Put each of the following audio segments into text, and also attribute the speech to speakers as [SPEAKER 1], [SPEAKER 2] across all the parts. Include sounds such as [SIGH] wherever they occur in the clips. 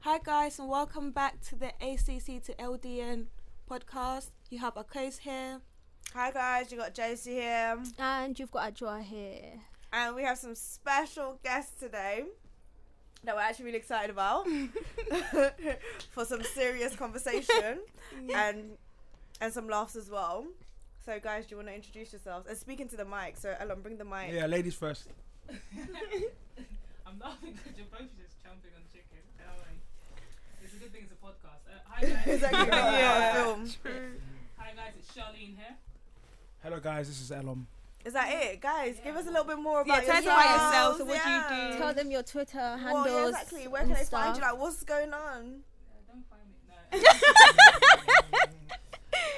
[SPEAKER 1] Hi, guys, and welcome back to the ACC to LDN podcast. You have a case
[SPEAKER 2] [LAUGHS]
[SPEAKER 1] here.
[SPEAKER 3] Hi guys, you got Josie here,
[SPEAKER 2] And you've got Adjoa here.
[SPEAKER 3] and we have some special guests today that we're actually really
[SPEAKER 1] [LAUGHS]
[SPEAKER 3] excited about [LAUGHS] for some serious conversation and and some laughs as well. So guys, do you want to introduce yourselves? And speaking to the mic, so Elon, bring the mic.
[SPEAKER 4] Yeah, ladies first.
[SPEAKER 5] I'm laughing because you're both just chomping on chicken. And I'm like, it's a good thing it's a podcast. Uh, hi guys.
[SPEAKER 3] exactly.
[SPEAKER 1] Yeah.
[SPEAKER 3] yeah. Film.
[SPEAKER 5] Hi guys, it's Charlene here.
[SPEAKER 4] Hello, guys. This is Elom.
[SPEAKER 3] Is that it, guys? Give us a little bit more about
[SPEAKER 1] tell us
[SPEAKER 3] yourselves.
[SPEAKER 1] about yourselves, so what do you
[SPEAKER 3] yeah.
[SPEAKER 1] do?
[SPEAKER 2] Tell them your Twitter handles.
[SPEAKER 3] Well, yeah, exactly. Where can
[SPEAKER 2] and
[SPEAKER 3] they find
[SPEAKER 2] stuff.
[SPEAKER 3] you? Like, what's going on?
[SPEAKER 5] Uh, don't find me. No.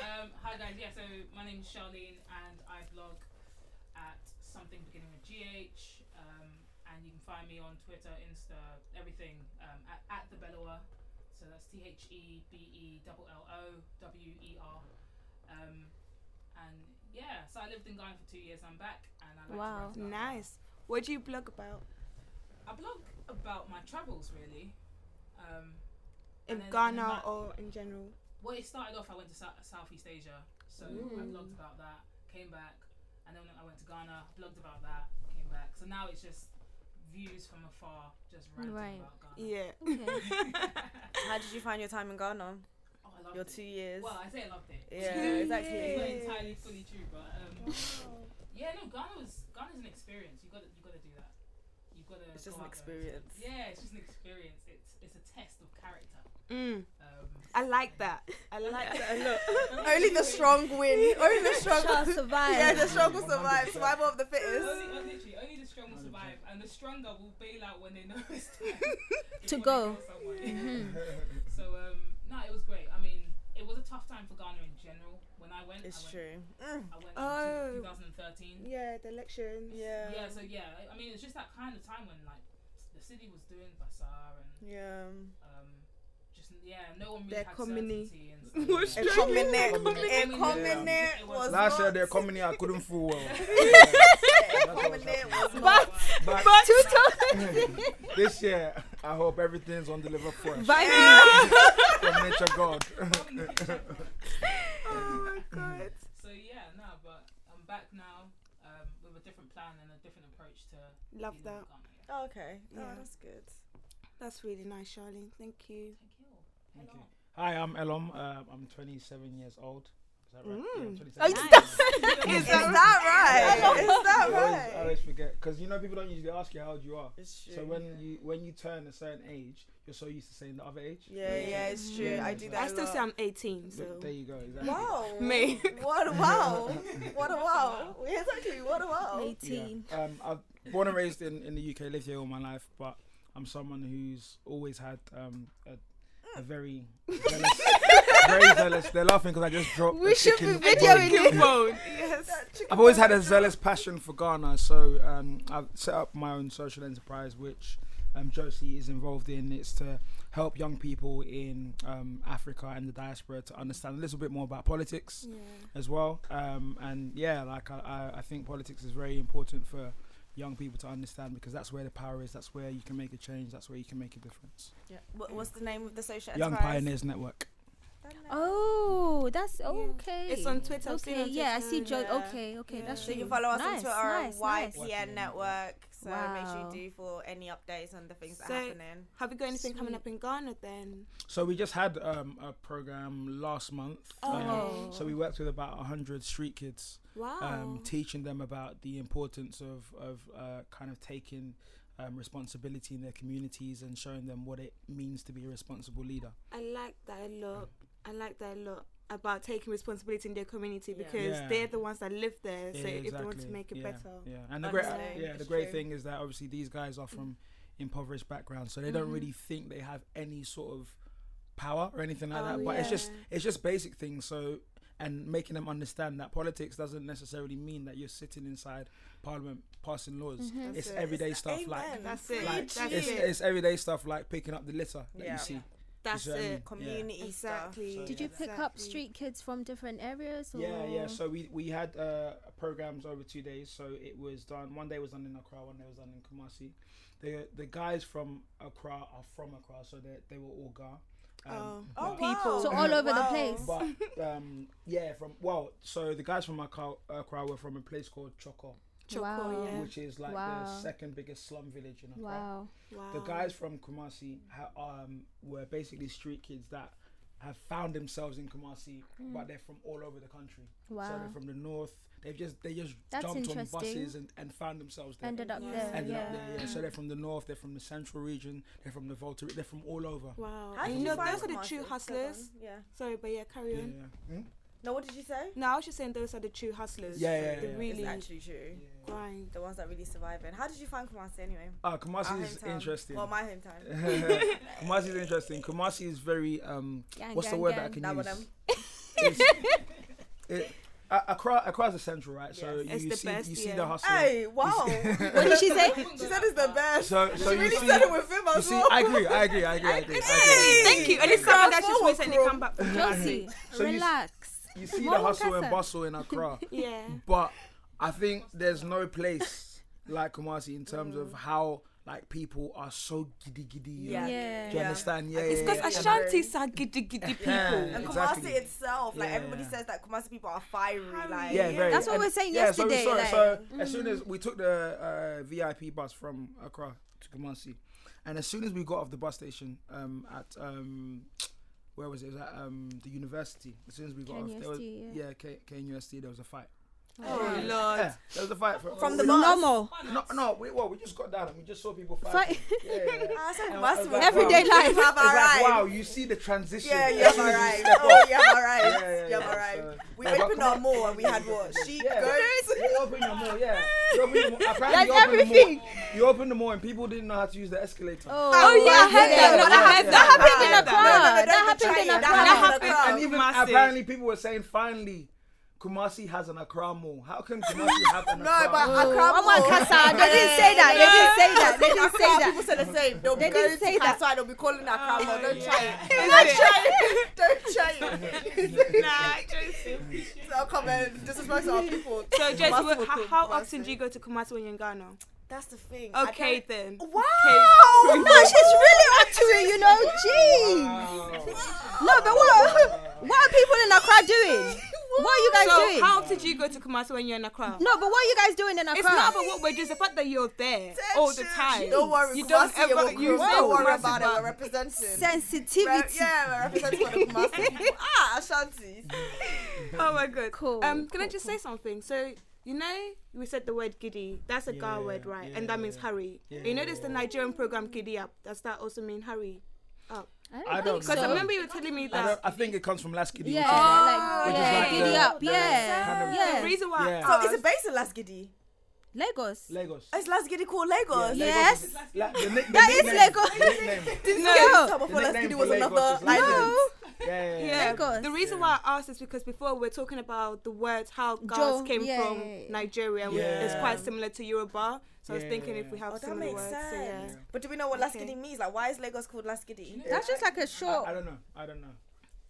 [SPEAKER 5] um, hi guys. Yeah. So my name's Charlene, and I blog at something beginning with GH. Um, and you can find me on Twitter, Insta, everything um, at, at the Bellower. So that's T H E B E L L O W E R. Um, and yeah, so I lived in Ghana for two years. I'm back, and I like
[SPEAKER 2] Wow.
[SPEAKER 5] to write about-
[SPEAKER 1] Nice. What do you blog about?
[SPEAKER 5] I blog about my travels really. Um,
[SPEAKER 1] In
[SPEAKER 5] And then in
[SPEAKER 1] Ghana
[SPEAKER 5] my-
[SPEAKER 1] or in general?
[SPEAKER 5] well, it started off I went to Sou- Southeast Asia, so I
[SPEAKER 3] Mm.
[SPEAKER 5] blogged about that. Came back, and then I went to Ghana, blogged about that. Came back, so now it's just views from afar, just ranting
[SPEAKER 2] Right.
[SPEAKER 5] about Ghana.
[SPEAKER 1] Yeah.
[SPEAKER 2] Okay.
[SPEAKER 3] How did you find your time in Ghana?
[SPEAKER 5] [LAUGHS] Oh, I loved
[SPEAKER 3] Your
[SPEAKER 5] it.
[SPEAKER 3] two years.
[SPEAKER 5] Well, I say I loved it.
[SPEAKER 3] yeah,
[SPEAKER 1] Two
[SPEAKER 5] [LAUGHS] It's not
[SPEAKER 3] exactly.
[SPEAKER 1] years.
[SPEAKER 5] entirely
[SPEAKER 3] [LAUGHS]
[SPEAKER 5] fully true, but um, yeah, no, Ghana was Ghana's an experience. You got to you got to do that. You got to.
[SPEAKER 3] It's just an experience.
[SPEAKER 5] Yeah, it's just an experience. It's it's a test of character.
[SPEAKER 1] Mm,
[SPEAKER 5] Um,
[SPEAKER 1] I like that. I like that a lot.
[SPEAKER 2] [LAUGHS]
[SPEAKER 3] Only the strong win. Only the
[SPEAKER 2] Shall
[SPEAKER 3] strong.
[SPEAKER 2] survive.
[SPEAKER 3] [LAUGHS] yeah, the strong will survive.
[SPEAKER 4] 100%.
[SPEAKER 3] Survival of the fittest. [LAUGHS]
[SPEAKER 5] Only, uh, literally, only the strong will survive, and the stronger will bail out when they know [LAUGHS] it's time
[SPEAKER 3] [LAUGHS]
[SPEAKER 2] To
[SPEAKER 5] before they
[SPEAKER 2] go.
[SPEAKER 5] kill someone.
[SPEAKER 2] Mm-hmm.
[SPEAKER 5] so um, no, it was great. I mean, it was a tough time for Ghana in general. When I went,
[SPEAKER 3] It's
[SPEAKER 5] I went,
[SPEAKER 3] true. Mm.
[SPEAKER 5] I went
[SPEAKER 1] Oh.
[SPEAKER 5] in two- 2013.
[SPEAKER 1] Yeah, the elections.
[SPEAKER 3] Yeah.
[SPEAKER 5] Yeah, so yeah, I- I mean, it's just that kind of time when like the city was doing bazaar and
[SPEAKER 3] Yeah.
[SPEAKER 5] um, just yeah, no one really
[SPEAKER 1] Their
[SPEAKER 5] had
[SPEAKER 1] communi-
[SPEAKER 5] certainty and stuff.
[SPEAKER 1] What's
[SPEAKER 5] yeah.
[SPEAKER 1] that?
[SPEAKER 3] Economic.
[SPEAKER 5] Economic.
[SPEAKER 3] Economic
[SPEAKER 5] Yeah.
[SPEAKER 3] was
[SPEAKER 4] Last
[SPEAKER 3] not,
[SPEAKER 4] year, the company I couldn't fool well.
[SPEAKER 3] Economic was
[SPEAKER 5] Oh, [LAUGHS]
[SPEAKER 3] not.
[SPEAKER 5] wow.
[SPEAKER 1] [LAUGHS]
[SPEAKER 4] But
[SPEAKER 2] Two times.
[SPEAKER 4] this year, I hope everything's on deliver fresh from nature God. [LAUGHS]
[SPEAKER 1] Oh, my God.
[SPEAKER 5] So yeah, no, but I'm back now um, with a different plan and a different approach to
[SPEAKER 1] Love
[SPEAKER 5] dealing
[SPEAKER 1] that.
[SPEAKER 5] with Ghana, yeah.
[SPEAKER 3] Oh, okay. Oh,
[SPEAKER 1] Yeah.
[SPEAKER 3] that's good.
[SPEAKER 1] That's really nice, Charlene. Thank you.
[SPEAKER 5] Thank you.
[SPEAKER 4] Thank
[SPEAKER 5] Hello.
[SPEAKER 4] Hi, I'm Elom. Um, I'm 27 years old. Is that right? Yeah, I'm
[SPEAKER 1] Mm.
[SPEAKER 4] 27
[SPEAKER 2] Oh,
[SPEAKER 4] years
[SPEAKER 2] you
[SPEAKER 4] old. [LAUGHS]
[SPEAKER 3] Is that right? Is
[SPEAKER 4] I always,
[SPEAKER 3] that
[SPEAKER 4] I
[SPEAKER 3] right?
[SPEAKER 4] always forget because you know people don't usually ask you how old you are.
[SPEAKER 3] It's
[SPEAKER 4] So when you when you turn a certain age, you're so used to saying the other age.
[SPEAKER 3] Yeah, yeah, it's true.
[SPEAKER 4] Yeah,
[SPEAKER 3] I
[SPEAKER 4] it's
[SPEAKER 3] do
[SPEAKER 4] like-
[SPEAKER 3] that.
[SPEAKER 1] I
[SPEAKER 3] a
[SPEAKER 1] still
[SPEAKER 3] lot.
[SPEAKER 1] say I'm 18, so.
[SPEAKER 4] There you go. Exactly.
[SPEAKER 3] Wow.
[SPEAKER 1] Me.
[SPEAKER 3] What a wow. What a
[SPEAKER 1] [LAUGHS]
[SPEAKER 3] wow. Oh, Yeah, Exactly. What a wow.
[SPEAKER 2] 18.
[SPEAKER 4] Yeah. Um, I've born and raised in, in the UK, lived here all my life, but I'm someone who's always had um, a, a very zealous, [LAUGHS] very zealous. They're laughing because I just dropped.
[SPEAKER 2] We
[SPEAKER 4] a
[SPEAKER 2] should be
[SPEAKER 4] chicken
[SPEAKER 2] videoing
[SPEAKER 4] bone.
[SPEAKER 2] this.
[SPEAKER 3] Yes.
[SPEAKER 4] I've always had a zealous passion for Ghana, so um, I've set up my own social enterprise, which um, Josie is involved in. It's to help young people in um, Africa and the diaspora to understand a little bit more about politics as well. Um, and yeah, like I, I, I think politics is very important for young people to understand because that's where the power is. That's where you can make a change. That's where you can make a difference.
[SPEAKER 3] What, what's the name of the social
[SPEAKER 4] Young
[SPEAKER 3] enterprise?
[SPEAKER 4] Pioneers Network.
[SPEAKER 2] Oh, that's okay.
[SPEAKER 1] It's on Twitter. I've seen
[SPEAKER 2] Okay,
[SPEAKER 1] on
[SPEAKER 2] yeah, I
[SPEAKER 1] Twitter.
[SPEAKER 2] see Joe.
[SPEAKER 3] Yeah.
[SPEAKER 2] Okay, okay,
[SPEAKER 1] Yeah.
[SPEAKER 2] that's
[SPEAKER 3] So you can
[SPEAKER 2] true.
[SPEAKER 3] follow us on
[SPEAKER 2] nice,
[SPEAKER 3] Twitter
[SPEAKER 2] nice,
[SPEAKER 3] on
[SPEAKER 2] nice.
[SPEAKER 3] YPN Network. So
[SPEAKER 2] Wow.
[SPEAKER 3] make sure you do for any updates on the things that
[SPEAKER 1] So-
[SPEAKER 3] are happening.
[SPEAKER 1] Have you got anything coming
[SPEAKER 2] Sweet.
[SPEAKER 1] up in Ghana then?
[SPEAKER 4] So we just had um, a program last month. Um,
[SPEAKER 2] Oh.
[SPEAKER 4] so we worked with about 100 street kids,
[SPEAKER 1] Wow.
[SPEAKER 4] um, teaching them about the importance of, of uh, kind of taking um, responsibility in their communities and showing them what it means to be a responsible leader.
[SPEAKER 1] I like that a lot. I like that a lot about taking responsibility in their community
[SPEAKER 3] Yeah.
[SPEAKER 1] because
[SPEAKER 4] Yeah.
[SPEAKER 1] they're the ones that live there. So
[SPEAKER 4] Yeah,
[SPEAKER 1] if they want to
[SPEAKER 4] exactly.
[SPEAKER 1] make it
[SPEAKER 4] yeah,
[SPEAKER 1] better,
[SPEAKER 4] Yeah, and the great,
[SPEAKER 3] Honestly,
[SPEAKER 4] yeah, the
[SPEAKER 3] it's
[SPEAKER 4] great
[SPEAKER 3] true.
[SPEAKER 4] thing is that obviously these guys are from
[SPEAKER 1] Mm-hmm.
[SPEAKER 4] impoverished backgrounds, so they don't really think they have any sort of power or anything like
[SPEAKER 1] Oh,
[SPEAKER 4] that. But it's just
[SPEAKER 1] yeah.
[SPEAKER 4] it's just basic things. So and making them understand that politics doesn't necessarily mean that you're sitting inside parliament passing laws.
[SPEAKER 2] Mm-hmm.
[SPEAKER 1] That's
[SPEAKER 4] It's
[SPEAKER 1] Mm-hmm. it.
[SPEAKER 4] everyday stuff like
[SPEAKER 3] Amen.
[SPEAKER 1] That's it.
[SPEAKER 3] Preach
[SPEAKER 1] Like, that's
[SPEAKER 4] it's,
[SPEAKER 1] it.
[SPEAKER 4] it's everyday stuff like picking up the litter that
[SPEAKER 3] Yeah.
[SPEAKER 4] you see.
[SPEAKER 1] That's
[SPEAKER 4] what I mean?
[SPEAKER 1] it.
[SPEAKER 3] Community stuff.
[SPEAKER 1] Exactly.
[SPEAKER 4] So,
[SPEAKER 2] Did you pick up street kids from different areas? Or?
[SPEAKER 4] Yeah, yeah. So we we had uh, programs over two days. So it was done. One day was done in Accra. One day was done in Kumasi. The the guys from Accra are from Accra, so they they were all Ga. Um,
[SPEAKER 1] Oh.
[SPEAKER 4] but-
[SPEAKER 1] wow. people.
[SPEAKER 2] So all over the
[SPEAKER 3] Wow.
[SPEAKER 2] place.
[SPEAKER 1] [LAUGHS]
[SPEAKER 4] But um, yeah, from well, so the guys from Accra, Accra were from a place called Choco,
[SPEAKER 2] Wow.
[SPEAKER 1] Choco, yeah.
[SPEAKER 4] which is like the
[SPEAKER 2] Wow.
[SPEAKER 4] second biggest slum village in Accra.
[SPEAKER 2] Wow.
[SPEAKER 1] Wow.
[SPEAKER 4] The guys from Kumasi ha- um, were basically street kids that have found themselves in Kumasi,
[SPEAKER 2] Hmm.
[SPEAKER 4] but they're from all over the country.
[SPEAKER 2] Wow.
[SPEAKER 4] So they're from the north. They've just they just
[SPEAKER 2] That's
[SPEAKER 4] jumped on
[SPEAKER 2] interesting.
[SPEAKER 4] buses and, and found themselves there.
[SPEAKER 2] Ended up
[SPEAKER 1] Yeah.
[SPEAKER 2] there.
[SPEAKER 4] Ended
[SPEAKER 2] yeah.
[SPEAKER 4] up there. Yeah. So they're from the north. They're from the central region. They're from the Volta. They're from all over.
[SPEAKER 1] Wow.
[SPEAKER 3] How
[SPEAKER 1] And
[SPEAKER 3] did
[SPEAKER 1] you know,
[SPEAKER 3] find
[SPEAKER 1] those are the
[SPEAKER 3] Kumasi?
[SPEAKER 1] true
[SPEAKER 3] Go
[SPEAKER 1] hustlers.
[SPEAKER 3] on, Yeah.
[SPEAKER 1] Sorry, but yeah, carry
[SPEAKER 4] Yeah.
[SPEAKER 1] on.
[SPEAKER 4] yeah. Hmm?
[SPEAKER 3] No, what did you say?
[SPEAKER 1] No, I was just saying those are the true hustlers.
[SPEAKER 4] Yeah, yeah,
[SPEAKER 1] The
[SPEAKER 4] yeah.
[SPEAKER 1] really
[SPEAKER 3] It's actually true.
[SPEAKER 4] Yeah.
[SPEAKER 1] grind.
[SPEAKER 3] The ones that really survive. And how did you find Kumasi anyway?
[SPEAKER 4] Ah,
[SPEAKER 3] Our
[SPEAKER 4] Kumasi is
[SPEAKER 3] hometown.
[SPEAKER 4] interesting.
[SPEAKER 3] Well, my hometown.
[SPEAKER 4] [LAUGHS] Kumasi is interesting. Kumasi is very um.
[SPEAKER 2] Gang,
[SPEAKER 4] what's the
[SPEAKER 2] gang,
[SPEAKER 4] word
[SPEAKER 2] gang.
[SPEAKER 4] that I can
[SPEAKER 3] That
[SPEAKER 4] use?
[SPEAKER 3] one, um,
[SPEAKER 4] [LAUGHS] It's- it, A- Accra, Accra is the central, right? So
[SPEAKER 3] Yes.
[SPEAKER 4] you,
[SPEAKER 1] It's the
[SPEAKER 4] see,
[SPEAKER 1] best,
[SPEAKER 4] you see
[SPEAKER 1] yeah.
[SPEAKER 4] the hustle.
[SPEAKER 3] Hey, wow.
[SPEAKER 2] [LAUGHS]
[SPEAKER 4] [LAUGHS]
[SPEAKER 2] What did she say?
[SPEAKER 5] [LAUGHS]
[SPEAKER 3] She said it's the best.
[SPEAKER 4] So, so
[SPEAKER 3] she
[SPEAKER 4] you
[SPEAKER 3] really
[SPEAKER 4] see,
[SPEAKER 3] said it with him
[SPEAKER 4] you
[SPEAKER 3] as
[SPEAKER 4] see,
[SPEAKER 3] well.
[SPEAKER 4] I agree, I agree, I agree, I agree. I
[SPEAKER 3] Hey!
[SPEAKER 1] Thank you. And it's someone that's just recently come back from
[SPEAKER 2] Josie,
[SPEAKER 4] So you s-
[SPEAKER 2] relax.
[SPEAKER 4] agree. You see the
[SPEAKER 2] Mama
[SPEAKER 4] hustle and
[SPEAKER 2] Kasa.
[SPEAKER 4] bustle in Accra,
[SPEAKER 1] Yeah.
[SPEAKER 4] but I think there's no place like Kumasi in terms of how like people are so giddy giddy. you know?
[SPEAKER 3] Yeah.
[SPEAKER 2] Yeah.
[SPEAKER 4] Do you understand? Yeah,
[SPEAKER 1] It's
[SPEAKER 4] yeah,
[SPEAKER 1] because
[SPEAKER 4] yeah, yeah.
[SPEAKER 1] Ashanti's are giddy giddy people.
[SPEAKER 3] And
[SPEAKER 4] Exactly.
[SPEAKER 3] Kumasi itself, like everybody
[SPEAKER 4] Yeah.
[SPEAKER 3] says that Kumasi people are fiery. Like,
[SPEAKER 4] Yeah, very.
[SPEAKER 2] That's what
[SPEAKER 4] and-
[SPEAKER 2] we were saying
[SPEAKER 4] yeah, so we
[SPEAKER 2] yesterday,
[SPEAKER 4] saw it.
[SPEAKER 2] like-
[SPEAKER 4] so as soon as we took the uh, VIP bus from Accra to Kumasi, and as soon as we got off the bus station um, at um, where was it? It was at um, the university. As soon as we got off, there was
[SPEAKER 2] KNUST,
[SPEAKER 4] yeah, K- KNUST. There was a fight.
[SPEAKER 1] Oh, Lord.
[SPEAKER 4] Yeah, there was a fight for, oh,
[SPEAKER 3] From
[SPEAKER 4] we-
[SPEAKER 3] the
[SPEAKER 4] no,
[SPEAKER 3] bus.
[SPEAKER 2] Normal.
[SPEAKER 4] no, we, well, we just got down and we just saw people
[SPEAKER 2] Fight.
[SPEAKER 4] fighting. Yeah, yeah, yeah.
[SPEAKER 3] I said
[SPEAKER 4] And
[SPEAKER 3] "Ah,
[SPEAKER 4] I
[SPEAKER 3] Kumasi
[SPEAKER 4] was
[SPEAKER 3] was
[SPEAKER 4] like,
[SPEAKER 2] Everyday
[SPEAKER 4] wow.
[SPEAKER 3] you
[SPEAKER 2] life.
[SPEAKER 3] Have
[SPEAKER 4] It's like,
[SPEAKER 3] arrived.
[SPEAKER 4] wow, you see the transition.
[SPEAKER 3] Yeah,
[SPEAKER 4] As
[SPEAKER 3] yeah,
[SPEAKER 4] soon as you
[SPEAKER 3] alright.
[SPEAKER 4] step
[SPEAKER 3] Oh, yeah,
[SPEAKER 4] Yeah, yeah,
[SPEAKER 3] alright.
[SPEAKER 4] yeah.
[SPEAKER 3] Yeah, alright.
[SPEAKER 4] So-
[SPEAKER 3] We
[SPEAKER 4] Yeah, but
[SPEAKER 3] opened
[SPEAKER 4] come
[SPEAKER 3] our
[SPEAKER 4] on.
[SPEAKER 3] mall and we had what? Sheep,
[SPEAKER 4] Yeah.
[SPEAKER 3] goats.
[SPEAKER 4] You open your mall, yeah. You open your mall.
[SPEAKER 2] That's
[SPEAKER 4] Apparently, you open
[SPEAKER 2] everything.
[SPEAKER 4] The mall, you open the mall and people didn't know how to use the escalator.
[SPEAKER 2] Oh,
[SPEAKER 1] Oh, yeah, I
[SPEAKER 2] my
[SPEAKER 1] heard that.
[SPEAKER 2] God.
[SPEAKER 1] No, that happened.
[SPEAKER 2] That happened in
[SPEAKER 3] No, no,
[SPEAKER 2] Accra.
[SPEAKER 3] no, no, don't
[SPEAKER 2] That
[SPEAKER 3] betray it.
[SPEAKER 2] happened in Accra.
[SPEAKER 1] That happened
[SPEAKER 3] in
[SPEAKER 4] And even
[SPEAKER 1] Massive.
[SPEAKER 4] apparently, people were saying finally, Kumasi has an Accra mall. How can
[SPEAKER 2] [LAUGHS]
[SPEAKER 4] Kumasi have an Accra?
[SPEAKER 3] No, but
[SPEAKER 4] mall?
[SPEAKER 3] I
[SPEAKER 2] Oh,
[SPEAKER 3] can't.
[SPEAKER 2] I'm on
[SPEAKER 3] [LAUGHS]
[SPEAKER 2] Kasa. They didn't say that. They didn't say that. They didn't say that.
[SPEAKER 3] People say the same. They'll be
[SPEAKER 2] They
[SPEAKER 3] going
[SPEAKER 2] didn't say
[SPEAKER 3] to
[SPEAKER 2] that.
[SPEAKER 3] Kasa. They'll be calling our crowd.
[SPEAKER 5] Oh,
[SPEAKER 3] Don't
[SPEAKER 5] yeah.
[SPEAKER 3] try it. Don't try it. [LAUGHS] Don't try it.
[SPEAKER 1] Nah,
[SPEAKER 3] [LAUGHS]
[SPEAKER 1] Josie.
[SPEAKER 3] They'll come and disrespect our people.
[SPEAKER 1] So,
[SPEAKER 3] [LAUGHS]
[SPEAKER 1] Josie,
[SPEAKER 3] Kumasi
[SPEAKER 1] wha-
[SPEAKER 3] will
[SPEAKER 1] how,
[SPEAKER 3] cook
[SPEAKER 1] how
[SPEAKER 3] Kumasi.
[SPEAKER 1] often do you go to Kumasi when you're in Ghana?
[SPEAKER 3] That's the thing. I
[SPEAKER 1] Okay,
[SPEAKER 3] don't-
[SPEAKER 1] then.
[SPEAKER 3] Wow.
[SPEAKER 1] Okay.
[SPEAKER 2] No, she's really onto it, you know. Jeez. No, but what, [LAUGHS] what are people in Accra doing? What are you guys
[SPEAKER 1] so,
[SPEAKER 2] doing?
[SPEAKER 1] how often do you go to Kumasi when you're in Accra?
[SPEAKER 2] No, but what are you guys doing in Accra?
[SPEAKER 1] It's not about what we're doing. The fact that you're there [LAUGHS] all the time.
[SPEAKER 3] Don't worry.
[SPEAKER 1] You don't
[SPEAKER 3] Kumasi
[SPEAKER 1] ever.
[SPEAKER 3] will
[SPEAKER 1] you
[SPEAKER 3] cook. Don't
[SPEAKER 1] say
[SPEAKER 3] worry
[SPEAKER 1] Kumasi,
[SPEAKER 3] about it.
[SPEAKER 1] but-
[SPEAKER 3] We're representing.
[SPEAKER 2] sensitivity.
[SPEAKER 3] Well, yeah, we're representing for the
[SPEAKER 1] [LAUGHS]
[SPEAKER 3] Kumasi people. Ah, Ashanti.
[SPEAKER 1] Oh my god.
[SPEAKER 2] Cool,
[SPEAKER 1] Um, can I
[SPEAKER 2] cool,
[SPEAKER 1] just
[SPEAKER 2] cool.
[SPEAKER 1] say something? So you know we said the word giddy. That's a Ga
[SPEAKER 4] Yeah,
[SPEAKER 1] word, right? and
[SPEAKER 4] yeah,
[SPEAKER 1] that means hurry.
[SPEAKER 4] yeah,
[SPEAKER 1] you know, there's the
[SPEAKER 4] yeah.
[SPEAKER 1] Nigerian program giddy up. Does that also mean hurry?
[SPEAKER 4] I don't
[SPEAKER 1] Because
[SPEAKER 4] So-
[SPEAKER 1] I remember you were telling me
[SPEAKER 4] I, don't-
[SPEAKER 1] that.
[SPEAKER 4] I think it comes from Laskidi.
[SPEAKER 2] Yeah,
[SPEAKER 1] Oh,
[SPEAKER 2] like,
[SPEAKER 1] which is
[SPEAKER 2] yeah,
[SPEAKER 1] like
[SPEAKER 2] giddy
[SPEAKER 1] the-
[SPEAKER 2] up,
[SPEAKER 4] the kind
[SPEAKER 2] yeah,
[SPEAKER 4] of-
[SPEAKER 1] The
[SPEAKER 2] yeah.
[SPEAKER 1] reason why.
[SPEAKER 4] Yeah.
[SPEAKER 1] I
[SPEAKER 3] So is
[SPEAKER 1] asked-
[SPEAKER 3] it based in Laskidi?
[SPEAKER 2] Lagos.
[SPEAKER 4] Lagos.
[SPEAKER 3] Oh, Is Laskidi called Lagos?
[SPEAKER 4] Yeah,
[SPEAKER 2] Yes,
[SPEAKER 4] La- the nick- the
[SPEAKER 2] that is
[SPEAKER 4] nickname-
[SPEAKER 2] Lagos.
[SPEAKER 4] the nickname.
[SPEAKER 2] No,
[SPEAKER 3] Someone
[SPEAKER 4] The
[SPEAKER 3] for
[SPEAKER 4] nickname
[SPEAKER 3] Laskidi
[SPEAKER 4] for
[SPEAKER 3] was
[SPEAKER 4] Lagos
[SPEAKER 3] another
[SPEAKER 4] is
[SPEAKER 3] island.
[SPEAKER 4] Lagos.
[SPEAKER 2] no.
[SPEAKER 4] Yeah, yeah,
[SPEAKER 1] yeah.
[SPEAKER 2] [LAUGHS]
[SPEAKER 4] yeah.
[SPEAKER 2] Lagos.
[SPEAKER 1] The reason why I asked is because before we're talking about the word how Gas
[SPEAKER 2] Jo-
[SPEAKER 1] came
[SPEAKER 2] yeah,
[SPEAKER 1] from
[SPEAKER 2] yeah, yeah.
[SPEAKER 1] Nigeria, which is
[SPEAKER 4] Yeah.
[SPEAKER 1] quite similar to Yoruba. So I was
[SPEAKER 4] Yeah,
[SPEAKER 1] thinking if
[SPEAKER 4] yeah.
[SPEAKER 1] we have
[SPEAKER 3] Oh, that
[SPEAKER 1] similar
[SPEAKER 3] makes
[SPEAKER 1] words.
[SPEAKER 3] sense.
[SPEAKER 1] So yeah.
[SPEAKER 3] But do we know what
[SPEAKER 1] Okay.
[SPEAKER 3] Laskidi means? Like, why is Lagos called Laskidi?
[SPEAKER 2] That's just like a
[SPEAKER 4] I, I
[SPEAKER 2] short.
[SPEAKER 4] don't know. I don't know.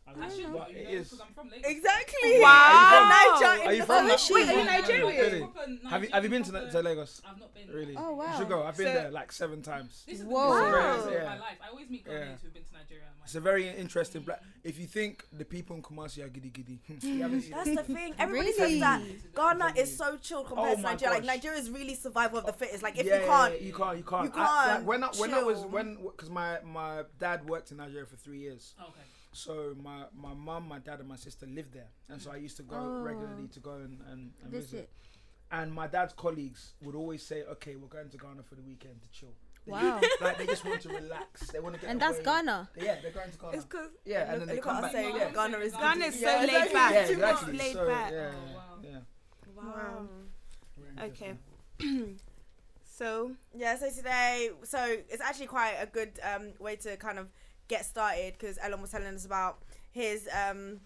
[SPEAKER 4] I don't
[SPEAKER 5] I
[SPEAKER 4] know. But
[SPEAKER 5] should know
[SPEAKER 4] it
[SPEAKER 5] because
[SPEAKER 4] is.
[SPEAKER 5] I'm from Lagos.
[SPEAKER 3] Exactly.
[SPEAKER 1] Wow.
[SPEAKER 3] From Niger.
[SPEAKER 4] Are you from?
[SPEAKER 2] is she?
[SPEAKER 4] Wait,
[SPEAKER 2] Are you
[SPEAKER 4] Really?
[SPEAKER 5] Proper
[SPEAKER 4] Have you Have you been to,
[SPEAKER 5] Nigerian,
[SPEAKER 4] to Lagos?
[SPEAKER 5] proper- I've not been.
[SPEAKER 4] Really?
[SPEAKER 2] Oh
[SPEAKER 4] You should
[SPEAKER 2] wow.
[SPEAKER 4] go. I've been
[SPEAKER 1] So-
[SPEAKER 4] there like seven times.
[SPEAKER 5] This is
[SPEAKER 2] Whoa.
[SPEAKER 5] the
[SPEAKER 4] Wow.
[SPEAKER 5] best wow.
[SPEAKER 4] Yeah.
[SPEAKER 5] my life. I always meet Ghanaians
[SPEAKER 4] Yeah.
[SPEAKER 5] who've been to Nigeria. I'm like,
[SPEAKER 4] It's a very interesting. Bla- if you think the people in Kumasi are giddy giddy, [LAUGHS] you haven't seen
[SPEAKER 3] That's the thing.
[SPEAKER 1] [LAUGHS]
[SPEAKER 3] Everybody says that
[SPEAKER 2] Really?
[SPEAKER 3] Ghana is so chill compared
[SPEAKER 4] Oh
[SPEAKER 3] to
[SPEAKER 4] my
[SPEAKER 3] Nigeria. Like
[SPEAKER 4] gosh.
[SPEAKER 3] Nigeria is really survival of the fittest. Like if
[SPEAKER 4] yeah,
[SPEAKER 3] you can't,
[SPEAKER 4] you can't, you can't.
[SPEAKER 3] you
[SPEAKER 4] I, like,
[SPEAKER 3] can't
[SPEAKER 4] when I, when I was
[SPEAKER 3] chill.
[SPEAKER 4] when because my my dad worked in Nigeria for three years,
[SPEAKER 5] "Oh, okay.
[SPEAKER 4] so my my mum, my dad, and my sister lived there, and so I used to go
[SPEAKER 2] Oh.
[SPEAKER 4] regularly to go and and, and visit.
[SPEAKER 2] Visit.
[SPEAKER 4] And my dad's colleagues would always say, "Okay, we're going to Ghana for the weekend to chill." They
[SPEAKER 2] Wow.
[SPEAKER 4] just- like they just want to relax. They want to get
[SPEAKER 2] And that's
[SPEAKER 4] away.
[SPEAKER 2] Ghana.
[SPEAKER 4] Yeah, they're going to Ghana.
[SPEAKER 1] It's 'cause
[SPEAKER 4] yeah, and
[SPEAKER 3] look,
[SPEAKER 4] then they
[SPEAKER 3] look at
[SPEAKER 4] come
[SPEAKER 3] us
[SPEAKER 4] back.
[SPEAKER 3] saying
[SPEAKER 4] yeah.
[SPEAKER 3] that Ghana is
[SPEAKER 1] Ghana
[SPEAKER 3] good.
[SPEAKER 1] is so
[SPEAKER 3] Yeah,
[SPEAKER 1] laid
[SPEAKER 3] exactly.
[SPEAKER 1] back.
[SPEAKER 4] Yeah,
[SPEAKER 1] Too much
[SPEAKER 4] exactly.
[SPEAKER 1] laid
[SPEAKER 4] so,
[SPEAKER 1] back.
[SPEAKER 4] Yeah,
[SPEAKER 5] Oh, wow.
[SPEAKER 4] yeah,
[SPEAKER 3] Wow.
[SPEAKER 4] yeah.
[SPEAKER 1] Okay.
[SPEAKER 4] Interesting.
[SPEAKER 1] So
[SPEAKER 3] Yeah. So today, so it's actually quite a good um, way to kind of get started because Ellen was telling us about his um,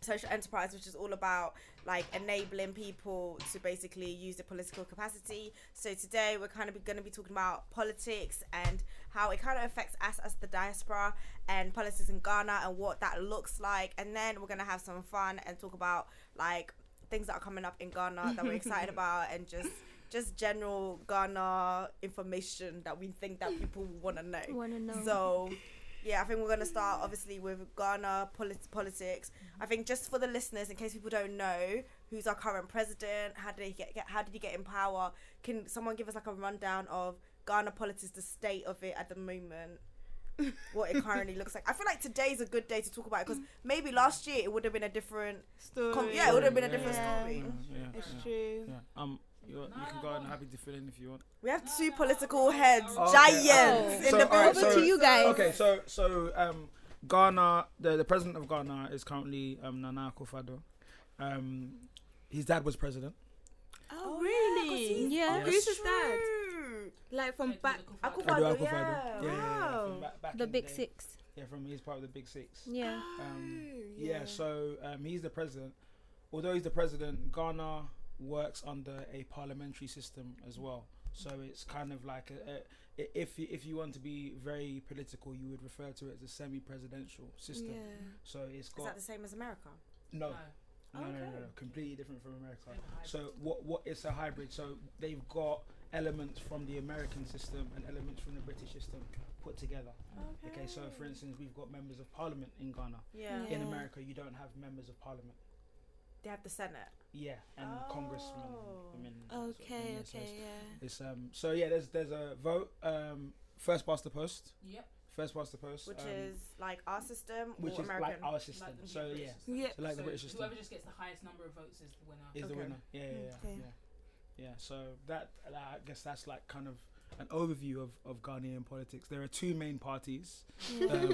[SPEAKER 3] social enterprise, which is all about like enabling people to basically use their political capacity. So today we're kind of going to be talking about politics and how it kind of affects us as the diaspora and politics in Ghana and what that looks like. And then we're going to have some fun and talk about like things that are coming up in Ghana that we're excited about and just just general Ghana information that we think that people want to know.
[SPEAKER 2] Want to know?
[SPEAKER 3] So, yeah, I think we're going to start obviously with Ghana polit- politics. I think just for the listeners, in case people don't know who's our current president, how did he get, get how did he get in power? Can someone give us like a rundown of Ghana politics, the state of it at the moment? what it currently looks like. I feel like today's a good day to talk about it because maybe last year it would have been a different.
[SPEAKER 1] Story.
[SPEAKER 3] Com- yeah, it would have been a
[SPEAKER 4] Yeah,
[SPEAKER 3] different
[SPEAKER 1] yeah,
[SPEAKER 3] story.
[SPEAKER 4] yeah,
[SPEAKER 1] It's
[SPEAKER 4] yeah,
[SPEAKER 1] true.
[SPEAKER 4] yeah. Um, you're, you can go and happy to fill in if you want.
[SPEAKER 3] We have
[SPEAKER 5] No,
[SPEAKER 3] two
[SPEAKER 5] no,
[SPEAKER 3] political
[SPEAKER 5] no, Oh, no,
[SPEAKER 3] heads,
[SPEAKER 5] no.
[SPEAKER 3] giants
[SPEAKER 2] Oh.
[SPEAKER 3] in
[SPEAKER 4] So,
[SPEAKER 3] the
[SPEAKER 4] alright,
[SPEAKER 3] building.
[SPEAKER 2] Over to you guys.
[SPEAKER 4] Okay, so so um, Ghana, the, the president of Ghana is currently um, Nana Akufo-Addo. Um, his dad was president.
[SPEAKER 1] Oh,
[SPEAKER 3] Oh, yeah, 'cause
[SPEAKER 1] really?
[SPEAKER 3] he's-
[SPEAKER 2] Yeah.
[SPEAKER 1] Oh, Who's his
[SPEAKER 3] True.
[SPEAKER 1] dad? Like from back.
[SPEAKER 3] Akufo-
[SPEAKER 4] Ado
[SPEAKER 3] Akufo-Addo,
[SPEAKER 4] Akufo-Addo.
[SPEAKER 3] yeah. Wow.
[SPEAKER 4] from back- back
[SPEAKER 2] The
[SPEAKER 4] in
[SPEAKER 2] big
[SPEAKER 4] day.
[SPEAKER 2] six.
[SPEAKER 4] Yeah, from he's part of the big six.
[SPEAKER 2] [GASPS] Yeah.
[SPEAKER 4] Um,
[SPEAKER 1] Oh,
[SPEAKER 4] yeah. so um, he's the president. Although he's the president, Ghana works under a parliamentary system as well. So it's kind of like a, a, i- if you, if you want to be very political, you would refer to it as a semi-presidential system.
[SPEAKER 1] Yeah.
[SPEAKER 4] So it's
[SPEAKER 3] Is
[SPEAKER 4] got
[SPEAKER 3] that the same as America?
[SPEAKER 4] no, no, no, no,
[SPEAKER 3] Okay.
[SPEAKER 4] no, completely different from America. So what what it's a hybrid. So they've got elements from the American system and elements from the British system put together. Okay, so for instance, we've got members of parliament in Ghana.
[SPEAKER 3] yeah.
[SPEAKER 1] Yeah.
[SPEAKER 4] In America, you don't have members of parliament.
[SPEAKER 3] they have the Senate.
[SPEAKER 4] Yeah, and congressmen,
[SPEAKER 3] Oh.
[SPEAKER 4] women. and that sort of
[SPEAKER 1] Okay.
[SPEAKER 4] thing, yeah, so
[SPEAKER 1] Okay.
[SPEAKER 4] it's- It's um. So yeah, there's there's a vote. Um, first past the post.
[SPEAKER 5] Yep.
[SPEAKER 4] First past the post.
[SPEAKER 3] Which
[SPEAKER 4] um,
[SPEAKER 3] is like our system
[SPEAKER 4] which
[SPEAKER 3] or
[SPEAKER 4] is
[SPEAKER 3] American.
[SPEAKER 4] like our system.
[SPEAKER 5] Like the
[SPEAKER 4] so
[SPEAKER 5] British
[SPEAKER 4] yeah,
[SPEAKER 5] system.
[SPEAKER 1] [LAUGHS] Yeah.
[SPEAKER 4] so like the
[SPEAKER 5] So
[SPEAKER 4] British system
[SPEAKER 5] Whoever just gets the highest number of votes is the winner.
[SPEAKER 4] is the
[SPEAKER 3] Okay.
[SPEAKER 4] winner. Yeah, yeah, yeah,
[SPEAKER 1] Okay.
[SPEAKER 4] yeah. Yeah. So that uh, I guess that's like kind of an overview of of Ghanaian politics. There are two main parties.
[SPEAKER 1] Yeah.
[SPEAKER 4] [LAUGHS] Um,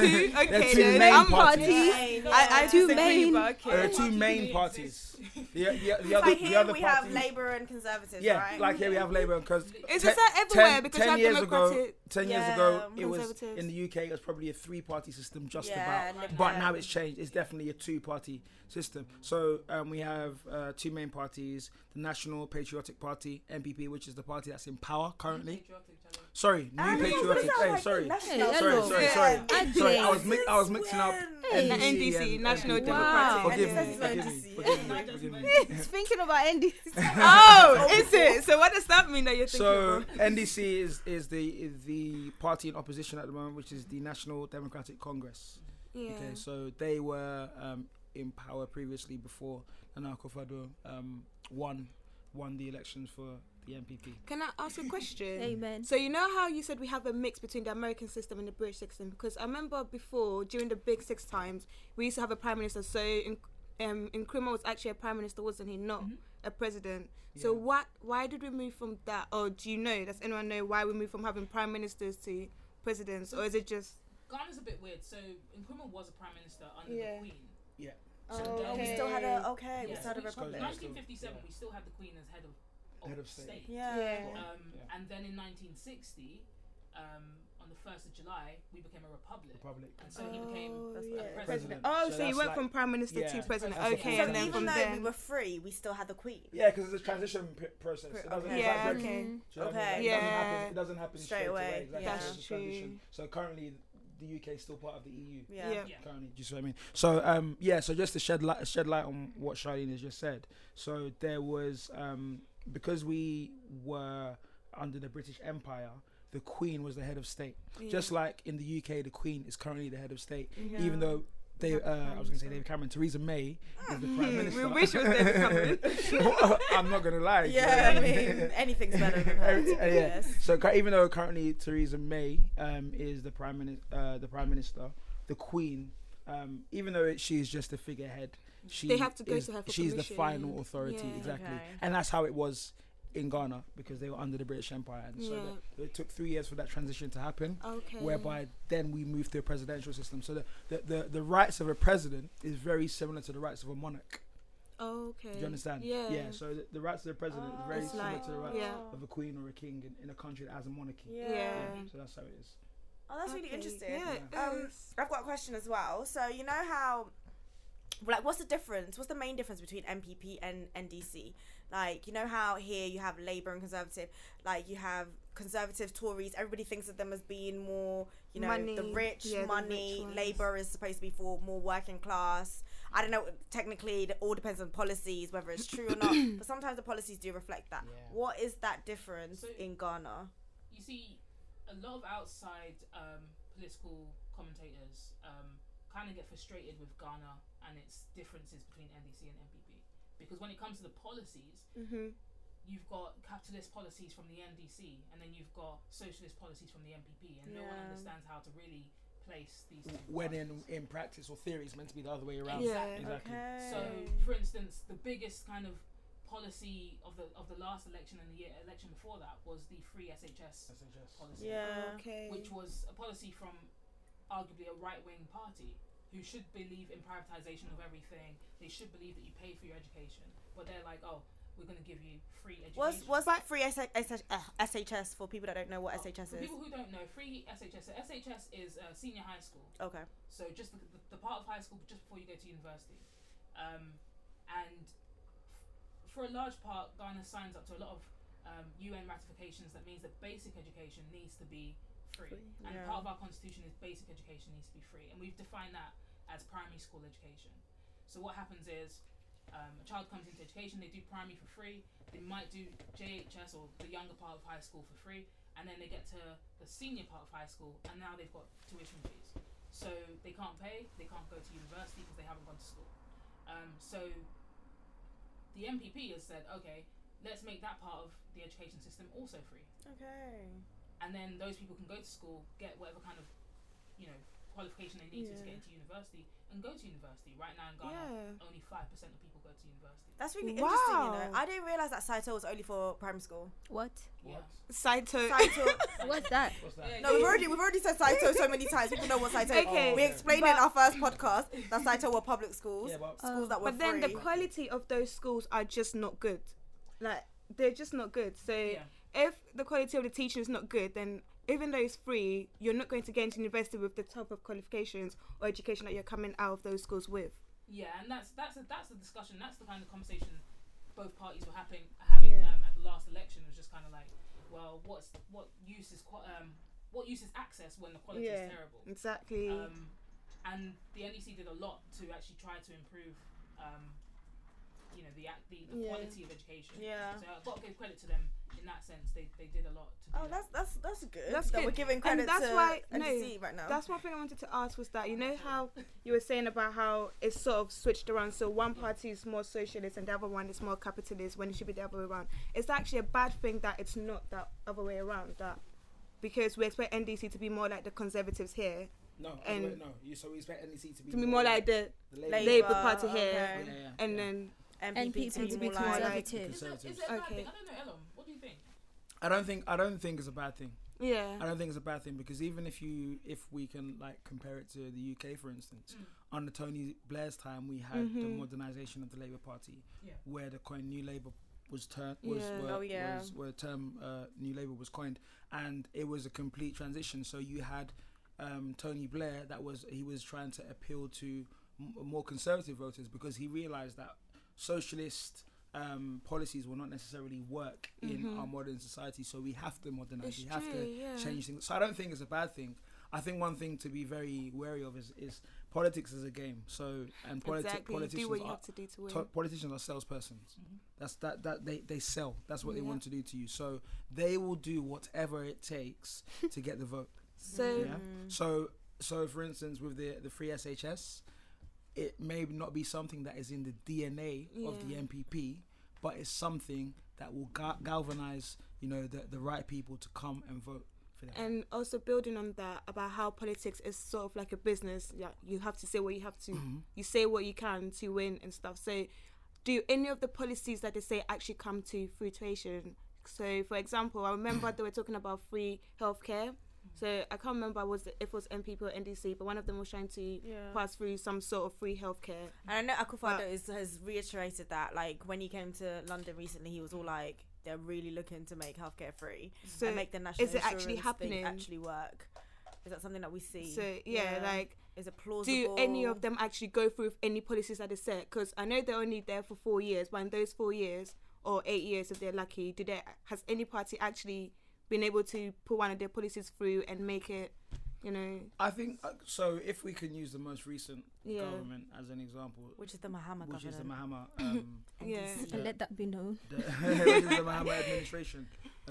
[SPEAKER 1] Two?
[SPEAKER 4] there are
[SPEAKER 1] Okay,
[SPEAKER 4] two
[SPEAKER 1] then.
[SPEAKER 4] main
[SPEAKER 1] I'm
[SPEAKER 4] parties.
[SPEAKER 1] party. I, I
[SPEAKER 2] Two
[SPEAKER 1] disagree,
[SPEAKER 2] main-
[SPEAKER 1] but
[SPEAKER 4] There are
[SPEAKER 1] okay.
[SPEAKER 4] two
[SPEAKER 5] Party
[SPEAKER 4] main
[SPEAKER 5] really
[SPEAKER 4] parties.
[SPEAKER 5] exists.
[SPEAKER 4] The, the, the
[SPEAKER 3] So
[SPEAKER 4] other,
[SPEAKER 3] here
[SPEAKER 4] the other
[SPEAKER 3] we
[SPEAKER 4] party,
[SPEAKER 3] have Labour and Conservatives,
[SPEAKER 4] yeah,
[SPEAKER 3] right?
[SPEAKER 4] like here we have Labour and Cos-
[SPEAKER 1] Is
[SPEAKER 4] Ten-
[SPEAKER 1] this that everywhere?
[SPEAKER 4] ten-
[SPEAKER 1] because
[SPEAKER 4] ten
[SPEAKER 1] you have
[SPEAKER 4] years ago-
[SPEAKER 1] democratic.
[SPEAKER 4] Ten
[SPEAKER 3] Yeah,
[SPEAKER 4] years ago, it was
[SPEAKER 1] Conservatives.
[SPEAKER 4] in the UK. It was probably a three-party system, just
[SPEAKER 3] yeah,
[SPEAKER 4] about.
[SPEAKER 3] Lib
[SPEAKER 4] But
[SPEAKER 3] Dem.
[SPEAKER 4] now it's changed. It's definitely a two-party system. So um, we have uh, two main parties: the National Patriotic Party (NPP), which is the party that's in power currently. Sorry, New
[SPEAKER 3] Ah, this is what it
[SPEAKER 4] Patriotic.
[SPEAKER 3] sounds
[SPEAKER 4] Hey,
[SPEAKER 3] like,
[SPEAKER 4] sorry,
[SPEAKER 3] national.
[SPEAKER 2] Hey,
[SPEAKER 4] sorry,
[SPEAKER 2] hello.
[SPEAKER 4] sorry,
[SPEAKER 1] Yeah.
[SPEAKER 4] sorry.
[SPEAKER 2] Adrian.
[SPEAKER 4] Sorry, I was mi- I was mixing up.
[SPEAKER 3] When?
[SPEAKER 2] Hey.
[SPEAKER 1] The
[SPEAKER 4] NDC,
[SPEAKER 1] NDC,
[SPEAKER 4] and-
[SPEAKER 1] National
[SPEAKER 4] and-
[SPEAKER 1] Democratic.
[SPEAKER 2] Wow.
[SPEAKER 4] Forgive me,
[SPEAKER 3] Yes,
[SPEAKER 4] forgive me,
[SPEAKER 3] NDC.
[SPEAKER 4] forgive me,
[SPEAKER 5] Yeah.
[SPEAKER 4] forgive
[SPEAKER 3] [LAUGHS]
[SPEAKER 2] [LAUGHS]
[SPEAKER 4] me.
[SPEAKER 2] He's thinking about ending.
[SPEAKER 4] [LAUGHS]
[SPEAKER 1] Oh, is it? So what does that mean that you're thinking
[SPEAKER 4] So
[SPEAKER 1] about?
[SPEAKER 4] NDC is is the is the party in opposition at the moment, which is the National Democratic Congress.
[SPEAKER 1] Yeah.
[SPEAKER 4] Okay, so they were um, in power previously before Nana Akufo-Addo um, won won the elections for the MPP.
[SPEAKER 1] Can I ask a question?
[SPEAKER 2] Amen.
[SPEAKER 1] So you know how you said we have a mix between the American system and the British system? Because I remember before, during the Big Six times, we used to have a prime minister. So in, um, Nkrumah was actually a prime minister, wasn't he? Not a president. So
[SPEAKER 4] Mm-hmm. Yeah.
[SPEAKER 1] what? Why did we move from that? Or do you know? Does anyone know why we moved from having prime ministers to presidents? Or is it just?
[SPEAKER 5] Ghana's a bit weird. So Nkrumah was a prime minister under
[SPEAKER 1] Yeah.
[SPEAKER 5] the Queen.
[SPEAKER 3] Oh, we still had a okay. We
[SPEAKER 5] Yes,
[SPEAKER 3] still had a
[SPEAKER 5] we-
[SPEAKER 3] republic.
[SPEAKER 4] Yeah.
[SPEAKER 5] 1957, we still had the Queen as head of, of,
[SPEAKER 4] Head of state.
[SPEAKER 5] state.
[SPEAKER 3] Yeah.
[SPEAKER 1] Yeah.
[SPEAKER 5] Um,
[SPEAKER 4] Yeah.
[SPEAKER 5] And then in 1960, um, on the 1st of July, we became a republic.
[SPEAKER 4] Republic.
[SPEAKER 5] And so he became.
[SPEAKER 1] Oh,
[SPEAKER 3] That's
[SPEAKER 1] yeah.
[SPEAKER 3] president.
[SPEAKER 4] President.
[SPEAKER 1] Oh,
[SPEAKER 4] So
[SPEAKER 1] so,
[SPEAKER 4] that's
[SPEAKER 1] you went
[SPEAKER 4] like-
[SPEAKER 1] from prime minister
[SPEAKER 4] yeah.
[SPEAKER 1] to president.
[SPEAKER 4] That's
[SPEAKER 1] Okay, and
[SPEAKER 4] what
[SPEAKER 3] so
[SPEAKER 1] then
[SPEAKER 3] even
[SPEAKER 1] from
[SPEAKER 3] though
[SPEAKER 1] there.
[SPEAKER 3] we were free, we still had the queen.
[SPEAKER 4] Yeah, because it's a transition p- process. It doesn't,
[SPEAKER 3] Okay.
[SPEAKER 4] it's
[SPEAKER 1] Yeah,
[SPEAKER 4] like
[SPEAKER 1] okay.
[SPEAKER 4] Brexit.
[SPEAKER 2] Mm.
[SPEAKER 4] Do you know what I
[SPEAKER 3] Okay.
[SPEAKER 4] mean? It doesn't
[SPEAKER 1] Yeah.
[SPEAKER 4] happen, it doesn't happen straight,
[SPEAKER 3] Straight away,
[SPEAKER 4] Exactly.
[SPEAKER 3] yeah.
[SPEAKER 4] It's
[SPEAKER 1] That's
[SPEAKER 4] just transition.
[SPEAKER 1] true.
[SPEAKER 4] So currently, the UK is still part of the E EU.
[SPEAKER 3] Yeah.
[SPEAKER 1] Yeah.
[SPEAKER 5] Yeah.
[SPEAKER 4] Currently, do you see what I mean? So, um, yeah. So just to shed light, shed light on what Charlene has just said. So there was um, because we were under the British Empire, the Queen was the head of state. Just like in the UK, the Queen is currently the head of state, even though. They,
[SPEAKER 1] Not the
[SPEAKER 4] uh, I
[SPEAKER 1] Prime
[SPEAKER 4] was going to
[SPEAKER 1] Minister.
[SPEAKER 4] say David Cameron. Theresa May is the prime
[SPEAKER 1] Hmm,
[SPEAKER 4] minister.
[SPEAKER 1] we wish it was David Cameron.
[SPEAKER 4] [LAUGHS] I'm not going to lie. do you know what
[SPEAKER 3] Yeah, I mean,
[SPEAKER 4] [LAUGHS]
[SPEAKER 3] anything's better than her.
[SPEAKER 4] Everything-
[SPEAKER 3] to be
[SPEAKER 4] Oh, yeah.
[SPEAKER 3] honest.
[SPEAKER 4] So cu- even though currently Theresa May um, is the prime minister, uh, the prime minister, the Queen, um, even though it, she is just a figurehead, she
[SPEAKER 1] They have to go
[SPEAKER 4] is,
[SPEAKER 1] to her for
[SPEAKER 4] she's the
[SPEAKER 1] permission.
[SPEAKER 4] final authority,
[SPEAKER 1] Yeah.
[SPEAKER 4] exactly,
[SPEAKER 3] Okay.
[SPEAKER 4] and that's how it was in Ghana because they were under the British Empire, and so
[SPEAKER 1] Yeah.
[SPEAKER 4] that, it took three years for that transition to happen.
[SPEAKER 1] Okay.
[SPEAKER 4] Whereby then we moved to a presidential system. So the, the, the, the rights of a president is very similar to the rights of a monarch.
[SPEAKER 1] Okay.
[SPEAKER 4] Do you understand?
[SPEAKER 1] Mm. Yeah. Oh,
[SPEAKER 4] Yeah. So the, the rights of the president is very
[SPEAKER 1] It's
[SPEAKER 4] similar
[SPEAKER 1] like-
[SPEAKER 4] to the rights
[SPEAKER 1] yeah.
[SPEAKER 4] of a queen or a king in, in a country that has a monarchy.
[SPEAKER 3] Yeah.
[SPEAKER 1] Yeah.
[SPEAKER 4] So that's how it is.
[SPEAKER 3] Oh, that's really
[SPEAKER 1] Okay.
[SPEAKER 3] interesting.
[SPEAKER 1] Yeah. it
[SPEAKER 3] Um,
[SPEAKER 1] is.
[SPEAKER 3] I've got a question as well. So you know how like what's the difference what's the main difference between mpp and ndc like you know how here you have labor and conservative like you have conservative tories everybody thinks of them as being more you know the
[SPEAKER 1] Money,
[SPEAKER 3] rich
[SPEAKER 1] yeah, the rich
[SPEAKER 3] money
[SPEAKER 1] ones.
[SPEAKER 3] labor is supposed to be for more working class i don't know technically it all depends on policies whether it's true or
[SPEAKER 1] [COUGHS]
[SPEAKER 3] not but sometimes the policies do reflect that
[SPEAKER 4] Yeah.
[SPEAKER 3] what is that difference
[SPEAKER 5] So-
[SPEAKER 3] in ghana
[SPEAKER 5] you see a lot of outside um, political commentators um, kind of get frustrated with Ghana and its differences between NDC and MPP because when it comes to the policies, you've got capitalist policies from the NDC and then you've got socialist policies from the MPP, and no one
[SPEAKER 3] Yeah.
[SPEAKER 5] understands how to really place these. two
[SPEAKER 4] When in,
[SPEAKER 5] parties.
[SPEAKER 4] in practice or theory, it's meant to be the other way around.
[SPEAKER 1] Yeah.
[SPEAKER 4] Exactly.
[SPEAKER 5] So, for instance, the biggest kind of policy of the of the last election and the year, election before that was the free SHS
[SPEAKER 4] That's just-
[SPEAKER 5] policy.
[SPEAKER 3] yeah
[SPEAKER 1] Okay.
[SPEAKER 5] which was a policy from arguably a right wing party who should believe in privatization of everything. They should believe that you pay for your education, but they're like, oh, we're going to give you free education.
[SPEAKER 3] What's what's free SH, uh, SHS for people that don't know what
[SPEAKER 5] Oh,
[SPEAKER 3] SHS
[SPEAKER 5] for
[SPEAKER 3] is?
[SPEAKER 5] people who don't know, free SHS. So SHS is uh, senior high school.
[SPEAKER 3] Okay.
[SPEAKER 5] So just the, the, the part of high school just before you go to university, um, and f- for a large part, Ghana signs up to a lot of um, UN ratifications. That means that basic education needs to be free, and
[SPEAKER 3] Yeah.
[SPEAKER 5] part of our constitution is basic education needs to be free, and we've defined that as primary school education. So what happens is. Um, a child comes into education, they do primary for free, they might do JHS or the younger part of high school for free, and then they get to the senior part of high school, and now they've got tuition fees. So they can't pay, they can't go to university because they haven't gone to school. Um, so the MPP has said, okay, let's make that part of the education system also free.
[SPEAKER 3] Okay.
[SPEAKER 5] And then those people can go to school, get whatever kind of, you know, qualification they need to to
[SPEAKER 3] Yeah.
[SPEAKER 5] get into university and go to university. Right now in Ghana,
[SPEAKER 1] yeah.
[SPEAKER 5] only 5% of people go to university.
[SPEAKER 3] That's really interesting. You know,
[SPEAKER 1] Wow.
[SPEAKER 3] I didn't realize that Saito was only for primary school.
[SPEAKER 2] What?
[SPEAKER 5] Yeah.
[SPEAKER 4] What?
[SPEAKER 1] Saito.
[SPEAKER 5] [LAUGHS]
[SPEAKER 3] Saito.
[SPEAKER 2] What's [LAUGHS] that?
[SPEAKER 4] What's that?
[SPEAKER 5] Yeah,
[SPEAKER 3] no,
[SPEAKER 5] yeah,
[SPEAKER 3] we've
[SPEAKER 5] yeah.
[SPEAKER 3] already we've already said Saito so many times. People know what Saito. is.
[SPEAKER 1] Okay,
[SPEAKER 3] We explained in
[SPEAKER 1] but-
[SPEAKER 3] our first podcast that Saito were public schools,
[SPEAKER 4] Yeah, but
[SPEAKER 1] Uh,
[SPEAKER 3] schools that were
[SPEAKER 1] But then the
[SPEAKER 3] free.
[SPEAKER 1] quality of those schools are just not good. Like they're just not good. So
[SPEAKER 5] Yeah.
[SPEAKER 1] if the quality of the teaching is not good, then even though it's free, you're not going to get into university with the type of qualifications or education that you're coming out of those schools with.
[SPEAKER 5] Yeah, and that's that's a, that's the discussion. That's the kind of conversation both parties were having having
[SPEAKER 1] Yeah.
[SPEAKER 5] um, at the last election. It was just kind of like, well, what's what use is qua- um, what use is access when the quality
[SPEAKER 1] Yeah.
[SPEAKER 5] is terrible?
[SPEAKER 1] Exactly.
[SPEAKER 5] Um, and the NEC did a lot to actually try to improve, um, you know, the ac- the, the
[SPEAKER 1] Yeah.
[SPEAKER 5] quality of education.
[SPEAKER 3] Yeah.
[SPEAKER 5] So I've got to give credit to them in that sense. They they did a lot. To do
[SPEAKER 3] Oh,
[SPEAKER 5] that.
[SPEAKER 3] that's that's that's good.
[SPEAKER 1] That's
[SPEAKER 3] that
[SPEAKER 1] good.
[SPEAKER 3] We're giving
[SPEAKER 1] And
[SPEAKER 3] credit
[SPEAKER 1] that's
[SPEAKER 3] to
[SPEAKER 1] why- no,
[SPEAKER 3] NDC right
[SPEAKER 4] Oh.
[SPEAKER 3] now.
[SPEAKER 1] That's one thing I wanted to ask was that you know how you were saying about how it's sort of switched around. So one party is more socialist and the other one is more capitalist when it should be the other way around. It's actually a bad thing that it's not that other way around. That because we expect NDC to be more like the conservatives here,
[SPEAKER 4] no,
[SPEAKER 1] and-
[SPEAKER 4] wait, no. You, so we expect NEC to be
[SPEAKER 1] to be more like the
[SPEAKER 4] the Labour.
[SPEAKER 1] Labour. Party here.
[SPEAKER 4] Yeah,
[SPEAKER 3] okay.
[SPEAKER 4] yeah,
[SPEAKER 1] and
[SPEAKER 4] yeah.
[SPEAKER 1] then
[SPEAKER 3] NPP,
[SPEAKER 1] NPP
[SPEAKER 3] to be more
[SPEAKER 1] to
[SPEAKER 3] like-
[SPEAKER 1] like-
[SPEAKER 2] conservative.
[SPEAKER 5] Is it, is
[SPEAKER 4] Conservatives.
[SPEAKER 5] it a bad
[SPEAKER 1] Okay.
[SPEAKER 5] thing? I don't know, Ellen. What do you think?
[SPEAKER 4] I don't think I don't think it's a bad thing.
[SPEAKER 1] yeah,
[SPEAKER 4] I don't think it's a bad thing because even if you if we can like compare it to the UK for instance,
[SPEAKER 5] Mm.
[SPEAKER 4] under Tony Blair's time we had the
[SPEAKER 1] Mhm.
[SPEAKER 4] modernisation of the Labour Party,
[SPEAKER 5] Yeah.
[SPEAKER 4] where the coin New Labour was term was,
[SPEAKER 1] Yeah.
[SPEAKER 4] were-
[SPEAKER 3] Oh, yeah.
[SPEAKER 4] was where term uh, New Labour was coined, and it was a complete transition. So you had um, Tony Blair that was he was trying to appeal to m- more conservative voters because he realised that socialist um, policies will not necessarily work in
[SPEAKER 1] Mhm.
[SPEAKER 4] our modern society. So we have to modernise.
[SPEAKER 1] It's
[SPEAKER 4] we have to
[SPEAKER 1] true, yeah.
[SPEAKER 4] change things. So I don't think it's a bad thing. I think one thing to be very wary of is, is politics is a game. So and politi-
[SPEAKER 1] exactly.
[SPEAKER 4] politicians
[SPEAKER 1] Do what you
[SPEAKER 4] are
[SPEAKER 1] have to do to win.
[SPEAKER 4] to- politicians are salespersons. That's that that they, they sell. That's what they
[SPEAKER 1] Yeah.
[SPEAKER 4] want to do to you. So they will do whatever it
[SPEAKER 1] [LAUGHS]
[SPEAKER 4] takes to get the vote.
[SPEAKER 1] so Mm.
[SPEAKER 4] Yeah. So so for instance, with the the free SHS, it may not be something that is in the DNA of the
[SPEAKER 1] Yeah.
[SPEAKER 4] MPP, but it's something that will ga- galvanize you know the the right people to come and vote for that.
[SPEAKER 1] and also building on that about how politics is sort of like a business yeah you have to say what you have to you say what you can to win and stuff so do any of the policies that they say actually come to fruition so for example i remember they were talking about free healthcare so i can't remember was it- if it was mpp or ndc but one of them was trying to
[SPEAKER 3] Yeah.
[SPEAKER 1] pass through some sort of free healthcare
[SPEAKER 3] And I know Akufado
[SPEAKER 1] But-
[SPEAKER 3] is, has reiterated that. Like when he came to London recently, he was all like, "They're really looking to make healthcare free
[SPEAKER 1] so
[SPEAKER 3] and make the national
[SPEAKER 1] it actually
[SPEAKER 3] insurance thing
[SPEAKER 1] happening?
[SPEAKER 3] actually work." Is that something that we see?
[SPEAKER 1] So yeah, like
[SPEAKER 3] is it plausible?
[SPEAKER 1] do any of them actually go through with any policies that they set? Because I know they're only there for four years, but in those four years or eight years, if they're lucky, do they has any party actually been able to put one of their policies through and make it, you know,
[SPEAKER 4] I think uh, so. If we can use the most recent
[SPEAKER 1] Yeah.
[SPEAKER 4] government as an example,
[SPEAKER 3] Which is the Muhammad
[SPEAKER 4] which is the
[SPEAKER 3] government. [LAUGHS]
[SPEAKER 4] Mahama, um,
[SPEAKER 1] yeah,
[SPEAKER 4] Yeah.
[SPEAKER 2] And let that be known.
[SPEAKER 4] the, [LAUGHS] which is the
[SPEAKER 3] [LAUGHS]
[SPEAKER 4] Mahama administration.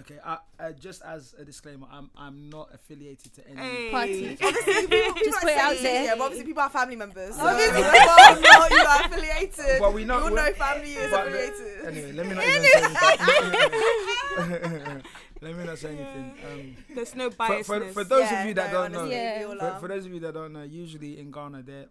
[SPEAKER 4] Okay, I, I, just as a disclaimer, I'm I'm not affiliated to any.
[SPEAKER 1] Hey. [LAUGHS]
[SPEAKER 2] Party.
[SPEAKER 3] People
[SPEAKER 2] Just
[SPEAKER 3] are
[SPEAKER 2] put it out
[SPEAKER 3] saying-
[SPEAKER 2] there.
[SPEAKER 3] Yeah, but obviously people are family members. So
[SPEAKER 2] Obviously.
[SPEAKER 3] whether or not you are affiliated.
[SPEAKER 4] Well, we know-
[SPEAKER 3] you all
[SPEAKER 4] we-
[SPEAKER 3] know family is
[SPEAKER 4] but-
[SPEAKER 3] affiliated.
[SPEAKER 4] [LAUGHS] Anyway, let me not even say anything. [LAUGHS]
[SPEAKER 3] [LAUGHS]
[SPEAKER 4] let me not say anything. Um,
[SPEAKER 1] there's no
[SPEAKER 4] for,
[SPEAKER 1] biasness.
[SPEAKER 4] for, for those
[SPEAKER 3] Yeah,
[SPEAKER 4] of you that
[SPEAKER 3] no,
[SPEAKER 4] don't know,
[SPEAKER 3] honestly,
[SPEAKER 2] Yeah.
[SPEAKER 3] we all
[SPEAKER 4] For,
[SPEAKER 3] are.
[SPEAKER 4] for those of you that don't know, usually in Ghana, there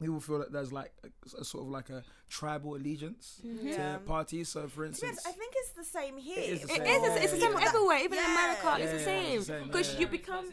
[SPEAKER 4] people feel that there's like a, a sort of like a tribal allegiance
[SPEAKER 2] Mm-hmm.
[SPEAKER 3] Yeah.
[SPEAKER 4] to parties. So, for
[SPEAKER 3] To be honest,
[SPEAKER 4] instance,
[SPEAKER 3] I think it's the same here.
[SPEAKER 4] is the
[SPEAKER 1] it
[SPEAKER 4] same.
[SPEAKER 1] is. It's, it's the same
[SPEAKER 4] Yeah.
[SPEAKER 1] everywhere, even in
[SPEAKER 3] Yeah.
[SPEAKER 1] America.
[SPEAKER 4] Yeah,
[SPEAKER 1] it's
[SPEAKER 4] yeah, yeah,
[SPEAKER 1] the
[SPEAKER 4] it's the
[SPEAKER 1] same
[SPEAKER 4] same,
[SPEAKER 1] because
[SPEAKER 4] yeah.
[SPEAKER 1] you become.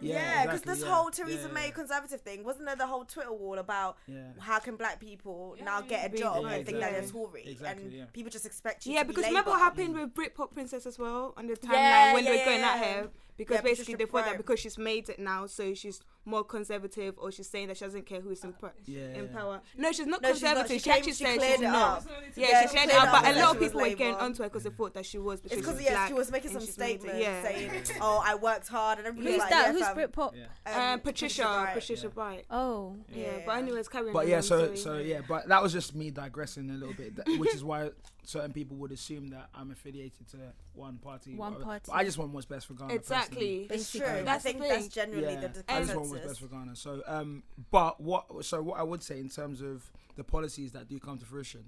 [SPEAKER 3] Yeah, because
[SPEAKER 4] exactly,
[SPEAKER 3] this
[SPEAKER 4] yeah.
[SPEAKER 3] whole Theresa
[SPEAKER 4] Yeah,
[SPEAKER 3] May
[SPEAKER 4] yeah.
[SPEAKER 3] conservative thing wasn't there the whole Twitter wall about
[SPEAKER 4] yeah.
[SPEAKER 3] how can black people
[SPEAKER 5] Yeah,
[SPEAKER 3] now
[SPEAKER 5] yeah,
[SPEAKER 3] get a
[SPEAKER 1] yeah.
[SPEAKER 3] job
[SPEAKER 1] Yeah,
[SPEAKER 3] and think that they're
[SPEAKER 4] exactly.
[SPEAKER 3] Tory
[SPEAKER 4] Exactly,
[SPEAKER 3] and
[SPEAKER 4] yeah.
[SPEAKER 3] people just expect you
[SPEAKER 1] Yeah,
[SPEAKER 3] to be
[SPEAKER 1] because remember what
[SPEAKER 3] Labour.
[SPEAKER 1] happened with Britpop Princess as well on the timeline
[SPEAKER 3] Yeah,
[SPEAKER 1] when they
[SPEAKER 3] yeah,
[SPEAKER 1] were going at
[SPEAKER 3] yeah.
[SPEAKER 1] her because
[SPEAKER 3] Yeah, Patricia
[SPEAKER 1] basically they thought
[SPEAKER 3] Prime.
[SPEAKER 1] that because she's made it now, so she's more conservative or she's saying that she doesn't care who is in, pro-
[SPEAKER 4] Yeah,
[SPEAKER 1] in
[SPEAKER 4] yeah.
[SPEAKER 1] power. No, she's not
[SPEAKER 3] No, she's not.
[SPEAKER 1] conservative.
[SPEAKER 3] She
[SPEAKER 1] She,
[SPEAKER 3] came-
[SPEAKER 1] actually
[SPEAKER 3] she
[SPEAKER 1] said
[SPEAKER 3] cleared
[SPEAKER 1] she's
[SPEAKER 3] it
[SPEAKER 1] not.
[SPEAKER 3] up.
[SPEAKER 1] Yeah,
[SPEAKER 3] Yeah,
[SPEAKER 1] she
[SPEAKER 3] she
[SPEAKER 1] cleared it
[SPEAKER 3] cleared
[SPEAKER 1] up,
[SPEAKER 3] up
[SPEAKER 1] but
[SPEAKER 3] that
[SPEAKER 1] a lot
[SPEAKER 3] she
[SPEAKER 1] of
[SPEAKER 3] was
[SPEAKER 1] people were getting
[SPEAKER 3] Labour.
[SPEAKER 1] onto her because they thought that she was
[SPEAKER 3] It's
[SPEAKER 1] because
[SPEAKER 3] because
[SPEAKER 1] she's
[SPEAKER 3] yeah,
[SPEAKER 1] black.
[SPEAKER 3] she was making
[SPEAKER 1] and
[SPEAKER 3] some
[SPEAKER 1] she's made it.
[SPEAKER 3] statements
[SPEAKER 1] Yeah. [LAUGHS]
[SPEAKER 3] saying, "Oh, I worked hard," and everybody
[SPEAKER 2] Who's
[SPEAKER 3] like,
[SPEAKER 2] that?
[SPEAKER 3] yeah,
[SPEAKER 2] Who's
[SPEAKER 3] fam.
[SPEAKER 2] Britpop?
[SPEAKER 4] Yeah.
[SPEAKER 1] Uh,
[SPEAKER 3] Um,
[SPEAKER 1] Patricia,
[SPEAKER 3] Wright.
[SPEAKER 1] Patricia
[SPEAKER 4] Yeah.
[SPEAKER 1] Bright.
[SPEAKER 2] Oh.
[SPEAKER 1] Yeah.
[SPEAKER 3] Yeah.
[SPEAKER 1] but anyways, carry on.
[SPEAKER 4] But yeah,
[SPEAKER 1] I'm
[SPEAKER 4] so
[SPEAKER 1] sorry.
[SPEAKER 4] so yeah, but that was just me digressing a little bit,
[SPEAKER 3] [LAUGHS]
[SPEAKER 4] that- which is why certain people would assume that I'm affiliated to one party.
[SPEAKER 2] One
[SPEAKER 4] But- but
[SPEAKER 2] party.
[SPEAKER 4] I just want what's best for Ghana.
[SPEAKER 1] [LAUGHS]
[SPEAKER 4] personally.
[SPEAKER 1] exactly.
[SPEAKER 3] It's true.
[SPEAKER 2] Basically.
[SPEAKER 3] I
[SPEAKER 1] That's the
[SPEAKER 3] think that's
[SPEAKER 1] thing.
[SPEAKER 3] generally
[SPEAKER 4] Yeah,
[SPEAKER 3] the, the
[SPEAKER 4] I
[SPEAKER 3] consensus.
[SPEAKER 4] just want what's best for Ghana. So, um, but what so what I would say in terms of the policies that do come to fruition,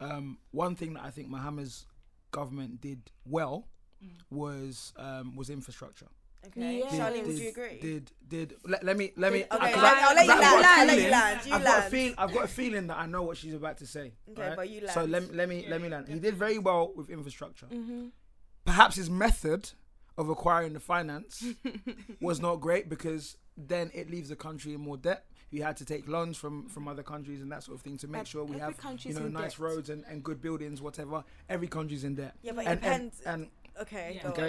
[SPEAKER 3] Mm.
[SPEAKER 4] um, one thing that I think Mahama's government did well
[SPEAKER 3] Mm.
[SPEAKER 4] was um, was infrastructure.
[SPEAKER 3] okay,
[SPEAKER 1] Yeah.
[SPEAKER 3] Charlene,
[SPEAKER 1] Did-
[SPEAKER 3] would you agree?
[SPEAKER 4] Did did let, let me let me.
[SPEAKER 3] Okay,
[SPEAKER 4] because
[SPEAKER 3] let-
[SPEAKER 4] I-
[SPEAKER 3] I'll let you
[SPEAKER 4] I've got a
[SPEAKER 3] land, let you
[SPEAKER 4] feeling-
[SPEAKER 3] land, you
[SPEAKER 4] I've got a
[SPEAKER 3] land.
[SPEAKER 4] feel. I've got a feeling that I know what she's about to say.
[SPEAKER 3] Okay, but you
[SPEAKER 4] So
[SPEAKER 3] land.
[SPEAKER 4] let me let me let me land. He did very well with infrastructure.
[SPEAKER 1] Mm-hmm.
[SPEAKER 4] [LAUGHS] Perhaps his method of acquiring
[SPEAKER 1] [LAUGHS]
[SPEAKER 4] the finance was not great because then it leaves the country in more debt. You had to take loans from from other countries and that sort of thing to make
[SPEAKER 1] Ev-
[SPEAKER 4] sure we
[SPEAKER 1] every
[SPEAKER 4] have you
[SPEAKER 1] country's
[SPEAKER 4] know
[SPEAKER 1] in
[SPEAKER 4] nice
[SPEAKER 1] debt.
[SPEAKER 4] roads and, and good buildings, whatever. Every country's in debt.
[SPEAKER 3] Yeah, but it
[SPEAKER 4] and, and,
[SPEAKER 3] depends.
[SPEAKER 4] and
[SPEAKER 3] okay,
[SPEAKER 5] Yeah,
[SPEAKER 3] go
[SPEAKER 4] Okay.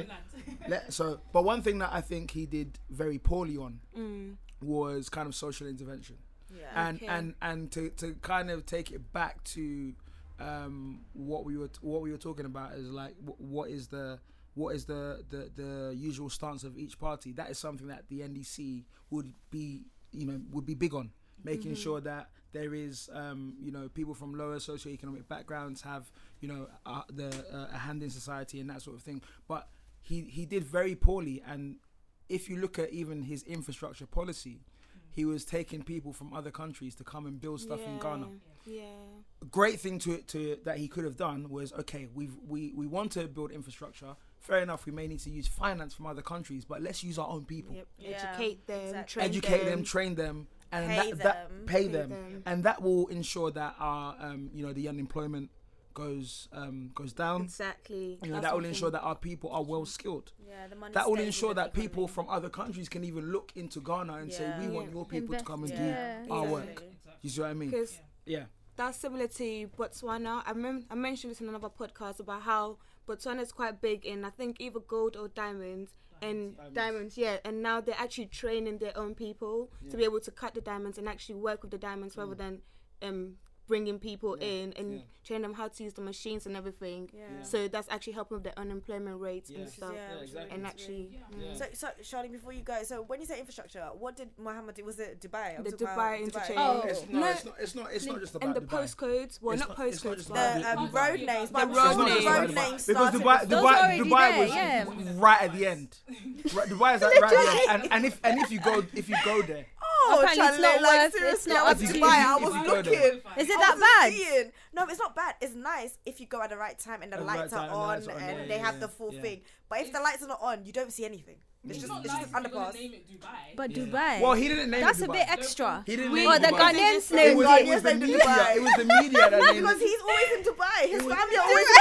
[SPEAKER 3] on.
[SPEAKER 4] [LAUGHS] let, so, but one thing that I think he did very poorly on
[SPEAKER 1] Mm.
[SPEAKER 4] was kind of social intervention
[SPEAKER 3] Yeah.
[SPEAKER 4] and
[SPEAKER 1] Okay.
[SPEAKER 4] and and to, to kind of take it back to um, what we were what we were talking about is like wh- what is the what is the, the the usual stance of each party that is something that the NDC would be you know would be big on making sure that there is um, you know people from lower socioeconomic backgrounds have you know uh, the uh, a hand in society and that sort of thing but he he did very poorly and if you look at even his infrastructure policy he was taking people from other countries to come and build stuff in Ghana.
[SPEAKER 1] Yeah.
[SPEAKER 4] A great thing to to that he could have done was okay, we've we, we want to build infrastructure. Fair enough, we may need to use finance from other countries, but let's use our own people.
[SPEAKER 1] Yep.
[SPEAKER 3] Yeah,
[SPEAKER 1] Educate them,
[SPEAKER 3] exactly.
[SPEAKER 1] train
[SPEAKER 4] Educate them,
[SPEAKER 1] them,
[SPEAKER 4] train them, and
[SPEAKER 3] Pay
[SPEAKER 4] that, that
[SPEAKER 3] them.
[SPEAKER 4] pay,
[SPEAKER 1] Pay
[SPEAKER 4] them.
[SPEAKER 1] them.
[SPEAKER 4] And that will ensure that our um, you know, the unemployment goes um, goes down.
[SPEAKER 1] Exactly.
[SPEAKER 4] You know,
[SPEAKER 1] That's
[SPEAKER 4] that will
[SPEAKER 1] one
[SPEAKER 4] ensure
[SPEAKER 1] thing.
[SPEAKER 4] that our people are well skilled.
[SPEAKER 3] Yeah, the money
[SPEAKER 4] That will
[SPEAKER 3] stays in
[SPEAKER 4] ensure
[SPEAKER 3] the
[SPEAKER 4] that people
[SPEAKER 3] economy.
[SPEAKER 4] from other countries can even look into Ghana and
[SPEAKER 3] Yeah.
[SPEAKER 4] say, We want
[SPEAKER 1] Yeah.
[SPEAKER 4] your people to come and
[SPEAKER 2] Invest-
[SPEAKER 4] do
[SPEAKER 2] Yeah.
[SPEAKER 4] our
[SPEAKER 3] Exactly.
[SPEAKER 4] work. You see what I mean?
[SPEAKER 1] Because
[SPEAKER 4] Yeah.
[SPEAKER 1] that's similar to Botswana. I, mem- I mentioned this in another podcast about how Botswana is quite big in, I think, either gold or diamonds. And
[SPEAKER 4] Diamonds.
[SPEAKER 1] diamonds. yeah, and now they're actually training their own people to be able to cut the diamonds and actually work with the diamonds rather than um, bringing people in and
[SPEAKER 4] Mm. yeah.
[SPEAKER 1] train them how to use the machines and everything.
[SPEAKER 3] Yeah.
[SPEAKER 1] So that's actually helping with the unemployment rates
[SPEAKER 4] Yeah.
[SPEAKER 1] and stuff.
[SPEAKER 3] Yeah,
[SPEAKER 4] Yeah,
[SPEAKER 3] which is
[SPEAKER 4] exactly.
[SPEAKER 1] And
[SPEAKER 3] really
[SPEAKER 1] actually,
[SPEAKER 5] Yeah.
[SPEAKER 4] Yeah.
[SPEAKER 3] So, so Charlene, before you go, so when you say infrastructure, what did Muhammad do? Was it Dubai? I'm
[SPEAKER 1] The
[SPEAKER 3] talking about
[SPEAKER 1] Dubai interchange.
[SPEAKER 2] Oh.
[SPEAKER 4] It's, no,
[SPEAKER 1] No.
[SPEAKER 4] it's not. It's not. It's not just about
[SPEAKER 1] and the
[SPEAKER 4] Dubai.
[SPEAKER 1] postcodes, well,
[SPEAKER 4] It's
[SPEAKER 1] not,
[SPEAKER 4] not- it's not
[SPEAKER 1] postcodes,
[SPEAKER 4] just
[SPEAKER 1] but
[SPEAKER 3] The um, road names.
[SPEAKER 5] The
[SPEAKER 3] but I'm
[SPEAKER 1] road
[SPEAKER 3] sure
[SPEAKER 4] It's not just
[SPEAKER 1] names.
[SPEAKER 4] about
[SPEAKER 3] road
[SPEAKER 4] Dubai.
[SPEAKER 3] names
[SPEAKER 4] because
[SPEAKER 3] started
[SPEAKER 4] Dubai,
[SPEAKER 3] with-
[SPEAKER 2] Those
[SPEAKER 4] Dubai,
[SPEAKER 2] are already
[SPEAKER 4] Dubai
[SPEAKER 2] there,
[SPEAKER 4] was
[SPEAKER 2] yeah.
[SPEAKER 4] right at the end. Right, Dubai is like right at the end, and, and if and if you go if you go there,
[SPEAKER 3] Oh,
[SPEAKER 2] Apparently it's
[SPEAKER 3] Charlene,
[SPEAKER 2] not
[SPEAKER 3] like
[SPEAKER 2] worth- it's
[SPEAKER 3] seriously,
[SPEAKER 2] not
[SPEAKER 3] I was
[SPEAKER 4] worth
[SPEAKER 3] in
[SPEAKER 4] it.
[SPEAKER 3] Dubai. I
[SPEAKER 4] If you
[SPEAKER 3] was
[SPEAKER 4] go there.
[SPEAKER 3] looking.
[SPEAKER 2] Is it
[SPEAKER 3] I
[SPEAKER 2] that
[SPEAKER 3] wasn't
[SPEAKER 2] bad?
[SPEAKER 3] seeing. No, it's not bad. It's nice if you go at the right time and the
[SPEAKER 4] At the
[SPEAKER 3] lights
[SPEAKER 4] right
[SPEAKER 3] are
[SPEAKER 4] time and the
[SPEAKER 3] on
[SPEAKER 4] lights are on,
[SPEAKER 3] and
[SPEAKER 4] yeah,
[SPEAKER 3] they
[SPEAKER 4] yeah,
[SPEAKER 3] have
[SPEAKER 4] yeah,
[SPEAKER 3] the full
[SPEAKER 4] yeah.
[SPEAKER 3] thing. But if the lights are not on, you don't see anything. It's just it's just an underpass.
[SPEAKER 5] Name it Dubai.
[SPEAKER 2] But
[SPEAKER 4] Yeah.
[SPEAKER 2] Dubai.
[SPEAKER 4] Well, he didn't name
[SPEAKER 2] That's
[SPEAKER 4] it
[SPEAKER 2] a
[SPEAKER 4] Dubai.
[SPEAKER 2] bit extra.
[SPEAKER 4] He didn't
[SPEAKER 1] We-
[SPEAKER 4] name
[SPEAKER 2] Oh,
[SPEAKER 4] it
[SPEAKER 2] the
[SPEAKER 4] Dubai.
[SPEAKER 1] It
[SPEAKER 2] Ghanaians
[SPEAKER 4] It
[SPEAKER 2] name
[SPEAKER 4] was,
[SPEAKER 3] Ghanaians
[SPEAKER 2] it.
[SPEAKER 4] it was the
[SPEAKER 3] named it
[SPEAKER 4] media.
[SPEAKER 3] Dubai.
[SPEAKER 4] It was the media that
[SPEAKER 3] No,
[SPEAKER 4] named
[SPEAKER 3] because
[SPEAKER 4] it.
[SPEAKER 3] he's always in Dubai. His
[SPEAKER 4] It was-
[SPEAKER 3] family
[SPEAKER 4] no,
[SPEAKER 3] are always in
[SPEAKER 4] no,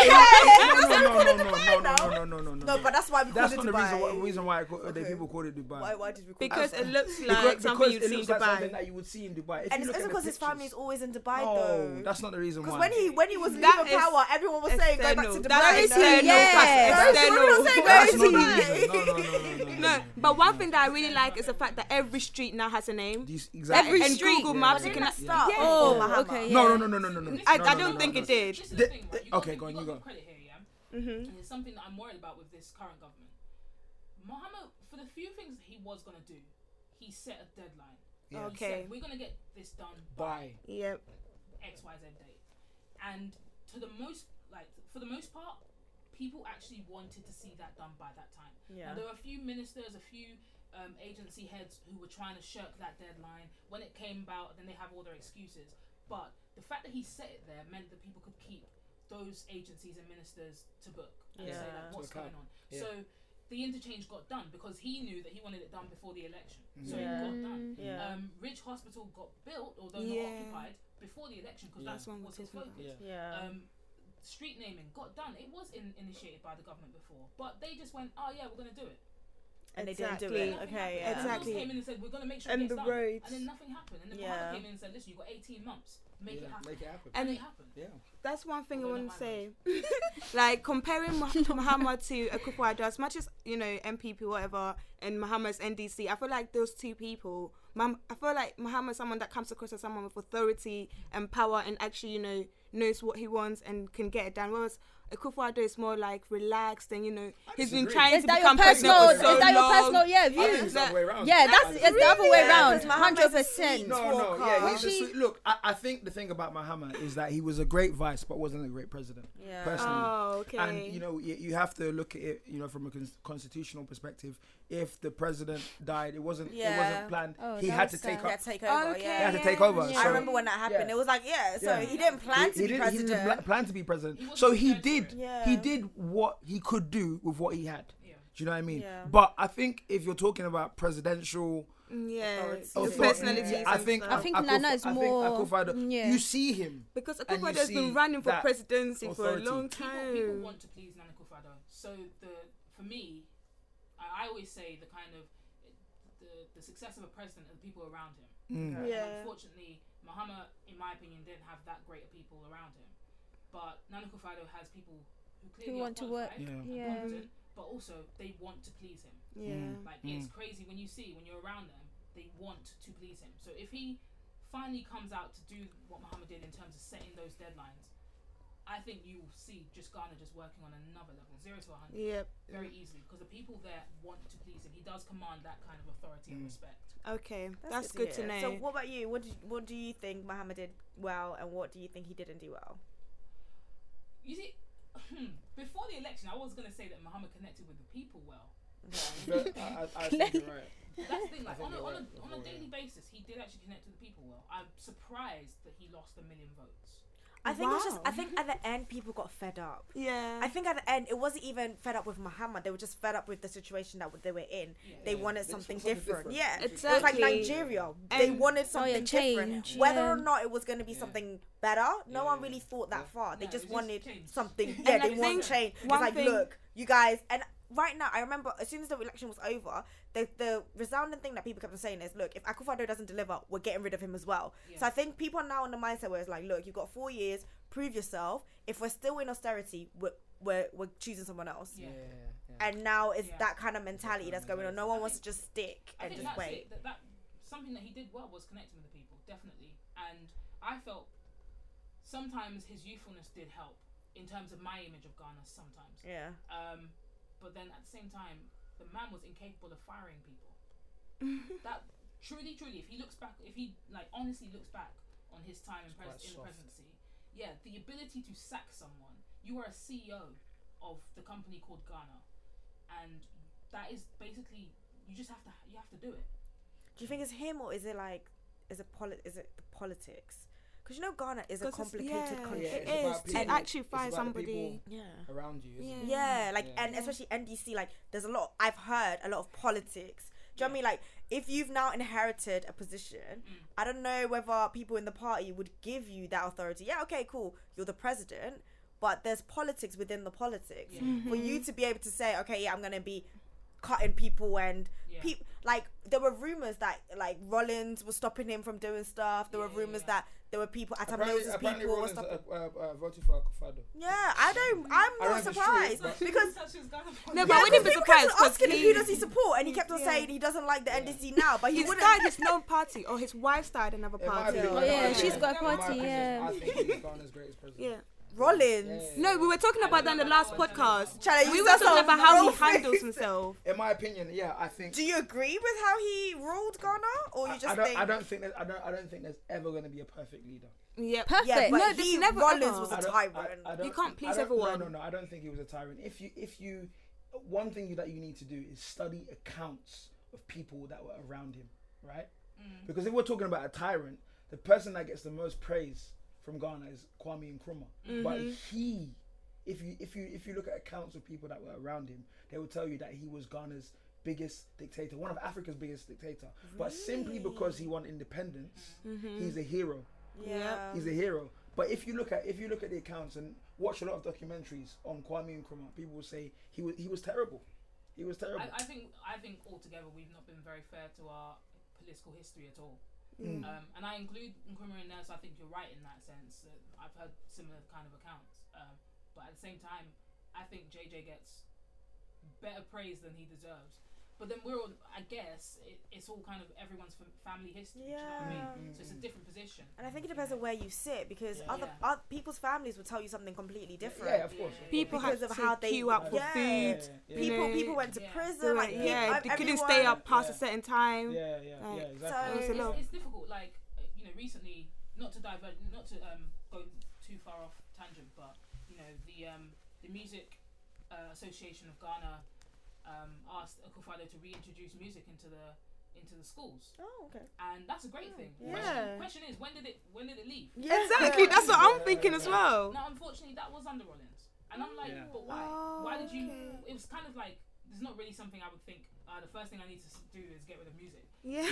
[SPEAKER 3] Dubai.
[SPEAKER 4] [LAUGHS] no, no, no, no, no,
[SPEAKER 3] now.
[SPEAKER 4] no, no, no, no, no.
[SPEAKER 3] No, but that's why we
[SPEAKER 4] that's
[SPEAKER 3] call it
[SPEAKER 4] not the reason why,
[SPEAKER 3] Dubai.
[SPEAKER 4] reason why I call, the
[SPEAKER 3] Okay.
[SPEAKER 4] people call it Dubai.
[SPEAKER 3] Why, why did we call
[SPEAKER 1] because
[SPEAKER 3] it
[SPEAKER 1] it looks like
[SPEAKER 4] because,
[SPEAKER 1] something
[SPEAKER 4] because
[SPEAKER 1] you've
[SPEAKER 4] it
[SPEAKER 1] seen in
[SPEAKER 4] looks like
[SPEAKER 1] Dubai.
[SPEAKER 4] something that you would see in Dubai. If
[SPEAKER 3] And
[SPEAKER 4] you
[SPEAKER 3] it's also
[SPEAKER 4] look at
[SPEAKER 3] because
[SPEAKER 4] the
[SPEAKER 3] his family is
[SPEAKER 4] pictures-
[SPEAKER 3] always in Dubai,
[SPEAKER 4] No,
[SPEAKER 3] though.
[SPEAKER 4] that's not the reason why.
[SPEAKER 3] Because when he when he was
[SPEAKER 1] That is
[SPEAKER 3] leaving power, everyone was saying go back to
[SPEAKER 1] external.
[SPEAKER 3] Dubai.
[SPEAKER 1] That is
[SPEAKER 3] no.
[SPEAKER 1] external.
[SPEAKER 2] Yeah.
[SPEAKER 1] That's
[SPEAKER 3] That's what
[SPEAKER 1] external.
[SPEAKER 3] I'm saying,
[SPEAKER 4] That's
[SPEAKER 3] go
[SPEAKER 4] not
[SPEAKER 3] to
[SPEAKER 4] the
[SPEAKER 3] Dubai.
[SPEAKER 4] reason. No, no, no, no, no,
[SPEAKER 1] No, but one thing that I really like is the fact that every street now has a name.
[SPEAKER 4] These, exactly.
[SPEAKER 2] Every
[SPEAKER 1] and
[SPEAKER 2] street.
[SPEAKER 1] Google
[SPEAKER 4] Yeah,
[SPEAKER 1] Maps,
[SPEAKER 4] yeah,
[SPEAKER 1] you
[SPEAKER 4] yeah.
[SPEAKER 1] can.
[SPEAKER 3] Start
[SPEAKER 1] Yeah.
[SPEAKER 3] before
[SPEAKER 1] Oh,
[SPEAKER 3] my hammer.
[SPEAKER 2] okay, yeah.
[SPEAKER 4] No, no, no, no, no, no, no.
[SPEAKER 1] I,
[SPEAKER 4] No,
[SPEAKER 1] I
[SPEAKER 4] no,
[SPEAKER 1] don't
[SPEAKER 4] no,
[SPEAKER 1] think
[SPEAKER 4] no,
[SPEAKER 1] it
[SPEAKER 4] no.
[SPEAKER 1] did.
[SPEAKER 5] This is
[SPEAKER 4] The-
[SPEAKER 5] the thing,
[SPEAKER 4] the-
[SPEAKER 5] right? You've got-
[SPEAKER 4] okay,
[SPEAKER 5] you've
[SPEAKER 4] go on,
[SPEAKER 5] got
[SPEAKER 4] you
[SPEAKER 5] to
[SPEAKER 4] go.
[SPEAKER 5] give credit here, yeah?
[SPEAKER 1] Mhm.
[SPEAKER 5] And it's something that I'm worried about with this current government. Mohammed, for the few things that he was going to do, he set a deadline.
[SPEAKER 4] Yeah.
[SPEAKER 5] He said,
[SPEAKER 1] Okay.
[SPEAKER 5] We're going to get this done by
[SPEAKER 4] Bye.
[SPEAKER 1] Yep.
[SPEAKER 5] XYZ date. And to the most, like, for the most part, people actually wanted to see that done by that time. Now, there were a few ministers, a few um, agency heads who were trying to shirk that deadline. When it came about, then they have all their excuses. But the fact that he set it there meant that people could keep those agencies and ministers to book and say
[SPEAKER 3] Yeah.
[SPEAKER 5] like, what's
[SPEAKER 4] To account.
[SPEAKER 5] going on.
[SPEAKER 4] Yeah.
[SPEAKER 5] So the interchange got done because he knew that he wanted it done before the election. So
[SPEAKER 3] Yeah.
[SPEAKER 5] it got done.
[SPEAKER 3] Yeah.
[SPEAKER 5] Um, Ridge Hospital got built, although
[SPEAKER 1] Yeah.
[SPEAKER 5] not occupied, before the election because
[SPEAKER 4] Yeah.
[SPEAKER 5] that's
[SPEAKER 1] That's one we're
[SPEAKER 5] was his
[SPEAKER 1] talking
[SPEAKER 5] focus
[SPEAKER 1] about.
[SPEAKER 4] Yeah.
[SPEAKER 3] Yeah.
[SPEAKER 5] um, street naming got done. It was in, initiated by the government before, but they just went, "Oh yeah, we're going to do it."
[SPEAKER 3] and they
[SPEAKER 1] exactly.
[SPEAKER 3] didn't do it.
[SPEAKER 5] Nothing
[SPEAKER 3] Okay.
[SPEAKER 5] happened.
[SPEAKER 3] Yeah.
[SPEAKER 5] And the
[SPEAKER 1] Exactly.
[SPEAKER 5] laws came in and said, "We're going to make sure." it
[SPEAKER 1] And
[SPEAKER 5] gets
[SPEAKER 1] the
[SPEAKER 5] done."
[SPEAKER 1] roads.
[SPEAKER 5] And then nothing happened. And then
[SPEAKER 3] Yeah.
[SPEAKER 5] Parliament came in and said, "Listen, you have got 18 months. Make
[SPEAKER 4] yeah.
[SPEAKER 5] it happen."
[SPEAKER 4] Make it happen.
[SPEAKER 5] And
[SPEAKER 1] And
[SPEAKER 5] it happened.
[SPEAKER 4] Yeah.
[SPEAKER 1] That's one thing I
[SPEAKER 5] Although
[SPEAKER 1] want
[SPEAKER 5] not
[SPEAKER 1] to
[SPEAKER 5] my
[SPEAKER 1] say. [LAUGHS] like
[SPEAKER 2] [LAUGHS]
[SPEAKER 1] comparing Mah- Muhammad to Akufo-Addo, as much as you know MPP whatever and Muhammad's NDC, I feel like those two people. Mum- I feel like Muhammad's someone that comes across as someone with authority and power, and actually you know knows what he wants and can get it done. Whereas Akufo-Addo is more like relaxed and you know he's been
[SPEAKER 4] disagree.
[SPEAKER 1] trying
[SPEAKER 2] Is
[SPEAKER 1] to
[SPEAKER 2] that your
[SPEAKER 1] become president
[SPEAKER 2] personal?
[SPEAKER 1] for
[SPEAKER 2] Is
[SPEAKER 1] so
[SPEAKER 2] that your
[SPEAKER 1] long.
[SPEAKER 2] personal? Yeah,
[SPEAKER 4] I think
[SPEAKER 2] views.
[SPEAKER 4] it's the other way around.
[SPEAKER 2] Yeah, that's it's the other way
[SPEAKER 3] Yeah, 'cause
[SPEAKER 2] round.
[SPEAKER 3] Muhammad's
[SPEAKER 2] Hundred
[SPEAKER 3] a
[SPEAKER 2] percent.
[SPEAKER 3] sweet
[SPEAKER 4] No, no, yeah. He's a
[SPEAKER 2] She-
[SPEAKER 4] sweet, look, I, I think the thing about Mahama is that he was a great vice, but wasn't a great president.
[SPEAKER 3] Yeah.
[SPEAKER 4] Personally.
[SPEAKER 1] Oh, okay.
[SPEAKER 4] And you know, you, you have to look at it, you know, from a cons- constitutional perspective. If the president died, it wasn't, it
[SPEAKER 3] Yeah.
[SPEAKER 4] wasn't planned.
[SPEAKER 2] Oh,
[SPEAKER 4] he
[SPEAKER 2] that
[SPEAKER 4] had to
[SPEAKER 2] was
[SPEAKER 4] take
[SPEAKER 2] sad.
[SPEAKER 4] up.
[SPEAKER 3] Yeah, take over.
[SPEAKER 1] Okay.
[SPEAKER 4] He had
[SPEAKER 3] Yeah.
[SPEAKER 4] to take over.
[SPEAKER 2] Yeah.
[SPEAKER 4] so-
[SPEAKER 3] I remember when that happened.
[SPEAKER 4] Yeah.
[SPEAKER 3] It was like, yeah, so
[SPEAKER 4] Yeah.
[SPEAKER 3] he didn't plan
[SPEAKER 4] he,
[SPEAKER 3] to be
[SPEAKER 4] didn't, he didn't
[SPEAKER 3] president.
[SPEAKER 4] pla- plan to be president.
[SPEAKER 5] He wasn't
[SPEAKER 4] so he
[SPEAKER 5] prepared for
[SPEAKER 4] did.
[SPEAKER 5] it.
[SPEAKER 3] Yeah.
[SPEAKER 4] He did what he could do with what he had.
[SPEAKER 5] Yeah.
[SPEAKER 4] Do you know what I mean?
[SPEAKER 3] Yeah.
[SPEAKER 4] But I think if you're talking about presidential
[SPEAKER 1] yeah,
[SPEAKER 3] Authority.
[SPEAKER 1] it's
[SPEAKER 4] authority,
[SPEAKER 1] personalities.
[SPEAKER 3] Yeah.
[SPEAKER 1] and
[SPEAKER 4] I think
[SPEAKER 1] stuff.
[SPEAKER 2] I think
[SPEAKER 4] Akuf-
[SPEAKER 2] Nana is
[SPEAKER 4] I think
[SPEAKER 2] more-
[SPEAKER 4] Akufo-Addo-
[SPEAKER 2] yeah.
[SPEAKER 4] You see him.
[SPEAKER 1] because
[SPEAKER 4] and you
[SPEAKER 1] Akufo-Addo has
[SPEAKER 4] see
[SPEAKER 1] been running for
[SPEAKER 4] that
[SPEAKER 1] presidency
[SPEAKER 4] authority.
[SPEAKER 1] for a long
[SPEAKER 5] People,
[SPEAKER 1] time.
[SPEAKER 5] people want to please Nana Kufado. So the for me, I, I always say the kind of the, the success of a president are the people around him.
[SPEAKER 4] Mm.
[SPEAKER 5] And
[SPEAKER 1] yeah.
[SPEAKER 5] unfortunately, Muhammad, in my opinion, didn't have that great of people around him. But Nana Kufado has people who clearly
[SPEAKER 2] want to
[SPEAKER 5] are
[SPEAKER 2] work-
[SPEAKER 5] qualified,
[SPEAKER 4] Yeah.
[SPEAKER 2] Yeah.
[SPEAKER 5] competent, but also they want to please him.
[SPEAKER 1] Yeah.
[SPEAKER 4] Mm.
[SPEAKER 5] Like it's crazy when you see when you're around them, they want to please him. So if he finally comes out to do what Muhammad did in terms of setting those deadlines, I think you will see just Ghana just working on another level, zero to hundred,
[SPEAKER 1] Yep.
[SPEAKER 5] very easily, because the people there want to please him. He does command that kind of authority
[SPEAKER 4] Mm.
[SPEAKER 5] and respect.
[SPEAKER 1] Okay. That's, good, to, know.
[SPEAKER 3] hear. So, what about you? What do what do you think Muhammad did well, and what do you think he didn't do well?
[SPEAKER 5] You see, hmm, before the election, I was gonna say that Muhammad connected with the people well.
[SPEAKER 4] But I, I, I think you're right.
[SPEAKER 3] [LAUGHS]
[SPEAKER 5] That's the thing. Like
[SPEAKER 4] think
[SPEAKER 5] on a,
[SPEAKER 4] you're
[SPEAKER 5] on, a,
[SPEAKER 4] right,
[SPEAKER 5] on a
[SPEAKER 4] before,
[SPEAKER 5] daily basis, he did actually connect with the people well. I'm surprised that he lost a million votes.
[SPEAKER 3] I think it's just.
[SPEAKER 1] Wow.
[SPEAKER 3] I think at the end, people got fed up.
[SPEAKER 1] yeah.
[SPEAKER 3] I think at the end, it wasn't even fed up with Muhammad. They were just fed up with the situation that they were in. They wanted
[SPEAKER 4] They just
[SPEAKER 3] something
[SPEAKER 4] want something
[SPEAKER 3] different.
[SPEAKER 4] different.
[SPEAKER 3] Yeah, it was like
[SPEAKER 1] Exactly.
[SPEAKER 3] Nigeria. they
[SPEAKER 1] And-
[SPEAKER 3] wanted something different.
[SPEAKER 2] Oh, change,
[SPEAKER 3] Whether
[SPEAKER 2] yeah.
[SPEAKER 3] or not it was going to be
[SPEAKER 4] Yeah.
[SPEAKER 3] something better, no
[SPEAKER 4] Yeah,
[SPEAKER 3] one
[SPEAKER 4] yeah,
[SPEAKER 3] really
[SPEAKER 4] yeah.
[SPEAKER 3] thought that far. They
[SPEAKER 5] No,
[SPEAKER 3] just
[SPEAKER 5] it just
[SPEAKER 3] wanted
[SPEAKER 5] changed.
[SPEAKER 3] something.
[SPEAKER 5] And
[SPEAKER 3] Yeah,
[SPEAKER 1] I
[SPEAKER 3] they want
[SPEAKER 1] think
[SPEAKER 3] change. It's
[SPEAKER 1] one
[SPEAKER 3] like,
[SPEAKER 1] thing-
[SPEAKER 3] look, you guys, and right now, I remember as soon as the election was over, the the resounding thing that people kept on saying is, look, if Akufado doesn't deliver, we're getting rid of him as well. So
[SPEAKER 5] Yeah.
[SPEAKER 3] I think people are now in the mindset where it's like, look, you've got four years, prove yourself. If we're still in austerity, we're we're, we're choosing someone else.
[SPEAKER 5] Yeah.
[SPEAKER 3] And now it's
[SPEAKER 5] Yeah.
[SPEAKER 3] that kind of mentality that's going on. No one wants to just stick
[SPEAKER 5] I
[SPEAKER 3] and
[SPEAKER 5] think
[SPEAKER 3] just
[SPEAKER 5] that's
[SPEAKER 3] wait.
[SPEAKER 5] it. That, that something that he did well was connecting with the people, definitely. And I felt sometimes his youthfulness did help in terms of my image of Ghana. Sometimes,
[SPEAKER 3] Yeah.
[SPEAKER 5] um, but then at the same time, the man was incapable of firing
[SPEAKER 1] [LAUGHS]
[SPEAKER 5] people. that truly, truly, if he looks back, if he like honestly looks back on his time in, pres-
[SPEAKER 4] quite
[SPEAKER 5] in the
[SPEAKER 4] soft.
[SPEAKER 5] presidency, yeah, the ability to sack someone. You are a CEO of the company called Ghana, and that is basically you just have to you have to do it.
[SPEAKER 3] Do you think it's him or is it like is it poli- is it the politics? Because you know Ghana is a
[SPEAKER 1] 'Cause it's-
[SPEAKER 3] complicated
[SPEAKER 1] yeah,
[SPEAKER 3] country.
[SPEAKER 4] Oh, Yeah,
[SPEAKER 1] It
[SPEAKER 4] it's about
[SPEAKER 1] is to
[SPEAKER 4] people.
[SPEAKER 1] actually
[SPEAKER 4] It's
[SPEAKER 1] fire
[SPEAKER 4] about the
[SPEAKER 1] somebody.
[SPEAKER 4] people.
[SPEAKER 3] Yeah.
[SPEAKER 4] Around you, isn't
[SPEAKER 1] Yeah.
[SPEAKER 4] it?
[SPEAKER 3] Yeah, like
[SPEAKER 4] Yeah.
[SPEAKER 3] and
[SPEAKER 1] Yeah.
[SPEAKER 3] especially NDC, like there's a lot I've heard a lot of politics. Do you know what I mean? Like if you've now inherited a position,
[SPEAKER 1] Mm.
[SPEAKER 3] I don't know whether people in the party would give you that authority. Yeah, okay, cool. You're the president,
[SPEAKER 1] Mm-hmm.
[SPEAKER 3] but there's politics within the politics. For you to be able to say, okay, yeah, I'm gonna be cutting people and
[SPEAKER 5] Yeah.
[SPEAKER 3] peop- like there were rumors that like Rollins was stopping him from doing stuff. There
[SPEAKER 5] Yeah,
[SPEAKER 3] were rumors
[SPEAKER 5] yeah.
[SPEAKER 3] that there were people at
[SPEAKER 4] Apparently,
[SPEAKER 3] Amelia's
[SPEAKER 4] apparently
[SPEAKER 3] people were
[SPEAKER 4] Rollins uh,
[SPEAKER 3] stopping.
[SPEAKER 4] uh, uh, voted for Akufado.
[SPEAKER 3] Yeah, I don't. I'm
[SPEAKER 4] I
[SPEAKER 3] not
[SPEAKER 4] read the
[SPEAKER 3] surprised
[SPEAKER 1] [LAUGHS]
[SPEAKER 4] street,
[SPEAKER 3] because.
[SPEAKER 5] [LAUGHS] Such as Ghana.
[SPEAKER 1] No, Mm-hmm.
[SPEAKER 5] [LAUGHS]
[SPEAKER 1] but
[SPEAKER 3] Yeah,
[SPEAKER 1] I wouldn't
[SPEAKER 3] because
[SPEAKER 1] be
[SPEAKER 3] people kept on
[SPEAKER 1] surprised 'cause
[SPEAKER 3] asking him
[SPEAKER 1] he-
[SPEAKER 3] who does he support, and he kept on
[SPEAKER 1] yeah.
[SPEAKER 3] saying he doesn't like the NDC now, but he
[SPEAKER 1] He's
[SPEAKER 3] wouldn't.
[SPEAKER 1] died his known party, or his wife's died another
[SPEAKER 4] It might
[SPEAKER 1] party. Oh,
[SPEAKER 4] be
[SPEAKER 3] Yeah.
[SPEAKER 4] Ghana,
[SPEAKER 5] Yeah,
[SPEAKER 4] I think-
[SPEAKER 5] she's got
[SPEAKER 4] in my
[SPEAKER 2] party,
[SPEAKER 4] opinion,
[SPEAKER 2] yeah.
[SPEAKER 4] I think he's Ghana's greatest president.
[SPEAKER 1] Yeah.
[SPEAKER 3] Rollins.
[SPEAKER 4] Yeah.
[SPEAKER 1] No, we were talking about that in the last podcast.
[SPEAKER 3] Charlie, you
[SPEAKER 1] We were
[SPEAKER 3] said
[SPEAKER 1] talking
[SPEAKER 3] some
[SPEAKER 1] about how
[SPEAKER 3] real
[SPEAKER 1] he handles
[SPEAKER 3] things.
[SPEAKER 1] himself.
[SPEAKER 4] In my opinion, yeah, I
[SPEAKER 3] [LAUGHS]
[SPEAKER 4] think.
[SPEAKER 3] Do you agree with how he ruled Ghana, or you
[SPEAKER 4] I,
[SPEAKER 3] just
[SPEAKER 4] I don't.
[SPEAKER 3] think?
[SPEAKER 4] I don't think. There's, I don't. I don't think there's ever going to be a perfect leader.
[SPEAKER 1] Yep.
[SPEAKER 2] Perfect.
[SPEAKER 3] Yeah, but
[SPEAKER 1] No, this
[SPEAKER 3] he
[SPEAKER 1] never
[SPEAKER 3] Rollins
[SPEAKER 1] ever.
[SPEAKER 3] was
[SPEAKER 4] I
[SPEAKER 3] a
[SPEAKER 4] don't- I-
[SPEAKER 3] tyrant.
[SPEAKER 4] I don't
[SPEAKER 1] You can't
[SPEAKER 4] think-
[SPEAKER 1] please
[SPEAKER 4] I don't-
[SPEAKER 1] everyone.
[SPEAKER 4] No, no, no. I don't think he was a tyrant. If you, if you, one thing you- that you need to do is study accounts of people that were around him, right?
[SPEAKER 1] Mm.
[SPEAKER 4] Because if we're talking about a tyrant, the person that gets the most praise from Ghana is Kwame Nkrumah. But
[SPEAKER 1] Mm-hmm.
[SPEAKER 4] he, if you, if you, if you look at accounts of people that were around him, they will tell you that he was Ghana's biggest dictator, one of Africa's biggest dictator. But simply because he won independence,
[SPEAKER 1] Mm-hmm.
[SPEAKER 4] he's a hero
[SPEAKER 3] yeah.
[SPEAKER 4] he's a hero. But if you look at if you look at the accounts and watch a lot of documentaries on Kwame Nkrumah, people will say he was he was terrible. He was terrible.
[SPEAKER 5] I, I think I think altogether we've not been very fair to our political history at all.
[SPEAKER 4] Mm.
[SPEAKER 5] Um, and I include Nkrumah in there, so I think you're right in that sense. Uh, I've heard similar kind of accounts, um, but at the same time, I think JJ gets better praise than he deserves. But then we're all, I guess, it, it's all kind of everyone's fam- family history. do you know what I mean?
[SPEAKER 3] Yeah.
[SPEAKER 5] So it's a different position.
[SPEAKER 3] And I think it depends on where you sit because
[SPEAKER 4] Yeah.
[SPEAKER 3] other,
[SPEAKER 5] Yeah.
[SPEAKER 3] other people's families will tell you something completely different.
[SPEAKER 4] yeah, of course.
[SPEAKER 5] Yeah.
[SPEAKER 1] People
[SPEAKER 3] Because
[SPEAKER 1] had
[SPEAKER 3] of
[SPEAKER 1] to
[SPEAKER 3] how they-
[SPEAKER 1] queue up uh, for
[SPEAKER 3] Yeah.
[SPEAKER 1] food.
[SPEAKER 4] Yeah,
[SPEAKER 1] you
[SPEAKER 3] People
[SPEAKER 1] know,
[SPEAKER 3] people went to
[SPEAKER 5] Yeah.
[SPEAKER 3] prison. Like,
[SPEAKER 1] yeah,
[SPEAKER 3] peop-
[SPEAKER 1] yeah,
[SPEAKER 3] ev-
[SPEAKER 1] they couldn't
[SPEAKER 3] everyone-
[SPEAKER 1] stay up past
[SPEAKER 4] yeah.
[SPEAKER 1] a certain time.
[SPEAKER 4] yeah, yeah, yeah,
[SPEAKER 1] Like,
[SPEAKER 4] exactly.
[SPEAKER 1] It's a lot.
[SPEAKER 5] It's, it's difficult, like uh, you know, recently. Not to diverge, not to um, go too far off tangent, but you know, the um, the Music uh, Association of Ghana um, asked Akufado to reintroduce music into the into the schools,
[SPEAKER 3] Oh, okay.
[SPEAKER 5] and that's a great thing.
[SPEAKER 1] Hmm. Yeah.
[SPEAKER 5] Question, question is, when did it when did it leave?
[SPEAKER 3] Yeah. [LAUGHS]
[SPEAKER 1] Exactly, that's what I'm thinking as
[SPEAKER 4] Yeah.
[SPEAKER 1] well.
[SPEAKER 5] Now, unfortunately, that was under Rollins, and I'm like,
[SPEAKER 4] Yeah.
[SPEAKER 5] but why? why did
[SPEAKER 1] Oh,
[SPEAKER 5] you? It was kind of like there's not really something I would think. Uh, the first thing I need to s- do is get rid of music.
[SPEAKER 1] Yeah.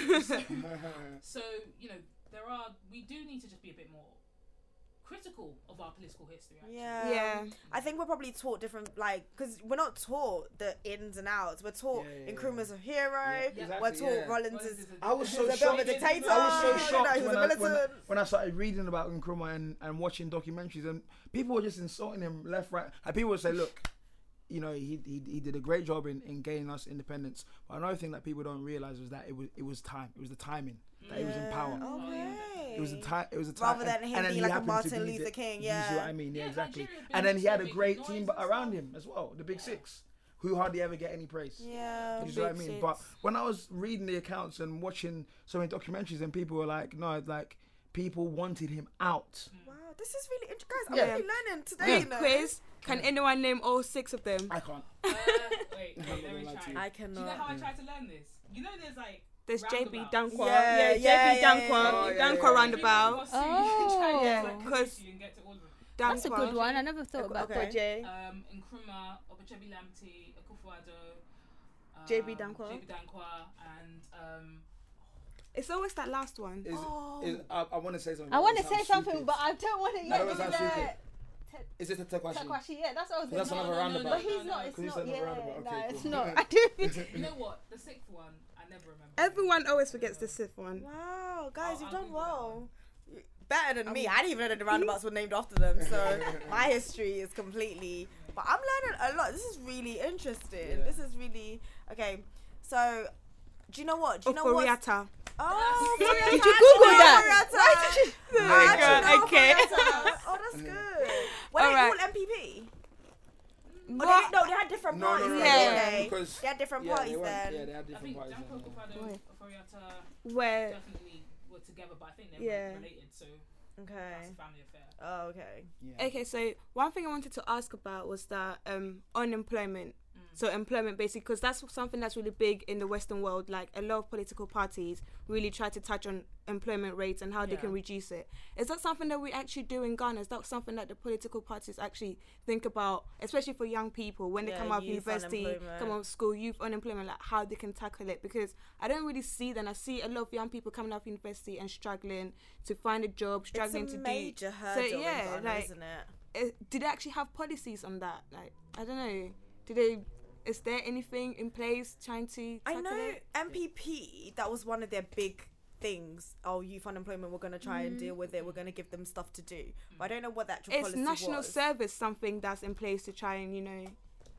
[SPEAKER 5] So you know, there are we do need to just be a bit more critical of our political history. Actually.
[SPEAKER 3] Yeah.
[SPEAKER 1] [LAUGHS] yeah.
[SPEAKER 3] I think we're probably taught different, like, because we're not taught the ins and outs. We're taught
[SPEAKER 4] Yeah,
[SPEAKER 3] in
[SPEAKER 4] yeah,
[SPEAKER 3] yeah,
[SPEAKER 4] yeah.
[SPEAKER 3] Nkrumah's a hero.
[SPEAKER 4] Yeah,
[SPEAKER 3] We're
[SPEAKER 4] exactly,
[SPEAKER 3] taught
[SPEAKER 4] yeah.
[SPEAKER 3] Rollins
[SPEAKER 5] Rollins
[SPEAKER 3] is.
[SPEAKER 5] is a-
[SPEAKER 4] I was
[SPEAKER 5] is
[SPEAKER 4] [LAUGHS] so
[SPEAKER 5] a
[SPEAKER 3] He's a bit of
[SPEAKER 4] shocked.
[SPEAKER 3] a dictator.
[SPEAKER 4] I [LAUGHS] was so
[SPEAKER 3] You know,
[SPEAKER 4] shocked
[SPEAKER 3] he's a
[SPEAKER 4] when, I, when, I-
[SPEAKER 3] militant.
[SPEAKER 4] when I started reading about Nkrumah and, and watching documentaries, and people were just insulting him left, right. And people would say, "Look, you know, he he, he did a great job in, in gaining us independence." But another thing that people don't realize was that it was it was time. It was the timing that he was in power.
[SPEAKER 3] Okay.
[SPEAKER 4] It was a time. It was a time.
[SPEAKER 3] Rather than him being
[SPEAKER 4] he
[SPEAKER 3] like a
[SPEAKER 4] happened to
[SPEAKER 3] Martin
[SPEAKER 4] be
[SPEAKER 3] Luther
[SPEAKER 4] the-
[SPEAKER 3] King,
[SPEAKER 4] You see
[SPEAKER 3] yeah.
[SPEAKER 4] what I mean? Yeah,
[SPEAKER 5] Yeah,
[SPEAKER 4] exactly.
[SPEAKER 5] Nigeria
[SPEAKER 4] And then he had a
[SPEAKER 5] being so
[SPEAKER 4] great
[SPEAKER 5] big
[SPEAKER 4] team
[SPEAKER 5] noise
[SPEAKER 4] but
[SPEAKER 5] and
[SPEAKER 4] around
[SPEAKER 5] stuff.
[SPEAKER 4] him as well, the Big Six, who hardly ever get any praise.
[SPEAKER 3] Yeah.
[SPEAKER 4] You see what I
[SPEAKER 1] Big
[SPEAKER 4] mean?
[SPEAKER 1] six.
[SPEAKER 4] But when I was reading the accounts and watching so many documentaries, and people were like, no, like people wanted him out.
[SPEAKER 3] Wow, this is really interesting. Guys, I'm
[SPEAKER 4] Yeah.
[SPEAKER 3] really learning today.
[SPEAKER 4] Yeah.
[SPEAKER 3] You know?
[SPEAKER 1] Quiz. Can anyone name all six of them?
[SPEAKER 4] I can't.
[SPEAKER 5] Uh,
[SPEAKER 4] [LAUGHS]
[SPEAKER 5] wait, wait, let me
[SPEAKER 4] Lie to
[SPEAKER 5] try.
[SPEAKER 4] you.
[SPEAKER 3] I
[SPEAKER 5] Do you know
[SPEAKER 3] cannot.
[SPEAKER 5] how I tried to learn this? You know, there's like
[SPEAKER 1] There's JB
[SPEAKER 5] roundabouts.
[SPEAKER 1] Dankwa.
[SPEAKER 3] Yeah,
[SPEAKER 1] Yeah,
[SPEAKER 3] yeah,
[SPEAKER 1] JB
[SPEAKER 3] yeah,
[SPEAKER 1] Dankwa.
[SPEAKER 3] yeah.
[SPEAKER 4] Oh, yeah,
[SPEAKER 1] Dankwa
[SPEAKER 4] yeah, yeah.
[SPEAKER 1] Roundabout.
[SPEAKER 5] Oh,
[SPEAKER 1] Yeah,
[SPEAKER 5] yeah.
[SPEAKER 1] because-
[SPEAKER 5] Because you can get to all of them.
[SPEAKER 1] Dankwa.
[SPEAKER 2] That's a good one. I never thought about
[SPEAKER 3] Okay.
[SPEAKER 2] that.
[SPEAKER 1] J.
[SPEAKER 5] Um, Nkrumah, Obachebi Lamti, Akufo-Addo, um,
[SPEAKER 1] JB Dankwa.
[SPEAKER 5] JB Dankwa, and um,
[SPEAKER 1] It's always that last
[SPEAKER 3] [LAUGHS]
[SPEAKER 1] one.
[SPEAKER 4] Is, is, I, I want to say something.
[SPEAKER 2] I
[SPEAKER 4] but
[SPEAKER 2] want
[SPEAKER 4] it
[SPEAKER 2] to say
[SPEAKER 4] sounds
[SPEAKER 2] something,
[SPEAKER 4] stupid.
[SPEAKER 2] but I don't want to
[SPEAKER 4] No,
[SPEAKER 2] yet
[SPEAKER 4] it
[SPEAKER 2] do
[SPEAKER 4] sounds
[SPEAKER 2] that.
[SPEAKER 4] Is it a
[SPEAKER 2] [LAUGHS]
[SPEAKER 4] Tekwashi?
[SPEAKER 2] Takwashi, yeah, that's what I was
[SPEAKER 4] That's
[SPEAKER 2] thinking.
[SPEAKER 4] another roundabout.
[SPEAKER 2] But he's not. It's
[SPEAKER 4] Because he's
[SPEAKER 2] not.
[SPEAKER 4] done
[SPEAKER 2] Yeah,
[SPEAKER 4] the roundabout, okay,
[SPEAKER 2] no,
[SPEAKER 4] cool.
[SPEAKER 2] it's not.
[SPEAKER 4] [LAUGHS]
[SPEAKER 2] [LAUGHS] I do.
[SPEAKER 5] You know what? The sixth one, I never remember.
[SPEAKER 1] Everyone always forgets the fifth one.
[SPEAKER 3] Wow, guys,
[SPEAKER 4] Oh,
[SPEAKER 5] I'll-
[SPEAKER 3] you've
[SPEAKER 5] I'll
[SPEAKER 3] done
[SPEAKER 5] Google that
[SPEAKER 3] well. You- Better than me. I didn't even know
[SPEAKER 4] [LAUGHS]
[SPEAKER 3] that the roundabouts were named after them. So [LAUGHS] my history is completely. But I'm learning a lot. This is really interesting.
[SPEAKER 4] Yeah.
[SPEAKER 3] This is really okay. So, do you know what? Do you know what?
[SPEAKER 1] Oforiata. [LAUGHS]
[SPEAKER 3] Oh,
[SPEAKER 1] Did
[SPEAKER 3] Moriata,
[SPEAKER 1] you
[SPEAKER 3] I
[SPEAKER 1] Google
[SPEAKER 3] know
[SPEAKER 1] that?
[SPEAKER 3] Moriata.
[SPEAKER 4] There
[SPEAKER 3] I
[SPEAKER 4] you go.
[SPEAKER 3] actually know
[SPEAKER 1] Okay.
[SPEAKER 3] Moriata.
[SPEAKER 1] [LAUGHS]
[SPEAKER 3] Oh, that's good. Were they
[SPEAKER 1] Alright.
[SPEAKER 3] all MPP? Or they,
[SPEAKER 1] What?
[SPEAKER 3] no, they had different
[SPEAKER 4] No, no,
[SPEAKER 3] parties.
[SPEAKER 4] no,
[SPEAKER 1] Yeah.
[SPEAKER 3] then,
[SPEAKER 4] yeah.
[SPEAKER 3] didn't they?
[SPEAKER 4] Because
[SPEAKER 3] They had different
[SPEAKER 4] yeah,
[SPEAKER 3] parties
[SPEAKER 4] they
[SPEAKER 3] then.
[SPEAKER 4] weren't- yeah, they had
[SPEAKER 5] I
[SPEAKER 4] different
[SPEAKER 5] think
[SPEAKER 4] parties.
[SPEAKER 5] Danko
[SPEAKER 4] then, yeah.
[SPEAKER 5] Akufo-Addo, Oforiatta
[SPEAKER 3] Eh.
[SPEAKER 1] Where?
[SPEAKER 5] uh, definitely were together, but I think they're
[SPEAKER 1] Yeah.
[SPEAKER 5] related, so
[SPEAKER 3] Okay.
[SPEAKER 5] that's a family affair.
[SPEAKER 3] Oh, okay.
[SPEAKER 4] Yeah.
[SPEAKER 1] Okay, so one thing I wanted to ask about was that um, unemployment.
[SPEAKER 3] Mm.
[SPEAKER 1] So employment, basically, because that's something that's really big in the Western world. Like a lot of political parties really try to touch on employment rates and how they can
[SPEAKER 5] Yeah.
[SPEAKER 1] reduce it. Is that something that we actually do in Ghana? Is that something that the political parties actually think about, especially for young people when they
[SPEAKER 3] Yeah,
[SPEAKER 1] come out of
[SPEAKER 3] youth
[SPEAKER 1] university, come
[SPEAKER 3] unemployment.
[SPEAKER 1] out of school, youth unemployment, like how they can tackle it? Because I don't really see that. I see a lot of young people coming out of university and struggling to find a job, struggling
[SPEAKER 3] it's a
[SPEAKER 1] to
[SPEAKER 3] major
[SPEAKER 1] do.
[SPEAKER 3] hurdle
[SPEAKER 1] so yeah,
[SPEAKER 3] in Ghana,
[SPEAKER 1] like
[SPEAKER 3] isn't it?
[SPEAKER 1] uh, did they actually have policies on that? Like, I don't know. Did they Is there anything in place trying to?
[SPEAKER 3] I
[SPEAKER 1] tackle
[SPEAKER 3] know
[SPEAKER 1] it?
[SPEAKER 3] MPP. That was one of their big things. Oh, youth unemployment. We're gonna try
[SPEAKER 2] Mm.
[SPEAKER 3] and deal with it. We're gonna give them stuff to do. But I don't know what that actual
[SPEAKER 1] It's
[SPEAKER 3] policy
[SPEAKER 1] national
[SPEAKER 3] was.
[SPEAKER 1] service something that's in place to try and you know,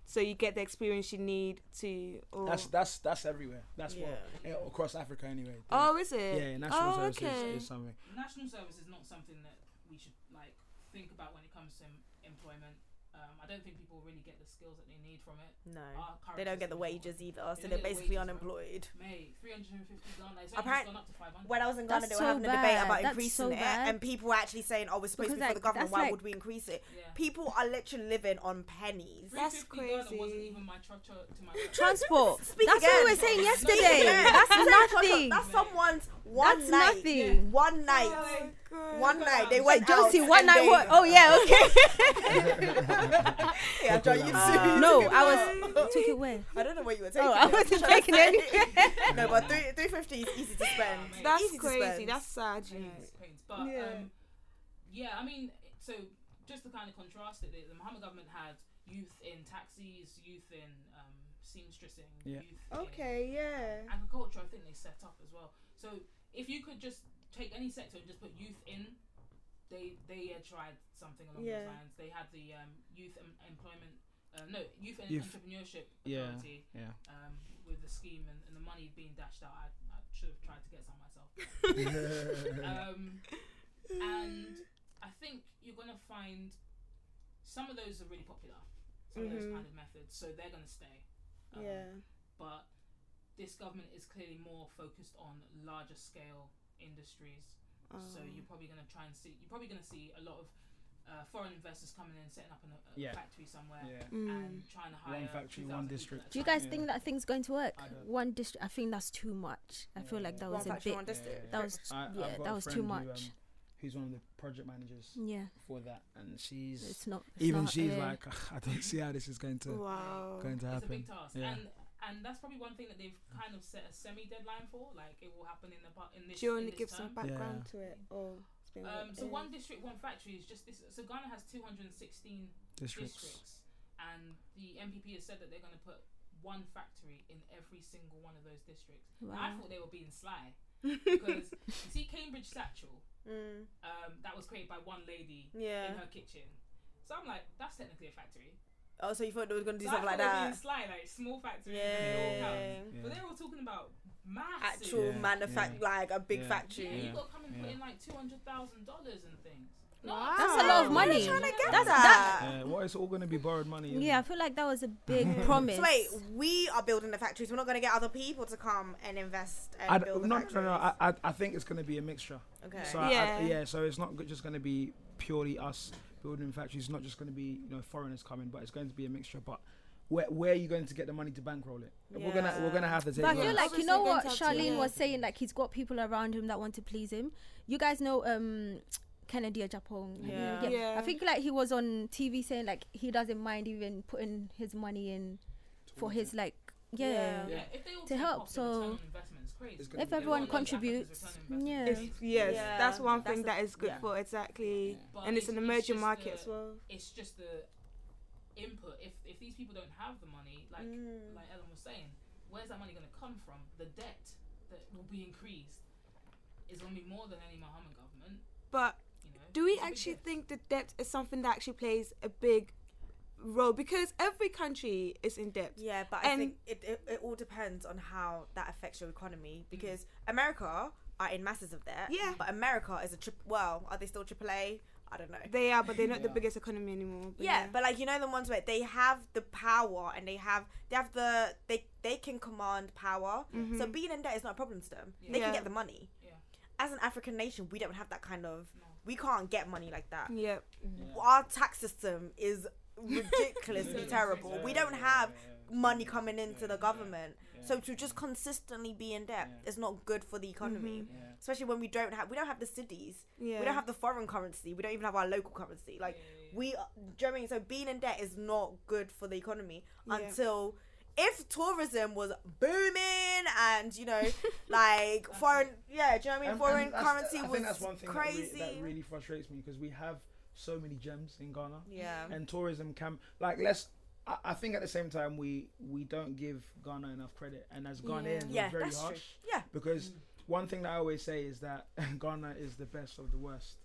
[SPEAKER 1] so you get the experience you need to. Or
[SPEAKER 4] That's that's that's everywhere. That's what
[SPEAKER 3] Yeah.
[SPEAKER 4] eh, across Africa anyway.
[SPEAKER 1] oh, is it?
[SPEAKER 4] yeah, national
[SPEAKER 1] oh,
[SPEAKER 4] service
[SPEAKER 1] okay.
[SPEAKER 4] is, is something.
[SPEAKER 5] National service is not something that we should like think about when it comes to em- employment. Um, I don't think people really get the skills that they need from it.
[SPEAKER 3] No,
[SPEAKER 5] Our current
[SPEAKER 3] they don't get the
[SPEAKER 5] system is not-
[SPEAKER 3] wages either, so
[SPEAKER 5] don't
[SPEAKER 3] they're
[SPEAKER 5] get the
[SPEAKER 3] basically
[SPEAKER 5] wages, right.
[SPEAKER 3] unemployed.
[SPEAKER 5] May 350 Ghana. It's only just
[SPEAKER 3] Apparent-
[SPEAKER 5] gone up to 500.
[SPEAKER 3] When I was in Ghana,
[SPEAKER 2] That's
[SPEAKER 3] they were
[SPEAKER 2] so
[SPEAKER 3] having a debate
[SPEAKER 2] bad.
[SPEAKER 3] about
[SPEAKER 2] That's
[SPEAKER 3] increasing
[SPEAKER 2] so
[SPEAKER 3] it,
[SPEAKER 2] bad.
[SPEAKER 3] and people were actually saying, "Oh, we're supposed to be
[SPEAKER 2] Because,
[SPEAKER 3] for the
[SPEAKER 2] like,
[SPEAKER 3] government.
[SPEAKER 2] that's
[SPEAKER 3] Why
[SPEAKER 2] like-
[SPEAKER 3] would we increase it?"
[SPEAKER 5] yeah.
[SPEAKER 3] People are literally living on pennies.
[SPEAKER 1] That's
[SPEAKER 5] 350 Ghana wasn't
[SPEAKER 1] crazy.
[SPEAKER 5] even my structure
[SPEAKER 3] [LAUGHS]
[SPEAKER 5] to my structure.
[SPEAKER 2] Transport.
[SPEAKER 3] Speak
[SPEAKER 2] That's
[SPEAKER 3] again.
[SPEAKER 2] what we were saying yesterday.
[SPEAKER 3] Yeah.
[SPEAKER 2] That's nothing.
[SPEAKER 3] That's someone's one
[SPEAKER 2] That's
[SPEAKER 3] night.
[SPEAKER 2] nothing.
[SPEAKER 3] One night.
[SPEAKER 1] Oh
[SPEAKER 3] One night. They went
[SPEAKER 2] Wait, Josie,
[SPEAKER 3] out
[SPEAKER 2] one
[SPEAKER 3] and
[SPEAKER 2] night
[SPEAKER 3] they-
[SPEAKER 2] what? Oh [LAUGHS] yeah, okay.
[SPEAKER 3] Yeah, Joe, you
[SPEAKER 4] Uh,
[SPEAKER 2] no, I
[SPEAKER 3] [LAUGHS]
[SPEAKER 2] was [LAUGHS] took it where?
[SPEAKER 3] I don't know where you were taking.
[SPEAKER 2] Oh, I
[SPEAKER 3] it.
[SPEAKER 2] wasn't
[SPEAKER 3] Should I
[SPEAKER 2] taking
[SPEAKER 3] say? [LAUGHS]
[SPEAKER 2] it.
[SPEAKER 3] No,
[SPEAKER 2] [LAUGHS]
[SPEAKER 3] but three three fifty is easy to spend.
[SPEAKER 5] mate.
[SPEAKER 1] That's
[SPEAKER 3] Easy to
[SPEAKER 1] crazy.
[SPEAKER 3] spend.
[SPEAKER 1] That's sad. You know.
[SPEAKER 5] Pains, pains. But yeah.
[SPEAKER 2] Yeah.
[SPEAKER 5] Um, yeah, I mean, so just to kind of contrast it, the the Mohammed government had youth in taxis, youth in um, seamstressing,
[SPEAKER 4] Yeah.
[SPEAKER 5] youth
[SPEAKER 2] yeah.
[SPEAKER 5] in agriculture. I think they set up as well. So if you could just take any sector and just put youth in, they they had tried something along
[SPEAKER 2] Yeah.
[SPEAKER 5] those lines. They had the um, youth em- employment. Uh, no, youth and
[SPEAKER 4] Youth-
[SPEAKER 5] entrepreneurship
[SPEAKER 4] yeah,
[SPEAKER 5] authority
[SPEAKER 4] [LAUGHS] [LAUGHS] yeah.
[SPEAKER 5] Um, with the scheme and, and the money being dashed out. I, I should have tried to get some myself um, and I think you're gonna find some of those are really popular, some of
[SPEAKER 2] Mm-hmm.
[SPEAKER 1] Mhm.
[SPEAKER 5] those kind of methods, so they're gonna stay. Um, But this government is clearly more focused on larger scale industries, so
[SPEAKER 2] Oh.
[SPEAKER 1] Um,
[SPEAKER 5] you're probably gonna try and see. You're probably gonna see a lot of uh, foreign investors coming in, setting up an, a
[SPEAKER 4] Yeah.
[SPEAKER 5] factory somewhere,
[SPEAKER 4] yeah.
[SPEAKER 1] Mm.
[SPEAKER 5] and trying to hire
[SPEAKER 4] One factory,
[SPEAKER 5] 2,000
[SPEAKER 4] one
[SPEAKER 5] people
[SPEAKER 4] district.
[SPEAKER 5] at a
[SPEAKER 2] Do you
[SPEAKER 5] time.
[SPEAKER 2] guys think that thing's going to work?
[SPEAKER 4] I don't.
[SPEAKER 2] One district. I think that's too much. I feel
[SPEAKER 4] Yeah.
[SPEAKER 2] like that
[SPEAKER 3] One
[SPEAKER 2] was a
[SPEAKER 3] factory,
[SPEAKER 2] bit.
[SPEAKER 3] one district.
[SPEAKER 2] That was
[SPEAKER 4] I- I've
[SPEAKER 2] yeah.
[SPEAKER 4] got
[SPEAKER 2] That
[SPEAKER 4] a
[SPEAKER 2] was too
[SPEAKER 4] friend who,
[SPEAKER 2] much.
[SPEAKER 4] um, who's one of the project managers
[SPEAKER 2] yeah,
[SPEAKER 4] for that, and she's
[SPEAKER 2] it's not. it's
[SPEAKER 4] even
[SPEAKER 2] not, uh,
[SPEAKER 4] she's
[SPEAKER 2] yeah.
[SPEAKER 4] like, I don't see how this is going to
[SPEAKER 1] Wow.
[SPEAKER 4] going to
[SPEAKER 5] It's a
[SPEAKER 4] happen.
[SPEAKER 5] big task,
[SPEAKER 4] Yeah.
[SPEAKER 5] and and that's probably one thing that they've kind of set a semi deadline for. Like it will happen in the bu- in this.
[SPEAKER 1] Do you
[SPEAKER 5] in
[SPEAKER 1] want to
[SPEAKER 5] this
[SPEAKER 1] give
[SPEAKER 5] term.
[SPEAKER 1] some background to it, or explain what
[SPEAKER 5] Um,
[SPEAKER 1] it
[SPEAKER 5] so
[SPEAKER 1] is?
[SPEAKER 5] one district, one factory is just this. So Ghana has 216
[SPEAKER 4] Districts.
[SPEAKER 5] districts, and the MPP has said that they're going to put one factory in every single one of those districts. Now, I
[SPEAKER 2] Wow.
[SPEAKER 5] thought they were being
[SPEAKER 3] [LAUGHS]
[SPEAKER 5] sly because you see Cambridge Satchel,
[SPEAKER 3] Mm,
[SPEAKER 5] um, that was created by one lady
[SPEAKER 3] yeah.
[SPEAKER 5] in her kitchen. So I'm like, that's technically a factory.
[SPEAKER 3] Oh, so you thought they were gonna do
[SPEAKER 5] So I
[SPEAKER 3] something like
[SPEAKER 5] thought they were being
[SPEAKER 3] that?
[SPEAKER 5] sly, like small factory. they all count.
[SPEAKER 3] Yeah.
[SPEAKER 4] Yeah.
[SPEAKER 5] But they're all talking about massive.
[SPEAKER 3] Actual
[SPEAKER 4] Yeah,
[SPEAKER 3] manufact,
[SPEAKER 4] yeah.
[SPEAKER 3] like a big
[SPEAKER 4] Yeah.
[SPEAKER 5] Yeah,
[SPEAKER 3] factory.
[SPEAKER 5] you
[SPEAKER 4] Yeah.
[SPEAKER 5] got to come and put
[SPEAKER 4] Yeah.
[SPEAKER 5] in like two hundred thousand dollars and things.
[SPEAKER 1] Wow.
[SPEAKER 2] That's a lot
[SPEAKER 1] Oh,
[SPEAKER 3] Where
[SPEAKER 2] of
[SPEAKER 3] are
[SPEAKER 2] money.
[SPEAKER 3] you trying to get
[SPEAKER 2] That's-
[SPEAKER 3] that?
[SPEAKER 4] Yeah, well, it's all going to be borrowed money. isn't
[SPEAKER 2] Ah. Yeah, I
[SPEAKER 4] it?
[SPEAKER 2] feel like that
[SPEAKER 4] [LAUGHS]
[SPEAKER 2] was a big promise.
[SPEAKER 3] So wait, we are building the factories. We're not going to get other people to come and invest and
[SPEAKER 4] I d-
[SPEAKER 3] build the
[SPEAKER 4] no, no,
[SPEAKER 3] factories.
[SPEAKER 4] no, no. I, I, I think it's going to be a mixture.
[SPEAKER 3] okay.
[SPEAKER 4] So I-
[SPEAKER 1] Yeah.
[SPEAKER 4] I, yeah, so it's not go- just going to be purely us building factories. It's not just going to be you know foreigners coming, but it's going to be a mixture. But where, where are you going to get the money to bankroll it? We're gonna we're
[SPEAKER 3] Yeah.
[SPEAKER 4] gonna have to take.
[SPEAKER 2] But I
[SPEAKER 4] loans.
[SPEAKER 2] feel like you
[SPEAKER 1] Obviously
[SPEAKER 2] know
[SPEAKER 1] going
[SPEAKER 2] what
[SPEAKER 1] to have to-
[SPEAKER 2] Charlene
[SPEAKER 1] yeah.
[SPEAKER 2] was saying, like he's got people around him that want to please him. You guys know um Kennedy Japong.
[SPEAKER 3] Yeah.
[SPEAKER 1] Yeah.
[SPEAKER 2] I think like he was on TV saying like he doesn't mind even putting his money in for his like yeah.
[SPEAKER 5] Yeah, if they all
[SPEAKER 2] To
[SPEAKER 5] take
[SPEAKER 2] help,
[SPEAKER 5] off, the return
[SPEAKER 2] so
[SPEAKER 5] on investment is crazy.
[SPEAKER 4] It's gonna
[SPEAKER 2] If
[SPEAKER 4] be-
[SPEAKER 2] everyone
[SPEAKER 5] Everyone knows Africa's
[SPEAKER 2] contributes,
[SPEAKER 5] return on
[SPEAKER 2] yeah.
[SPEAKER 5] investment
[SPEAKER 1] It's-
[SPEAKER 5] is
[SPEAKER 1] yes,
[SPEAKER 3] Yeah.
[SPEAKER 1] that's one
[SPEAKER 3] That's
[SPEAKER 1] thing
[SPEAKER 3] a-
[SPEAKER 1] that is good
[SPEAKER 3] yeah.
[SPEAKER 1] for exactly,
[SPEAKER 5] But
[SPEAKER 1] and it's an emerging
[SPEAKER 5] just
[SPEAKER 1] market
[SPEAKER 5] the-
[SPEAKER 1] as well.
[SPEAKER 5] It's just the input. If if these people don't have the money, like
[SPEAKER 3] Mm.
[SPEAKER 5] like Ellen was saying, where's that money going to come from? The debt that will be increased is going to be more than any Mohammed government.
[SPEAKER 1] But
[SPEAKER 5] You know.
[SPEAKER 1] do we
[SPEAKER 5] It's a big
[SPEAKER 1] actually
[SPEAKER 5] debt.
[SPEAKER 1] think the debt is something that actually plays a big role? Because every country is in debt.
[SPEAKER 3] Yeah, but I
[SPEAKER 1] And-
[SPEAKER 3] think it, it, it all depends on how that affects your economy because America are in masses of that.
[SPEAKER 1] Yeah.
[SPEAKER 3] But America is a trip. Well, are they still AAA? I don't know.
[SPEAKER 1] They are, but they're not the
[SPEAKER 4] Yeah.
[SPEAKER 1] biggest economy anymore. But
[SPEAKER 3] yeah, but like you know the ones where they have the power and they have they have the they they can command power. So being in debt is not a problem to them. They
[SPEAKER 1] Yeah.
[SPEAKER 3] can get the money.
[SPEAKER 5] Yeah.
[SPEAKER 3] As an African nation, we don't have that kind of.
[SPEAKER 5] No.
[SPEAKER 3] We can't get money like that.
[SPEAKER 1] yeah,
[SPEAKER 3] Our tax system is ridiculously
[SPEAKER 4] [LAUGHS] Yeah.
[SPEAKER 3] terrible. We don't
[SPEAKER 4] Yeah,
[SPEAKER 3] have
[SPEAKER 4] yeah, yeah.
[SPEAKER 3] money coming into
[SPEAKER 4] Yeah,
[SPEAKER 3] the
[SPEAKER 4] yeah,
[SPEAKER 3] government.
[SPEAKER 4] yeah.
[SPEAKER 3] So to just consistently be in debt
[SPEAKER 4] Yeah.
[SPEAKER 3] is not good for the economy.
[SPEAKER 4] Yeah.
[SPEAKER 3] Especially when we don't have we don't have the cities.
[SPEAKER 1] Mm-hmm. yeah.
[SPEAKER 3] We don't have the foreign currency. We don't even have our local currency. Like
[SPEAKER 5] Yeah.
[SPEAKER 3] we are, do you know what I mean? So being in debt is not good for the economy
[SPEAKER 1] Yeah.
[SPEAKER 3] until if tourism was booming and you know like foreign yeah do you know what I mean
[SPEAKER 4] And-
[SPEAKER 3] foreign
[SPEAKER 4] and that's-
[SPEAKER 3] currency
[SPEAKER 4] I
[SPEAKER 3] was
[SPEAKER 4] think that's one thing that re-
[SPEAKER 3] crazy
[SPEAKER 4] That really, frustrates me because we have so many gems in Ghana,
[SPEAKER 3] yeah
[SPEAKER 4] and tourism can like let's. I- I, I think at the same time we we don't give Ghana enough credit, and as Ghanaians,
[SPEAKER 3] Yeah,
[SPEAKER 4] we're very
[SPEAKER 3] that's true.
[SPEAKER 4] harsh.
[SPEAKER 3] Yeah.
[SPEAKER 4] Because one thing that I always say is that [LAUGHS] Ghana is the best of the worst,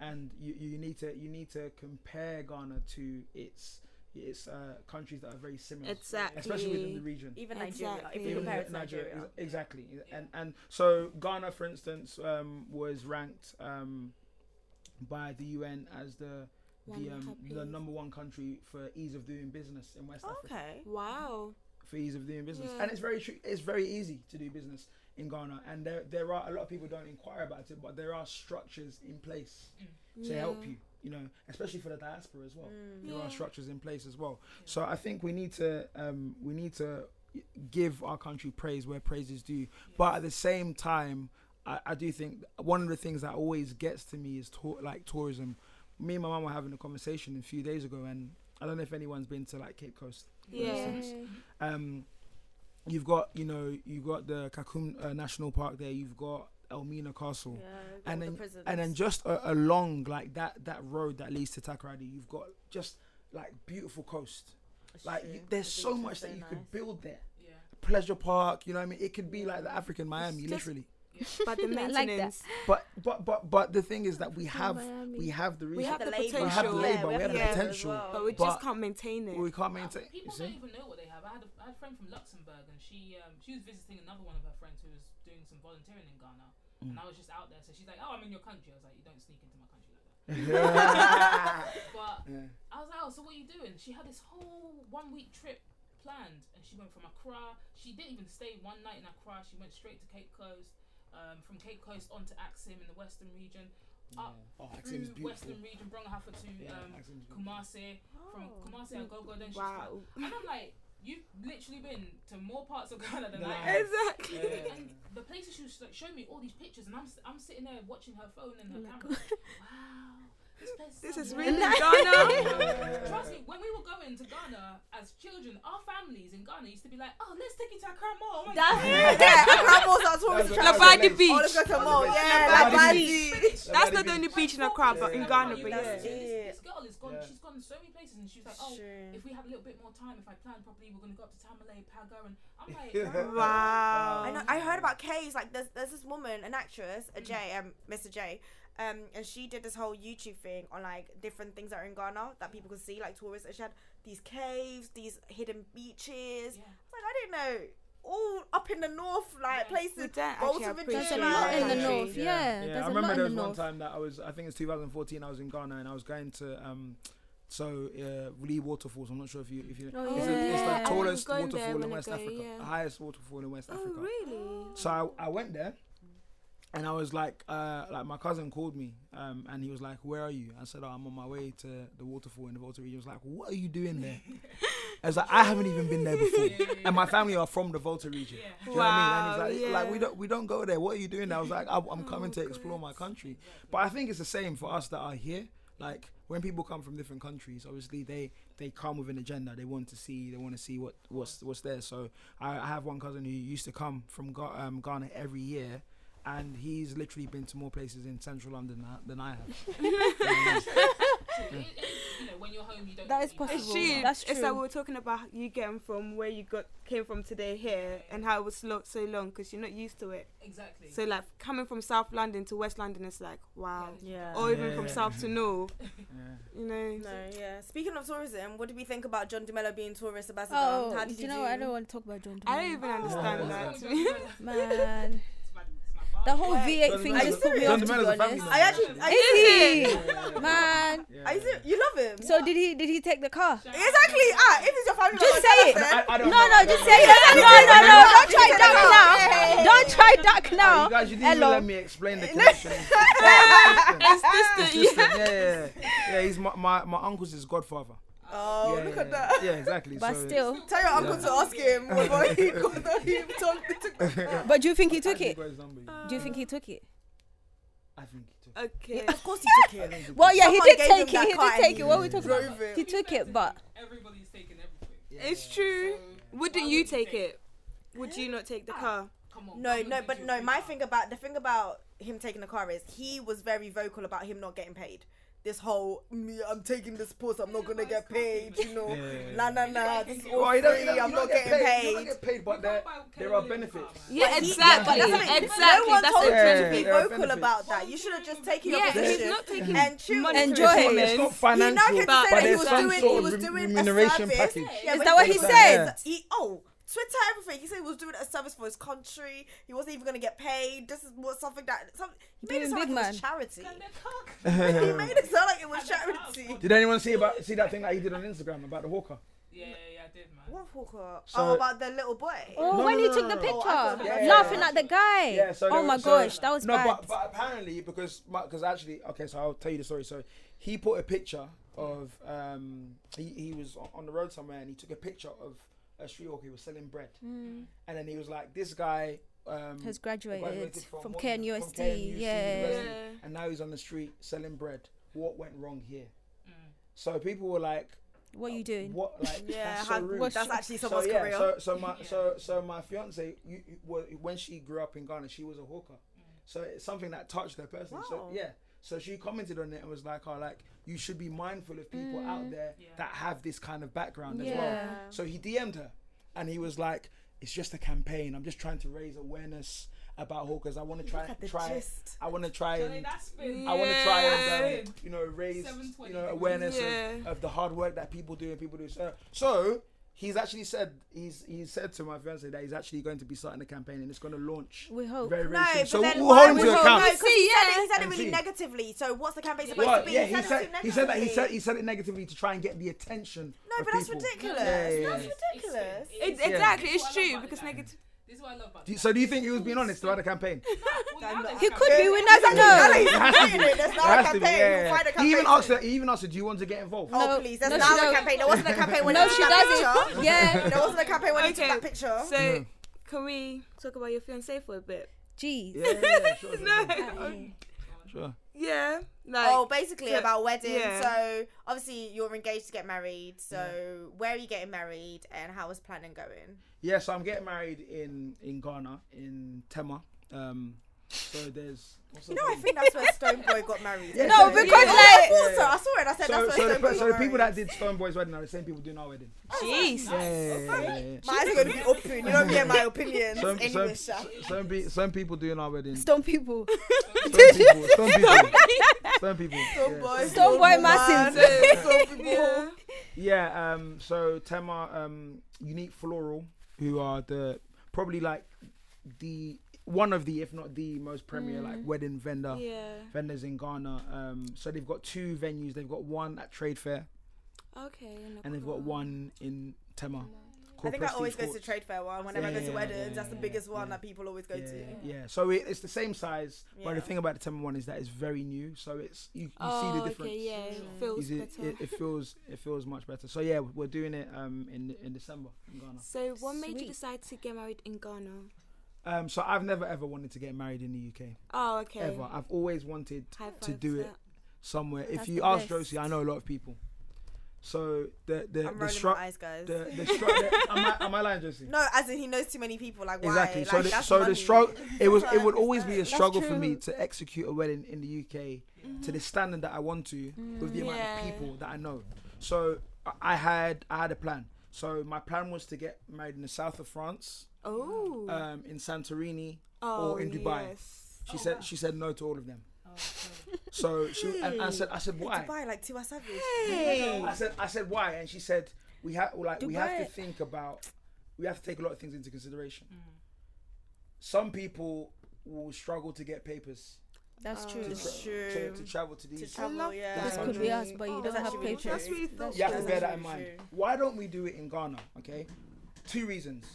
[SPEAKER 4] and you, you need to you need to compare Ghana to its its uh, countries that are very similar,
[SPEAKER 1] Exactly.
[SPEAKER 4] especially within the region.
[SPEAKER 3] Even Nigeria.
[SPEAKER 1] Exactly.
[SPEAKER 3] If you
[SPEAKER 4] Even
[SPEAKER 3] compare
[SPEAKER 4] Ni-
[SPEAKER 3] it to Nigeria.
[SPEAKER 4] ex- exactly. And and so Ghana, for instance, um, was ranked um, by the UN as the
[SPEAKER 1] One
[SPEAKER 4] the,
[SPEAKER 1] of
[SPEAKER 4] um,
[SPEAKER 1] the
[SPEAKER 4] the
[SPEAKER 1] happiest.
[SPEAKER 4] number one country for ease of doing business in West Africa.
[SPEAKER 3] Okay.
[SPEAKER 1] [LAUGHS] Wow.
[SPEAKER 4] For ease of doing business,
[SPEAKER 1] Yeah.
[SPEAKER 4] and it's very true. It's very easy to do business in Ghana, and there there are a lot of people don't inquire about it, but there are structures in place to help you. You know, especially for the diaspora as well there
[SPEAKER 1] Yeah.
[SPEAKER 4] are structures in place as well. So I think we need to um, we need to give our country praise where praise is due. But at the same time, I, I do think one of the things that always gets to me is tour like tourism. Me and my mum were having a conversation a few days ago, and I don't know if anyone's been to like Cape Coast. for
[SPEAKER 1] Yeah.
[SPEAKER 4] instance. Um, you've got you know you've got the Kakum uh, National Park there. You've got Elmina Castle and then and then just a, along like that that road that leads to Takoradi, you've got just like beautiful coast. Like you, there's so much that you could build there.
[SPEAKER 5] Yeah.
[SPEAKER 4] Pleasure park, you know what I mean? It could be like the African Miami,
[SPEAKER 2] just-
[SPEAKER 4] literally.
[SPEAKER 1] But the
[SPEAKER 2] I like that.
[SPEAKER 1] maintenance,
[SPEAKER 4] But but but but the thing is that we have
[SPEAKER 2] Miami.
[SPEAKER 4] we have the
[SPEAKER 1] we
[SPEAKER 4] resources.
[SPEAKER 1] have
[SPEAKER 3] the
[SPEAKER 1] the
[SPEAKER 3] labour.
[SPEAKER 1] potential,
[SPEAKER 3] Yeah, we
[SPEAKER 4] We have the labor, we
[SPEAKER 3] have
[SPEAKER 4] have the
[SPEAKER 1] the labor as
[SPEAKER 4] potential,
[SPEAKER 3] well.
[SPEAKER 1] but we
[SPEAKER 4] but-
[SPEAKER 1] just can't maintain it.
[SPEAKER 4] but we can't maintain. you
[SPEAKER 5] People
[SPEAKER 4] see?
[SPEAKER 5] don't even know what they have. I had a, I had a friend from Luxembourg, and she um, she was visiting another one of her friends who was doing some volunteering in Ghana,
[SPEAKER 4] Mm.
[SPEAKER 5] and I was just out there. So she's like, "Oh, I'm in your country." I was like, "You don't sneak into my
[SPEAKER 4] [LAUGHS]
[SPEAKER 5] country like that." But
[SPEAKER 4] Yeah.
[SPEAKER 5] I was like, "Oh, so what are you doing?" She had this whole one week trip planned, and she went from Accra. She didn't even stay one night in Accra. She went straight to Cape Coast. Um, from Cape Coast onto Axim in the Western region, up
[SPEAKER 4] Oh, Axim's
[SPEAKER 5] through
[SPEAKER 4] beautiful.
[SPEAKER 5] Western region, Brongahaffa to
[SPEAKER 4] Yeah,
[SPEAKER 5] um,
[SPEAKER 4] Axim's beautiful.
[SPEAKER 5] [LAUGHS] Kumasi, from Kumasi and Gogo, then she's
[SPEAKER 1] Wow.
[SPEAKER 5] and I'm like, you've literally been to more parts of Ghana than
[SPEAKER 4] Nah.
[SPEAKER 5] I have.
[SPEAKER 1] [LAUGHS] Exactly.
[SPEAKER 4] Yeah.
[SPEAKER 5] And the places she was like showing me all these pictures, and I'm s- I'm sitting there watching her phone and
[SPEAKER 1] Oh
[SPEAKER 5] her camera. like, wow, this place.
[SPEAKER 1] This is
[SPEAKER 5] unreal."
[SPEAKER 1] really Ghana.
[SPEAKER 4] [LAUGHS]
[SPEAKER 5] Trust me, when we were going to Ghana as children, our families in Ghana used to be like, "Oh, let's take it to Accra Mall." I'm like,
[SPEAKER 3] That's [LAUGHS] yeah, Accra Mall's our tourist attraction.
[SPEAKER 4] That's what I
[SPEAKER 1] [LAUGHS] Labadi
[SPEAKER 3] Oh,
[SPEAKER 4] was
[SPEAKER 1] Beach.
[SPEAKER 3] let's go to Mall. Yeah,
[SPEAKER 1] Labadi
[SPEAKER 3] Labadi.
[SPEAKER 1] That's not the only beach in Accra, but in
[SPEAKER 5] Yeah.
[SPEAKER 1] Ghana.
[SPEAKER 5] Yeah.
[SPEAKER 1] But
[SPEAKER 3] That's
[SPEAKER 1] yeah.
[SPEAKER 3] it.
[SPEAKER 5] This, this girl is gone.
[SPEAKER 4] Yeah.
[SPEAKER 5] She's gone so many places, and she was like, "Oh, if we had a little bit more time, if I planned properly, we're gonna go up to Tamale, Pago." And
[SPEAKER 1] [LAUGHS]
[SPEAKER 5] I'm like,
[SPEAKER 1] Wow.
[SPEAKER 3] I know. I heard about K's. Like, there's there's this woman, an actress, a J, um, Mr. J, um, and she did this whole YouTube thing on like different things that are in Ghana that people could see, like tourists. And she had these caves, these hidden beaches.
[SPEAKER 5] Yeah.
[SPEAKER 3] Like, I didn't know. All up in the north, like
[SPEAKER 5] Yeah.
[SPEAKER 1] We
[SPEAKER 3] places.
[SPEAKER 1] don't
[SPEAKER 3] Go
[SPEAKER 1] actually
[SPEAKER 3] to Virginia.
[SPEAKER 2] There's a
[SPEAKER 1] appreciate
[SPEAKER 2] lot in the
[SPEAKER 1] Yeah.
[SPEAKER 2] north. Yeah, there's
[SPEAKER 4] I
[SPEAKER 2] a
[SPEAKER 4] remember
[SPEAKER 2] lot
[SPEAKER 4] there
[SPEAKER 2] in the
[SPEAKER 4] was one
[SPEAKER 2] north.
[SPEAKER 4] time that I was, I think it's 2014. I was in Ghana and I was going to, um, so uh, Lee Waterfalls. I'm not sure if you, if you,
[SPEAKER 2] Oh,
[SPEAKER 4] it's, the- it's
[SPEAKER 2] yeah.
[SPEAKER 4] the
[SPEAKER 2] I
[SPEAKER 4] tallest
[SPEAKER 1] remember going there
[SPEAKER 4] waterfall in
[SPEAKER 1] when I
[SPEAKER 4] West
[SPEAKER 1] go,
[SPEAKER 4] Africa,
[SPEAKER 1] yeah.
[SPEAKER 4] the highest waterfall in West
[SPEAKER 1] Oh
[SPEAKER 4] Africa.
[SPEAKER 1] really?
[SPEAKER 4] So I, I went there, and I was like, uh, like my cousin called me, um, and he was like, "Where are you?" I said, oh, "I'm on my way to the waterfall in the Volta region." He was like, "What are you doing there?" I was like, "I haven't even been
[SPEAKER 2] [LAUGHS]
[SPEAKER 4] there before, and my family are from the Volta region." Do you know what I mean? And he's like,
[SPEAKER 1] Wow,
[SPEAKER 4] like we
[SPEAKER 1] yeah.
[SPEAKER 4] don't we don't go there. What are you doing? there?" I was like, I'm, I'm coming to explore my country. But I think it's the same for us that are here. Like when people come from different countries, obviously they they come with an agenda. They want to see they want to see what what's what's there. So I, I have one cousin who used to come from Ga- um, Ghana every year. And he's literally been to more places in central London tha- than I have.
[SPEAKER 5] It- it is, you know, when you're home, you don't.
[SPEAKER 2] That
[SPEAKER 5] know
[SPEAKER 2] is
[SPEAKER 5] what you have.
[SPEAKER 1] It's
[SPEAKER 2] possible.
[SPEAKER 1] true.
[SPEAKER 2] That's
[SPEAKER 1] It's like
[SPEAKER 2] true.
[SPEAKER 1] we were talking about you getting from where you got came from today here, and how it was lo- so long because you're not used to it.
[SPEAKER 5] Exactly.
[SPEAKER 1] So like coming from South London to West London, it's like wow.
[SPEAKER 3] Yeah.
[SPEAKER 1] Or even from
[SPEAKER 4] Yeah.
[SPEAKER 1] South
[SPEAKER 4] [LAUGHS]
[SPEAKER 1] to North,
[SPEAKER 4] Yeah.
[SPEAKER 1] you know.
[SPEAKER 3] No, yeah. Speaking of tourism, what did we think about John DeMello being tourist ambassador?
[SPEAKER 2] Oh,
[SPEAKER 3] How
[SPEAKER 2] do
[SPEAKER 3] did
[SPEAKER 2] you know? what? I don't want to talk about John.
[SPEAKER 1] I
[SPEAKER 2] Doe.
[SPEAKER 1] don't even
[SPEAKER 5] What's
[SPEAKER 4] Oh.
[SPEAKER 1] understand
[SPEAKER 5] wrong
[SPEAKER 1] that.
[SPEAKER 5] with [LAUGHS]
[SPEAKER 1] To
[SPEAKER 5] your
[SPEAKER 1] me.
[SPEAKER 5] email?
[SPEAKER 2] [LAUGHS] Man,
[SPEAKER 5] It's my- it's my bar.
[SPEAKER 2] the whole
[SPEAKER 3] Wait.
[SPEAKER 2] V8 thing
[SPEAKER 4] Doesn't
[SPEAKER 2] just put me
[SPEAKER 4] matter.
[SPEAKER 2] off. To
[SPEAKER 4] Doesn't
[SPEAKER 2] be
[SPEAKER 4] matter, it's a
[SPEAKER 2] honest,
[SPEAKER 4] family
[SPEAKER 3] I actually, I
[SPEAKER 2] is he? Man, [LAUGHS]
[SPEAKER 4] Yeah.
[SPEAKER 3] I see, Oh, you love him.
[SPEAKER 2] so did he? Did he take the car?
[SPEAKER 3] exactly. Ah, if it's your family,
[SPEAKER 2] Just
[SPEAKER 3] member,
[SPEAKER 2] say
[SPEAKER 3] tell
[SPEAKER 2] it.
[SPEAKER 3] us then.
[SPEAKER 4] I,
[SPEAKER 2] No,
[SPEAKER 4] I don't know.
[SPEAKER 2] no,
[SPEAKER 4] I don't
[SPEAKER 2] just
[SPEAKER 4] know.
[SPEAKER 2] say it. No, no, no, don't try duck now. Don't try duck now.
[SPEAKER 4] You guys, you didn't even
[SPEAKER 2] Hello.
[SPEAKER 4] let
[SPEAKER 2] [LAUGHS]
[SPEAKER 4] me explain the
[SPEAKER 1] [LAUGHS]
[SPEAKER 4] connection.
[SPEAKER 3] [LAUGHS]
[SPEAKER 1] It's
[SPEAKER 4] It's just that- yeah, yeah, yeah. Yeah, he's my, my, my uncle's his godfather.
[SPEAKER 3] Oh,
[SPEAKER 4] yeah,
[SPEAKER 3] look
[SPEAKER 4] yeah,
[SPEAKER 3] at that.
[SPEAKER 4] Yeah, exactly.
[SPEAKER 2] But
[SPEAKER 4] so,
[SPEAKER 2] still,
[SPEAKER 3] Tell your uncle to ask
[SPEAKER 1] [LAUGHS]
[SPEAKER 3] him whether he [LAUGHS] got he told me to
[SPEAKER 2] but do you think he took
[SPEAKER 4] Actually
[SPEAKER 2] it?
[SPEAKER 4] got his number, yeah.
[SPEAKER 2] Do you think he took it?
[SPEAKER 4] I think he took it.
[SPEAKER 1] [LAUGHS] okay.
[SPEAKER 3] Of course he took [LAUGHS]
[SPEAKER 4] I
[SPEAKER 3] it.
[SPEAKER 4] think he
[SPEAKER 2] Well,
[SPEAKER 4] took
[SPEAKER 2] Oh, yeah, he
[SPEAKER 3] Someone
[SPEAKER 2] did
[SPEAKER 3] gave
[SPEAKER 2] take
[SPEAKER 3] him
[SPEAKER 2] it.
[SPEAKER 3] that
[SPEAKER 2] He
[SPEAKER 3] car
[SPEAKER 2] did take
[SPEAKER 3] and
[SPEAKER 2] it. What are we talking about?
[SPEAKER 3] Drove it.
[SPEAKER 2] He took it, but
[SPEAKER 5] Everybody's taking everything.
[SPEAKER 4] it.
[SPEAKER 1] It's
[SPEAKER 4] Yeah.
[SPEAKER 1] true. Wouldn't you
[SPEAKER 5] wouldn't
[SPEAKER 1] take
[SPEAKER 5] take
[SPEAKER 1] it? Would you not take the car?
[SPEAKER 5] Come on.
[SPEAKER 3] No,
[SPEAKER 5] come
[SPEAKER 3] no,
[SPEAKER 5] on,
[SPEAKER 3] but
[SPEAKER 5] you
[SPEAKER 3] no.
[SPEAKER 5] two
[SPEAKER 3] My
[SPEAKER 5] are.
[SPEAKER 3] thing about the thing about him taking the car is he was very vocal about him not getting paid. this whole me, I'm taking this post, I'm not gonna get paid, you know.
[SPEAKER 4] Yeah.
[SPEAKER 3] Nah, nah, nah. This is all
[SPEAKER 4] Oh, you don't- you
[SPEAKER 3] free,
[SPEAKER 4] don't-
[SPEAKER 3] I'm
[SPEAKER 4] you
[SPEAKER 3] not
[SPEAKER 4] don't get
[SPEAKER 3] getting
[SPEAKER 4] You don't
[SPEAKER 3] paid.
[SPEAKER 4] get paid, but there, there are benefits.
[SPEAKER 3] [LAUGHS]
[SPEAKER 6] Yeah,
[SPEAKER 3] But he-
[SPEAKER 6] exactly.
[SPEAKER 3] but that's what I mean.
[SPEAKER 6] exactly.
[SPEAKER 3] No one
[SPEAKER 6] that's the
[SPEAKER 3] told you to be
[SPEAKER 4] Yeah,
[SPEAKER 6] benefit.
[SPEAKER 4] there are
[SPEAKER 3] vocal
[SPEAKER 4] benefits.
[SPEAKER 3] about that. You should have just taken your
[SPEAKER 6] Yeah, he's
[SPEAKER 3] position
[SPEAKER 6] not taking
[SPEAKER 3] and chewed.
[SPEAKER 1] money
[SPEAKER 2] Enjoy
[SPEAKER 1] from
[SPEAKER 2] it.
[SPEAKER 1] it.
[SPEAKER 4] It's not financial,
[SPEAKER 3] He now
[SPEAKER 6] But-
[SPEAKER 3] can say that
[SPEAKER 4] but
[SPEAKER 3] he
[SPEAKER 4] there's
[SPEAKER 3] was
[SPEAKER 4] some
[SPEAKER 3] doing,
[SPEAKER 4] sort
[SPEAKER 3] he
[SPEAKER 4] of
[SPEAKER 3] was
[SPEAKER 4] rem-
[SPEAKER 3] doing a
[SPEAKER 4] remuneration
[SPEAKER 3] service.
[SPEAKER 4] package.
[SPEAKER 3] Yeah,
[SPEAKER 2] Is
[SPEAKER 3] but
[SPEAKER 2] that what he
[SPEAKER 3] was
[SPEAKER 2] said?
[SPEAKER 3] doing- He, oh, Twitter everything. He said he was doing a service for his country. He wasn't even going to get paid. This is what something that some, he made it
[SPEAKER 2] Being
[SPEAKER 3] sound like
[SPEAKER 2] big
[SPEAKER 3] it was
[SPEAKER 2] man.
[SPEAKER 3] charity.
[SPEAKER 5] Cook.
[SPEAKER 3] he made it sound like it was charity.
[SPEAKER 4] Did anyone see about see that thing that he did on Instagram about the hawker?
[SPEAKER 5] Yeah, yeah, yeah, I did, man.
[SPEAKER 3] What hawker?
[SPEAKER 4] So-
[SPEAKER 3] oh, about the little boy.
[SPEAKER 2] Oh,
[SPEAKER 4] No,
[SPEAKER 2] when
[SPEAKER 4] no,
[SPEAKER 2] he
[SPEAKER 4] no,
[SPEAKER 2] took
[SPEAKER 4] no,
[SPEAKER 2] the
[SPEAKER 4] no.
[SPEAKER 2] picture,
[SPEAKER 3] Oh, I thought-
[SPEAKER 4] Yeah.
[SPEAKER 2] laughing at the guy.
[SPEAKER 4] Yeah, so
[SPEAKER 2] oh
[SPEAKER 4] there-
[SPEAKER 2] my
[SPEAKER 4] so-
[SPEAKER 2] gosh, that was
[SPEAKER 4] no,
[SPEAKER 2] bad.
[SPEAKER 4] but, but apparently because because actually, okay, so I'll tell you the story. So he put a picture of um he he was o- on the road somewhere and he took a picture of a street hawker. He was selling bread, and then he was like, this guy. Um,
[SPEAKER 2] Has graduated
[SPEAKER 4] graduated
[SPEAKER 2] from
[SPEAKER 4] what-
[SPEAKER 2] KNUST.
[SPEAKER 4] from KNUST
[SPEAKER 2] Yeah.
[SPEAKER 4] University. and now he's on the street selling bread. What went wrong here? So people were like,
[SPEAKER 2] What are you doing?
[SPEAKER 4] "What? Like,
[SPEAKER 3] [LAUGHS] Yeah,
[SPEAKER 4] that's so
[SPEAKER 3] had-
[SPEAKER 4] rude."
[SPEAKER 3] that's actually someone's
[SPEAKER 4] so, yeah,
[SPEAKER 3] career.
[SPEAKER 4] So, so my, so, so my fiance, you, you, were- when she grew up in Ghana, she was a hawker. So it's something that touched her personally.
[SPEAKER 3] Wow.
[SPEAKER 4] So yeah. So she commented on it and was like, "Oh, like you should be mindful of people
[SPEAKER 3] Mm.
[SPEAKER 4] out there
[SPEAKER 5] Yeah.
[SPEAKER 4] that have this kind of background as well."
[SPEAKER 2] Yeah.
[SPEAKER 4] So he DM'd her, and he was like, "It's just a campaign. I'm just trying to raise awareness about hawkers. I want to try,
[SPEAKER 3] at the
[SPEAKER 4] try,
[SPEAKER 3] gist.
[SPEAKER 4] I want to try
[SPEAKER 5] Johnny,
[SPEAKER 4] and."
[SPEAKER 5] that's been.
[SPEAKER 4] I want to try and um,
[SPEAKER 5] Yeah.
[SPEAKER 4] you know raise
[SPEAKER 5] 720
[SPEAKER 4] you know
[SPEAKER 5] degrees.
[SPEAKER 4] awareness
[SPEAKER 1] Yeah.
[SPEAKER 4] of, of the hard work that people do and people do. So, so he's actually said he's he said to my fiance that he's actually going to be starting a campaign and it's going to launch.
[SPEAKER 2] We hope.
[SPEAKER 4] Very, very
[SPEAKER 3] No,
[SPEAKER 4] soon.
[SPEAKER 3] but
[SPEAKER 4] So
[SPEAKER 3] then
[SPEAKER 4] we'll
[SPEAKER 3] why
[SPEAKER 4] hold him
[SPEAKER 3] would
[SPEAKER 4] to
[SPEAKER 3] you-
[SPEAKER 4] account.
[SPEAKER 3] No, 'cause he
[SPEAKER 2] See,
[SPEAKER 3] said
[SPEAKER 2] yeah.
[SPEAKER 3] it, he said it
[SPEAKER 4] And
[SPEAKER 3] really
[SPEAKER 4] see.
[SPEAKER 3] negatively. So what's the campaign supposed to
[SPEAKER 4] Well,
[SPEAKER 3] be?
[SPEAKER 4] yeah, he
[SPEAKER 3] it
[SPEAKER 4] said
[SPEAKER 3] too
[SPEAKER 4] he said that he
[SPEAKER 3] negatively.
[SPEAKER 4] said he said it negatively to try and get the attention.
[SPEAKER 3] No,
[SPEAKER 4] of
[SPEAKER 3] but that's
[SPEAKER 4] people.
[SPEAKER 3] ridiculous.
[SPEAKER 4] Yeah, yeah,
[SPEAKER 3] That's
[SPEAKER 4] yeah.
[SPEAKER 3] ridiculous.
[SPEAKER 1] It,
[SPEAKER 5] It's-
[SPEAKER 1] Exactly,
[SPEAKER 5] This is
[SPEAKER 1] it's
[SPEAKER 5] what I love
[SPEAKER 1] true
[SPEAKER 5] about
[SPEAKER 1] because
[SPEAKER 5] the guy.
[SPEAKER 1] negative.
[SPEAKER 5] This is what I love about
[SPEAKER 4] Do
[SPEAKER 5] the
[SPEAKER 4] you-
[SPEAKER 5] guy.
[SPEAKER 4] So do you think he was being honest throughout the campaign?
[SPEAKER 5] Well, now there's
[SPEAKER 2] He
[SPEAKER 5] a
[SPEAKER 2] could
[SPEAKER 5] campaign.
[SPEAKER 2] be. We never know.
[SPEAKER 4] It has to be.
[SPEAKER 3] There's not
[SPEAKER 4] It
[SPEAKER 3] a
[SPEAKER 4] has to be,
[SPEAKER 3] campaign.
[SPEAKER 4] yeah,
[SPEAKER 3] We'll
[SPEAKER 4] yeah.
[SPEAKER 3] find a
[SPEAKER 4] He even
[SPEAKER 3] campaign
[SPEAKER 4] asked her. He even asked her, "Do you want to get involved?"
[SPEAKER 3] Oh,
[SPEAKER 2] No,
[SPEAKER 3] please. There's
[SPEAKER 2] no,
[SPEAKER 3] not
[SPEAKER 2] she
[SPEAKER 3] a
[SPEAKER 2] don't.
[SPEAKER 3] campaign. There wasn't a campaign when
[SPEAKER 2] No,
[SPEAKER 3] he took
[SPEAKER 2] she
[SPEAKER 3] that
[SPEAKER 2] doesn't.
[SPEAKER 3] picture.
[SPEAKER 2] [LAUGHS] Yeah.
[SPEAKER 3] There wasn't a campaign when he took
[SPEAKER 1] Okay.
[SPEAKER 3] that picture.
[SPEAKER 1] So, can we talk about your fiance for a bit?
[SPEAKER 2] Jeez.
[SPEAKER 4] Yeah, yeah, yeah,
[SPEAKER 3] [LAUGHS]
[SPEAKER 4] sure, sure,
[SPEAKER 1] [LAUGHS] No.
[SPEAKER 4] sure.
[SPEAKER 1] um,
[SPEAKER 4] Sure.
[SPEAKER 1] Yeah. Like,
[SPEAKER 3] Oh, basically
[SPEAKER 1] so-
[SPEAKER 3] about wedding.
[SPEAKER 1] yeah.
[SPEAKER 3] So obviously you're engaged to get married. So where are you getting married, and how is planning going?
[SPEAKER 4] Yeah, so I'm getting married in in Ghana in Tema. Um, so there's. what's the
[SPEAKER 3] You know, I
[SPEAKER 4] name?
[SPEAKER 3] think that's where [LAUGHS] Stone Boy got married.
[SPEAKER 4] Yeah,
[SPEAKER 2] No,
[SPEAKER 4] so-
[SPEAKER 2] because
[SPEAKER 3] Oh, I
[SPEAKER 2] like.
[SPEAKER 3] thought so. I saw it. I said that's
[SPEAKER 4] So, so,
[SPEAKER 3] where
[SPEAKER 4] the,
[SPEAKER 3] Stone Boy
[SPEAKER 4] pe- so the
[SPEAKER 3] got
[SPEAKER 4] people that
[SPEAKER 3] married.
[SPEAKER 4] did Stone Boy's wedding are the same people doing our wedding.
[SPEAKER 1] jeez. [LAUGHS]
[SPEAKER 3] My eyes are gonna be open. You know me and my opinions.
[SPEAKER 4] Some,
[SPEAKER 3] anyway,
[SPEAKER 4] some,
[SPEAKER 3] sha.
[SPEAKER 4] some, pe- some people doing our wedding.
[SPEAKER 2] Stone people.
[SPEAKER 4] Some people. Some people.
[SPEAKER 3] [LAUGHS]
[SPEAKER 4] Some people.
[SPEAKER 3] Stone
[SPEAKER 4] yeah.
[SPEAKER 3] Boy.
[SPEAKER 2] Stone Boy Martins.
[SPEAKER 3] [LAUGHS] Stone people.
[SPEAKER 1] Yeah.
[SPEAKER 4] Yeah. Um. So Tema, um, Unique Floral, who are the probably like the one of the if not the most premier
[SPEAKER 3] Mm.
[SPEAKER 4] like wedding vendor
[SPEAKER 1] Yeah.
[SPEAKER 4] vendors in Ghana. Um. So they've got two venues. They've got one at Trade Fair
[SPEAKER 1] Okay. no,
[SPEAKER 4] and they've got
[SPEAKER 1] cool.
[SPEAKER 4] one in Tema.
[SPEAKER 3] I
[SPEAKER 4] called
[SPEAKER 3] think I
[SPEAKER 4] Prestige
[SPEAKER 3] always go to
[SPEAKER 4] Courts.
[SPEAKER 3] trade fair one whenever I go
[SPEAKER 4] Yeah,
[SPEAKER 3] to weddings.
[SPEAKER 4] yeah,
[SPEAKER 3] that's the
[SPEAKER 4] yeah,
[SPEAKER 3] biggest one
[SPEAKER 4] yeah.
[SPEAKER 3] that people always go
[SPEAKER 4] yeah,
[SPEAKER 3] to.
[SPEAKER 4] yeah. So it, it's the same size, but the
[SPEAKER 3] Yeah.
[SPEAKER 4] thing about the Tema one is that it's very new, so it's you, you
[SPEAKER 1] oh,
[SPEAKER 4] see the difference.
[SPEAKER 1] Okay, yeah, it
[SPEAKER 5] Sure.
[SPEAKER 1] feels
[SPEAKER 4] Is it,
[SPEAKER 1] better.
[SPEAKER 4] it, it feels it feels much better. So yeah, we're doing it um in in December in Ghana.
[SPEAKER 1] so, what made you
[SPEAKER 2] Sweet.
[SPEAKER 1] decide to get married in Ghana?
[SPEAKER 4] Um, so I've never ever wanted to get married in the UK
[SPEAKER 1] Oh, okay.
[SPEAKER 4] ever. I've always wanted
[SPEAKER 1] High
[SPEAKER 4] to
[SPEAKER 1] five
[SPEAKER 4] do
[SPEAKER 1] for
[SPEAKER 4] it somewhere. if
[SPEAKER 2] That's
[SPEAKER 4] you
[SPEAKER 2] the
[SPEAKER 4] ask
[SPEAKER 2] best.
[SPEAKER 4] Josie, I know a lot of people. So the the
[SPEAKER 3] I'm
[SPEAKER 4] the
[SPEAKER 3] rolling my
[SPEAKER 4] structure.
[SPEAKER 3] eyes, guys.
[SPEAKER 4] The,
[SPEAKER 3] [LAUGHS]
[SPEAKER 4] the stru- the, am, I, am I lying, Josie?
[SPEAKER 3] no, as in he knows too many people. Like why?
[SPEAKER 4] Exactly.
[SPEAKER 3] Like,
[SPEAKER 4] so the,
[SPEAKER 3] that's
[SPEAKER 4] so
[SPEAKER 3] money.
[SPEAKER 4] the struggle it was
[SPEAKER 3] That's
[SPEAKER 4] it would
[SPEAKER 3] what I
[SPEAKER 4] always be a
[SPEAKER 3] understand.
[SPEAKER 4] struggle for me
[SPEAKER 2] true.
[SPEAKER 4] to execute a wedding in the UK
[SPEAKER 3] Mm.
[SPEAKER 4] to the standard that I want to with the amount
[SPEAKER 1] Yeah.
[SPEAKER 4] of people that I know. So I- I had I had a plan. So my plan was to get married in the south of France,
[SPEAKER 1] Oh.
[SPEAKER 4] um, in Santorini.
[SPEAKER 1] oh,
[SPEAKER 4] in Dubai.
[SPEAKER 1] Yes.
[SPEAKER 3] Oh,
[SPEAKER 4] She said she said no to all of them. [LAUGHS] So she and I said I said why?
[SPEAKER 3] Dubai, like Tiwa Savage.
[SPEAKER 4] I said I said why, and she said we have like we have to
[SPEAKER 2] Dubai-
[SPEAKER 4] think about we have to take a lot of things into consideration. Some people will struggle to get papers
[SPEAKER 2] That's
[SPEAKER 1] Oh.
[SPEAKER 2] true.
[SPEAKER 4] to,
[SPEAKER 3] It's
[SPEAKER 4] tra- to,
[SPEAKER 3] true.
[SPEAKER 4] to travel to these.
[SPEAKER 3] To travel, yeah.
[SPEAKER 2] This could be us, but you
[SPEAKER 1] Oh,
[SPEAKER 2] don't
[SPEAKER 3] that's
[SPEAKER 2] have
[SPEAKER 3] actually
[SPEAKER 2] papers.
[SPEAKER 3] true.
[SPEAKER 1] That's really
[SPEAKER 4] you have
[SPEAKER 1] thoughtful.
[SPEAKER 4] to
[SPEAKER 3] That's
[SPEAKER 4] bear that in
[SPEAKER 3] actually
[SPEAKER 4] mind.
[SPEAKER 3] true.
[SPEAKER 4] Why don't we do it in Ghana? Okay, two reasons.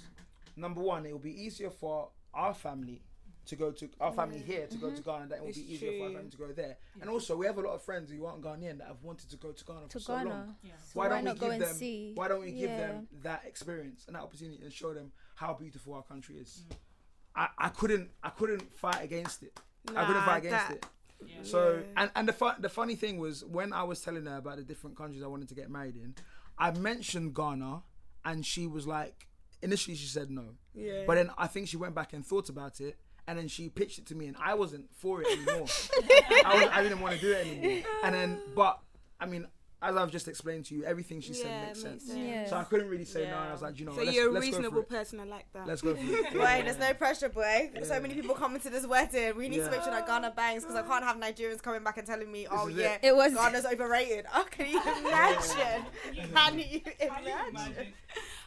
[SPEAKER 4] Number one, it will be easier for our family to go to our family here to go to Ghana. That will
[SPEAKER 1] It's
[SPEAKER 4] be easier for our
[SPEAKER 1] true.
[SPEAKER 4] family to go there. And also, we have a lot of friends who aren't Ghanaian that have wanted to go to Ghana
[SPEAKER 2] To
[SPEAKER 4] for so long.
[SPEAKER 2] Ghana.
[SPEAKER 5] Yeah.
[SPEAKER 2] So why not go and
[SPEAKER 4] them?
[SPEAKER 2] see?
[SPEAKER 4] Why don't we give
[SPEAKER 2] Yeah.
[SPEAKER 4] them that experience and that opportunity and show them how beautiful our country is? I, I couldn't I couldn't fight against it. I couldn't
[SPEAKER 1] Nah,
[SPEAKER 4] fight against
[SPEAKER 1] that-
[SPEAKER 4] it.
[SPEAKER 5] Yeah.
[SPEAKER 4] So and and the fun, the funny thing was when I was telling her about the different countries I wanted to get married in, I mentioned Ghana, and she was like, initially she said no,
[SPEAKER 1] Yeah.
[SPEAKER 4] but then I think she went back and thought about it, And then she pitched it to me, and I wasn't for it
[SPEAKER 3] [LAUGHS]
[SPEAKER 4] anymore. I, was, I didn't want to do it anymore. And then, but I mean, as I've just explained to you, everything she said
[SPEAKER 1] Yeah,
[SPEAKER 4] makes
[SPEAKER 1] it
[SPEAKER 4] sense.
[SPEAKER 1] makes
[SPEAKER 6] Yeah.
[SPEAKER 4] So I couldn't really say no.
[SPEAKER 3] Yeah.
[SPEAKER 4] I was like, you know,
[SPEAKER 1] So
[SPEAKER 4] what, let's,
[SPEAKER 1] you're a
[SPEAKER 4] let's
[SPEAKER 1] reasonable
[SPEAKER 4] go for it.
[SPEAKER 1] person. I like that.
[SPEAKER 4] Let's go
[SPEAKER 3] [LAUGHS]
[SPEAKER 4] for it.
[SPEAKER 3] Boy, there's no pressure, boy.
[SPEAKER 4] Yeah.
[SPEAKER 3] So many people coming to this wedding. We need
[SPEAKER 4] Yeah.
[SPEAKER 3] to make sure that Ghana bangs because I can't have Nigerians coming back and telling me, oh
[SPEAKER 4] is
[SPEAKER 3] yeah,
[SPEAKER 4] it.
[SPEAKER 6] It was.
[SPEAKER 3] Ghana's overrated. [LAUGHS] Oh, can you imagine? Can you imagine?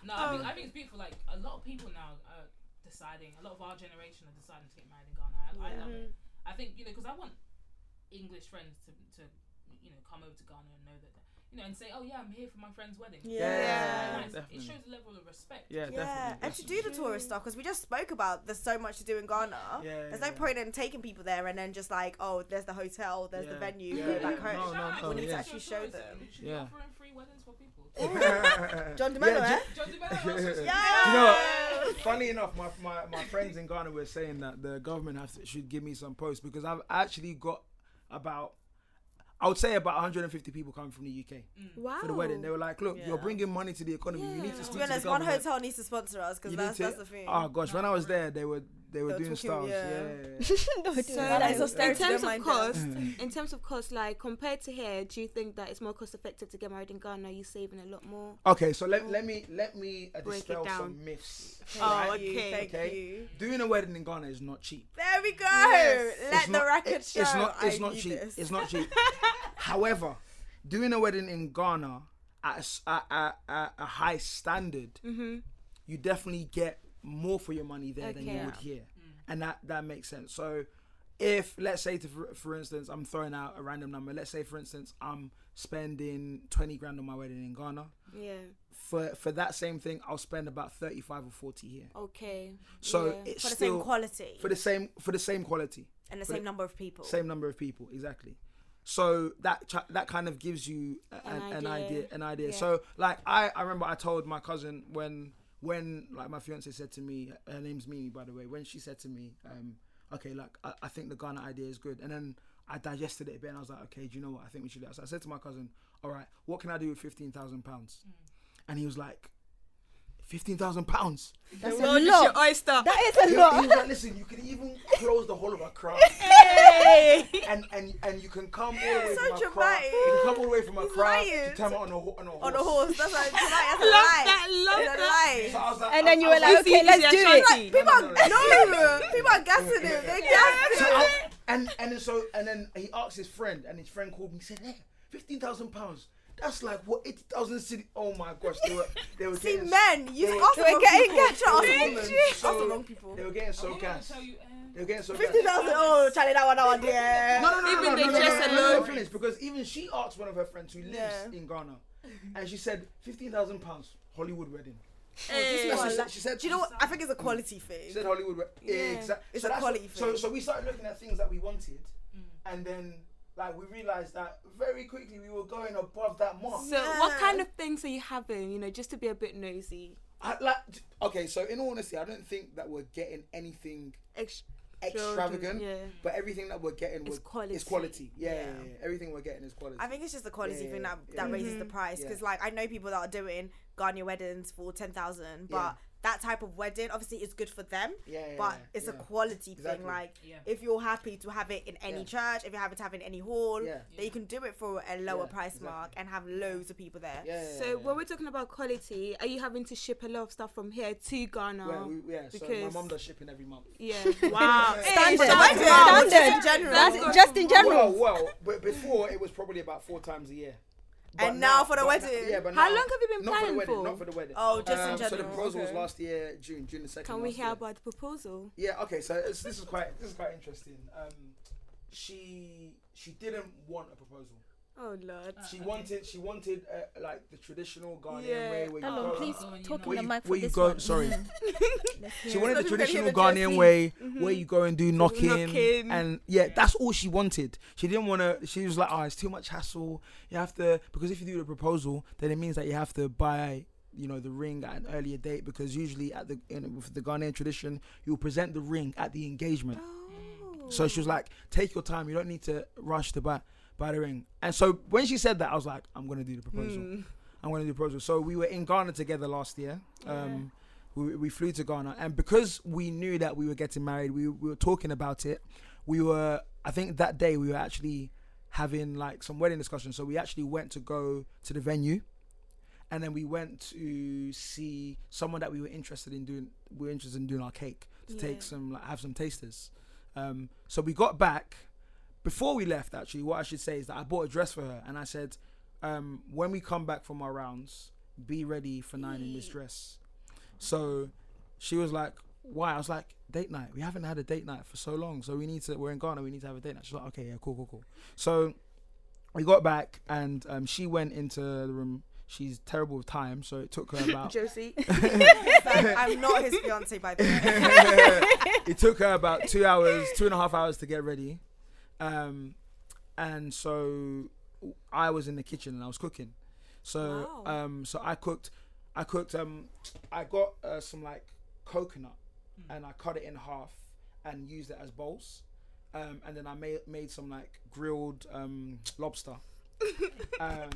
[SPEAKER 5] No, I, think, I think it's beautiful. Like a lot of people now are deciding. A lot of our generation are deciding to get married in Ghana. I, I love it. I think you know because I want English friends to, to you know come over to Ghana and know that you know and say, oh yeah, I'm here for my friend's wedding.
[SPEAKER 4] Yeah,
[SPEAKER 3] Yeah.
[SPEAKER 5] Nice.
[SPEAKER 4] definitely.
[SPEAKER 5] It shows a level of respect.
[SPEAKER 4] Yeah,
[SPEAKER 3] Yeah,
[SPEAKER 4] definitely.
[SPEAKER 3] and to do the tourist stuff because we just spoke about there's so much to do in Ghana.
[SPEAKER 4] Yeah,
[SPEAKER 3] there's
[SPEAKER 4] yeah.
[SPEAKER 3] no point in taking people there and then just like, oh, there's the hotel, there's the
[SPEAKER 4] Yeah.
[SPEAKER 3] venue,
[SPEAKER 4] Yeah,
[SPEAKER 3] go
[SPEAKER 4] yeah.
[SPEAKER 3] back
[SPEAKER 4] No,
[SPEAKER 3] home.
[SPEAKER 4] no,
[SPEAKER 5] Shout
[SPEAKER 4] no,
[SPEAKER 5] out to
[SPEAKER 4] We need to
[SPEAKER 5] the
[SPEAKER 3] actually show
[SPEAKER 5] tourism.
[SPEAKER 3] them.
[SPEAKER 5] You should be
[SPEAKER 4] Oh, Yeah.
[SPEAKER 5] offering free weddings for people.
[SPEAKER 4] [LAUGHS] definitely.
[SPEAKER 3] John DeMello,
[SPEAKER 4] Yeah,
[SPEAKER 3] eh?
[SPEAKER 5] John
[SPEAKER 4] [LAUGHS]
[SPEAKER 5] DeMello,
[SPEAKER 4] Yeah.
[SPEAKER 5] also-
[SPEAKER 4] Do you know,
[SPEAKER 3] Yeah.
[SPEAKER 4] what? funny enough, my, my, my friends in Ghana were saying that the government have to, should give me some posts because I've actually got about, I would say about 150 people coming from the UK
[SPEAKER 1] Wow.
[SPEAKER 4] for the wedding. They were like, look,
[SPEAKER 3] Yeah.
[SPEAKER 4] you're bringing money to the economy. You need to
[SPEAKER 3] To
[SPEAKER 4] speak
[SPEAKER 3] be
[SPEAKER 4] to the
[SPEAKER 3] honest, one
[SPEAKER 4] government.
[SPEAKER 3] hotel needs to sponsor us because
[SPEAKER 4] You
[SPEAKER 3] that's,
[SPEAKER 4] need
[SPEAKER 3] that's
[SPEAKER 4] to-
[SPEAKER 3] the thing.
[SPEAKER 4] Oh gosh, when I was there, they were they were
[SPEAKER 3] They were
[SPEAKER 4] doing
[SPEAKER 3] talking,
[SPEAKER 4] styles. Yeah.
[SPEAKER 3] yeah.
[SPEAKER 4] yeah, yeah.
[SPEAKER 1] So,
[SPEAKER 3] That
[SPEAKER 1] like,
[SPEAKER 3] is austerity,
[SPEAKER 1] in terms
[SPEAKER 3] don't mind
[SPEAKER 1] of
[SPEAKER 3] that.
[SPEAKER 1] cost,
[SPEAKER 4] Mm-hmm.
[SPEAKER 1] in terms of cost, like compared to here, do you think that it's more cost effective to get married in Ghana? Are you saving a lot more?
[SPEAKER 4] Okay, so let, let me let me uh,
[SPEAKER 1] Break it
[SPEAKER 4] dispel some
[SPEAKER 1] down.
[SPEAKER 4] myths.
[SPEAKER 1] Oh,
[SPEAKER 3] Thank you,
[SPEAKER 1] okay.
[SPEAKER 3] Thank
[SPEAKER 4] Okay.
[SPEAKER 3] you.
[SPEAKER 4] Doing a wedding in Ghana is not cheap.
[SPEAKER 3] There we go.
[SPEAKER 1] Yes.
[SPEAKER 3] Let
[SPEAKER 4] It's
[SPEAKER 3] the
[SPEAKER 4] not-
[SPEAKER 3] record
[SPEAKER 4] it-
[SPEAKER 3] show.
[SPEAKER 4] It's not. It's
[SPEAKER 3] I
[SPEAKER 4] not
[SPEAKER 3] need
[SPEAKER 4] cheap.
[SPEAKER 3] this.
[SPEAKER 4] It's not
[SPEAKER 3] [LAUGHS]
[SPEAKER 4] cheap. However, doing a wedding in Ghana at a, s- at- at- at a high standard,
[SPEAKER 3] Mm-hmm.
[SPEAKER 4] you definitely get more for your money there than you
[SPEAKER 1] Okay.
[SPEAKER 4] would here,
[SPEAKER 3] Mm.
[SPEAKER 4] and that that makes sense. So, if let's say to, for, for instance, I'm throwing out a random number. Let's say for instance, I'm spending twenty grand on my wedding in Ghana.
[SPEAKER 1] Yeah.
[SPEAKER 4] For for that same thing, I'll spend about thirty five or forty here.
[SPEAKER 1] Okay.
[SPEAKER 4] So
[SPEAKER 1] Yeah.
[SPEAKER 4] it's
[SPEAKER 3] Oh, for the
[SPEAKER 4] still
[SPEAKER 3] same quality
[SPEAKER 4] for the same for the same quality
[SPEAKER 3] and the same number of people.
[SPEAKER 4] same number of people exactly so that ch- that kind of gives you a- an,
[SPEAKER 1] An
[SPEAKER 4] an
[SPEAKER 1] idea.
[SPEAKER 4] idea an idea
[SPEAKER 1] Yeah.
[SPEAKER 4] so like I, I remember i told my cousin when when like my fiance said to me her name's mimi by the way when she said to me um okay like i, I think the ghana idea is good and then i digested it a bit and i was like okay do you know what i think we should do that. so i said to my cousin all right what can i do with 15000 pounds and he was like 15000 pounds
[SPEAKER 2] That's a
[SPEAKER 1] Well,
[SPEAKER 2] lot.
[SPEAKER 1] oyster.
[SPEAKER 2] That
[SPEAKER 4] he,
[SPEAKER 2] is
[SPEAKER 4] he
[SPEAKER 2] a lot.
[SPEAKER 4] was like, listen, you can even close the whole of Accra, and and and you can come all the
[SPEAKER 3] So
[SPEAKER 4] way from Accra.
[SPEAKER 3] dramatic.
[SPEAKER 4] You can come all the way from Accra
[SPEAKER 3] lying.
[SPEAKER 4] to Tama on a ho- on a horse.
[SPEAKER 3] on a horse. That's like that's
[SPEAKER 1] I love
[SPEAKER 3] lie.
[SPEAKER 1] that. Love
[SPEAKER 3] It's a
[SPEAKER 1] that.
[SPEAKER 3] lie.
[SPEAKER 4] So I was like,
[SPEAKER 2] And
[SPEAKER 4] I-
[SPEAKER 2] then you
[SPEAKER 4] I
[SPEAKER 2] were
[SPEAKER 4] was
[SPEAKER 2] like,
[SPEAKER 1] Easy,
[SPEAKER 2] okay, let's
[SPEAKER 1] easy,
[SPEAKER 2] do
[SPEAKER 1] I
[SPEAKER 2] it.
[SPEAKER 1] shan't-
[SPEAKER 3] People
[SPEAKER 4] no,
[SPEAKER 3] are
[SPEAKER 4] no,
[SPEAKER 3] [LAUGHS] no. People are gassing him.
[SPEAKER 4] [LAUGHS]
[SPEAKER 3] They're
[SPEAKER 4] so
[SPEAKER 3] gassing him.
[SPEAKER 4] I- and and then so and then he asked his friend, and his friend called me, said, "Hey, fifteen thousand pounds. That's like what eighty thousand city. Oh my gosh, they were they were
[SPEAKER 3] See,
[SPEAKER 4] getting
[SPEAKER 3] men, you
[SPEAKER 4] They-
[SPEAKER 3] ask the
[SPEAKER 2] They
[SPEAKER 3] wrong
[SPEAKER 2] get
[SPEAKER 3] people.
[SPEAKER 2] gassed.
[SPEAKER 3] Ask the
[SPEAKER 4] They
[SPEAKER 3] wrong-
[SPEAKER 4] get
[SPEAKER 3] ask the
[SPEAKER 4] gassed.
[SPEAKER 3] wrong people.
[SPEAKER 4] they were getting so
[SPEAKER 5] Maybe I'll
[SPEAKER 4] gassed.
[SPEAKER 5] tell you, uh,
[SPEAKER 4] They were getting so
[SPEAKER 3] Fifty
[SPEAKER 4] gassed.
[SPEAKER 3] thousand. Oh, Charlie, that one, that one, yeah.
[SPEAKER 4] No, no, no,
[SPEAKER 1] Even
[SPEAKER 4] no, no,
[SPEAKER 1] they
[SPEAKER 4] no, no,
[SPEAKER 1] dress
[SPEAKER 4] no, no, no,
[SPEAKER 1] alone.
[SPEAKER 4] finish, because even she asked one of her friends who lives
[SPEAKER 3] Yeah.
[SPEAKER 4] in Ghana, and she said fifteen thousand pounds Hollywood wedding.
[SPEAKER 1] Hey.
[SPEAKER 4] That's
[SPEAKER 3] Well,
[SPEAKER 4] what
[SPEAKER 3] like-
[SPEAKER 4] she said. She said
[SPEAKER 3] Do you know what? I think it's a quality thing.
[SPEAKER 4] She said Hollywood wedding.
[SPEAKER 1] Yeah.
[SPEAKER 4] Exactly.
[SPEAKER 3] It's
[SPEAKER 4] so
[SPEAKER 3] a
[SPEAKER 4] that's
[SPEAKER 3] quality
[SPEAKER 4] what- So
[SPEAKER 3] thing.
[SPEAKER 4] so we started looking at things that we wanted,
[SPEAKER 5] Mm.
[SPEAKER 4] and then like we realized that very quickly we were going above that mark.
[SPEAKER 1] So what kind of things are you having? You know, just to be a bit nosy.
[SPEAKER 4] I, like t- okay, so in all honesty, I don't think that we're getting anything
[SPEAKER 1] Ex-
[SPEAKER 4] extravagant,
[SPEAKER 1] Yeah.
[SPEAKER 4] but everything that we're getting
[SPEAKER 1] It's
[SPEAKER 4] was
[SPEAKER 1] quality.
[SPEAKER 4] Is quality. Yeah, yeah.
[SPEAKER 3] Yeah.
[SPEAKER 4] yeah, Everything we're getting is quality.
[SPEAKER 3] I think it's just the quality
[SPEAKER 4] Yeah,
[SPEAKER 3] thing that
[SPEAKER 4] yeah.
[SPEAKER 3] that raises the price because
[SPEAKER 4] Yeah.
[SPEAKER 3] like I know people that are doing Garnier weddings for ten thousand, but
[SPEAKER 4] Yeah.
[SPEAKER 3] that type of wedding obviously is good for them,
[SPEAKER 4] yeah, yeah,
[SPEAKER 3] but
[SPEAKER 4] yeah,
[SPEAKER 3] it's a
[SPEAKER 4] yeah.
[SPEAKER 3] quality
[SPEAKER 4] Exactly.
[SPEAKER 3] thing. Like
[SPEAKER 5] Yeah.
[SPEAKER 3] if you're happy to have it in any
[SPEAKER 4] Yeah.
[SPEAKER 3] church, if you're happy to have it in any hall,
[SPEAKER 4] Yeah.
[SPEAKER 3] that you can do it for a lower
[SPEAKER 4] Yeah,
[SPEAKER 3] price
[SPEAKER 4] exactly.
[SPEAKER 3] mark and have loads of people there.
[SPEAKER 4] Yeah, yeah,
[SPEAKER 1] So
[SPEAKER 4] yeah.
[SPEAKER 1] when we're talking about quality, are you having to ship a lot of stuff from here to Ghana?
[SPEAKER 4] Well, we, yeah, so my
[SPEAKER 1] because-
[SPEAKER 4] mum does shipping every month. [LAUGHS]
[SPEAKER 1] Yeah. Wow.
[SPEAKER 2] Standard.
[SPEAKER 1] shout
[SPEAKER 3] Standard.
[SPEAKER 1] out.
[SPEAKER 2] Standard.
[SPEAKER 3] Just in general.
[SPEAKER 1] That's
[SPEAKER 2] That's just in general.
[SPEAKER 4] Well, well, but before it was probably about four times a year.
[SPEAKER 3] And now for the
[SPEAKER 4] but
[SPEAKER 3] wedding?
[SPEAKER 4] yeah, but
[SPEAKER 1] How
[SPEAKER 4] now-
[SPEAKER 1] long have you been
[SPEAKER 4] not for the
[SPEAKER 1] planning
[SPEAKER 4] wedding,
[SPEAKER 1] for?
[SPEAKER 4] Not for the wedding.
[SPEAKER 3] Oh, just in
[SPEAKER 4] Um,
[SPEAKER 3] general.
[SPEAKER 4] So the proposal was
[SPEAKER 3] okay.
[SPEAKER 4] last year, June, June the second.
[SPEAKER 1] Can we
[SPEAKER 4] last
[SPEAKER 1] hear
[SPEAKER 4] year.
[SPEAKER 1] about the proposal?
[SPEAKER 4] Yeah. Okay. So it's, this is quite this is quite interesting. Um, she she didn't want a proposal.
[SPEAKER 1] Oh lord.
[SPEAKER 4] She
[SPEAKER 5] Ah, okay.
[SPEAKER 4] wanted she wanted uh, like the traditional Ghanaian
[SPEAKER 1] Yeah.
[SPEAKER 4] way where you
[SPEAKER 5] Hello,
[SPEAKER 4] go.
[SPEAKER 5] please talk
[SPEAKER 4] Where you, where you go, sorry.
[SPEAKER 3] So
[SPEAKER 4] she wanted the
[SPEAKER 3] people can hear
[SPEAKER 4] traditional
[SPEAKER 3] the Mm-hmm.
[SPEAKER 4] Ghanaian
[SPEAKER 3] JC.
[SPEAKER 4] way, where you go and do knocking,
[SPEAKER 1] knocking.
[SPEAKER 4] and yeah, that's all she wanted. She didn't want to. She was like, "Oh, it's too much hassle. You have to because if you do the proposal, then it means that you have to buy." You know the ring at an earlier date because usually at the in, with the Ghanaian tradition you'll present the ring at the engagement.
[SPEAKER 3] Oh.
[SPEAKER 4] So she was like, "Take your time. You don't need to rush to buy buy the ring." And so when she said that, I was like,
[SPEAKER 3] Hmm. [LAUGHS]
[SPEAKER 4] "I'm gonna do the proposal. I'm gonna do the proposal." So we were in Ghana together last year. Um, we, we flew to Ghana, and because we knew that we were getting married, we, we were talking about it. We were, I think, that day we were actually having like some wedding discussions. So we actually went to go to the venue, and then we went to see someone that we were interested in doing. We were interested in doing our cake to
[SPEAKER 1] Yeah.
[SPEAKER 4] take some, like, have some tasters. Um, so we got back before we left. Actually, what I should say is that I bought a dress for her, and I said, um, when we come back from our rounds, be ready for nine in this dress. So she was like, why? I was like, date night. We haven't had a date night for so long. So we need to, we're in Ghana, we need to have a date night. She's like, okay, yeah, cool, cool, cool. So we got back and um, she went into the room. She's terrible with time. So it took her about,
[SPEAKER 1] Josie.
[SPEAKER 3] I'm not his fiance, by the
[SPEAKER 1] [LAUGHS]
[SPEAKER 3] way.
[SPEAKER 4] it took her about two hours, two and a half hours to get ready. Um, and so I was in the kitchen and I was cooking. So
[SPEAKER 1] Wow.
[SPEAKER 4] um, so I cooked, I cooked. Um, I got uh, some like coconut, and I cut it in half and used it as bowls. Um, and then I made made some like grilled um, lobster. um,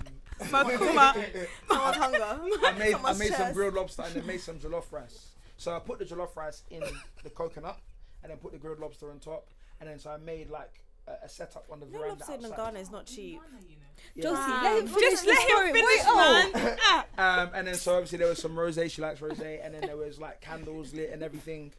[SPEAKER 3] Makuma. Someone's [LAUGHS] hunger.
[SPEAKER 4] I made I
[SPEAKER 3] Someone's
[SPEAKER 4] made some
[SPEAKER 3] chest. [LAUGHS]
[SPEAKER 4] grilled lobster and then made some jollof rice. So I put the jollof rice in the coconut and then put the grilled lobster on top. And then so I made like a, a setup on the
[SPEAKER 3] No
[SPEAKER 4] veranda
[SPEAKER 3] lobster in
[SPEAKER 4] outside.
[SPEAKER 3] Ghana is not cheap. Ah.
[SPEAKER 5] Ghana, you know.
[SPEAKER 2] Josie,
[SPEAKER 1] Wow.
[SPEAKER 2] let him finish
[SPEAKER 1] Just
[SPEAKER 2] the
[SPEAKER 1] let him
[SPEAKER 2] story.
[SPEAKER 1] finish,
[SPEAKER 2] Wait, oh.
[SPEAKER 4] Um, and then so obviously there was some rosé. She likes rosé, and then there was like candles lit and everything.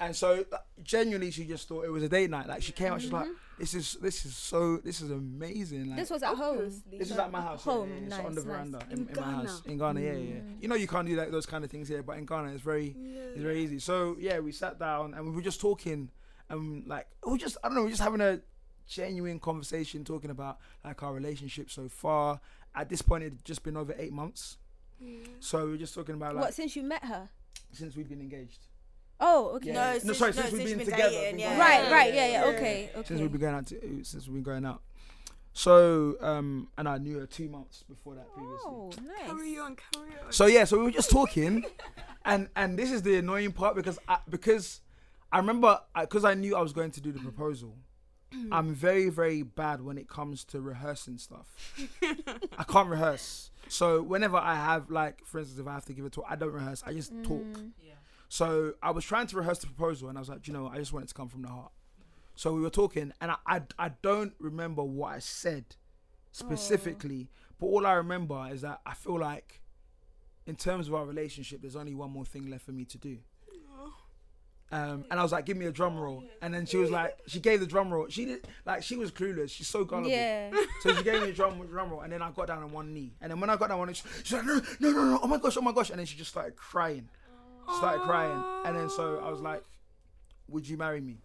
[SPEAKER 4] And so like, genuinely, she just thought it was a date night. Like she came out, she's like,
[SPEAKER 3] Mm-hmm.
[SPEAKER 4] "This is this is so this is amazing." Like
[SPEAKER 2] This was at home.
[SPEAKER 4] this is at my house, yeah,
[SPEAKER 2] home,
[SPEAKER 4] yeah, yeah. It's
[SPEAKER 2] Oh, nice,
[SPEAKER 4] on the
[SPEAKER 2] nice.
[SPEAKER 4] veranda in,
[SPEAKER 1] In
[SPEAKER 4] in my house in Ghana. Yeah, yeah. You know you can't do like those kind of things here, but in Ghana it's very it's very easy. So yeah, we sat down and we were just talking, and like we were just I don't know, we were just having a genuine conversation talking about like our relationship so far. At this point, it'd just been over eight months. So we were just talking about like
[SPEAKER 2] What, since you met her?
[SPEAKER 4] since we've been engaged.
[SPEAKER 2] Oh, okay.
[SPEAKER 3] No,
[SPEAKER 4] No,
[SPEAKER 3] since-
[SPEAKER 4] sorry,
[SPEAKER 3] no,
[SPEAKER 4] since we've
[SPEAKER 3] since
[SPEAKER 4] been
[SPEAKER 3] you've been
[SPEAKER 4] together.
[SPEAKER 3] dating,
[SPEAKER 4] we've
[SPEAKER 3] yeah.
[SPEAKER 4] been-
[SPEAKER 2] Right, right, yeah, yeah, okay,
[SPEAKER 4] Since
[SPEAKER 2] okay.
[SPEAKER 4] we've been going out, to, since we've been going out. So um, and I knew her two months before that previously.
[SPEAKER 2] Oh,
[SPEAKER 1] Carry
[SPEAKER 2] nice.
[SPEAKER 1] on, carry on.
[SPEAKER 4] So yeah, so we were just talking, [LAUGHS] and and this is the annoying part because I, because I remember because I knew I was going to do the
[SPEAKER 2] [CLEARS THROAT]
[SPEAKER 4] proposal. I'm very very bad when it comes to
[SPEAKER 2] [LAUGHS]
[SPEAKER 4] rehearsing stuff. I can't rehearse. So whenever I have like, for instance, if I have to give a talk, I don't rehearse. I just
[SPEAKER 2] Mm.
[SPEAKER 6] Mm.
[SPEAKER 4] talk.
[SPEAKER 5] Yeah.
[SPEAKER 4] So I was trying to rehearse the proposal, and I was like, "Do you know, what? I just want it to come from the heart. So we were talking, and I I, I don't remember what I said specifically, but all I remember is that I feel like, in terms of our relationship, there's only one more thing left for me to do. Um, and I was like, "Give me a drum roll," and then she was like, "She gave the drum roll. She did like she was clueless. She's so gullible. [LAUGHS]
[SPEAKER 2] Yeah.
[SPEAKER 4] So she gave me a drum, drum roll, and then I got down on one knee. And then when I got down on one knee, she- she's like, no, no, no, no, oh my gosh, oh my gosh. And then she just started crying. She started crying. And then so I was like, would you marry me?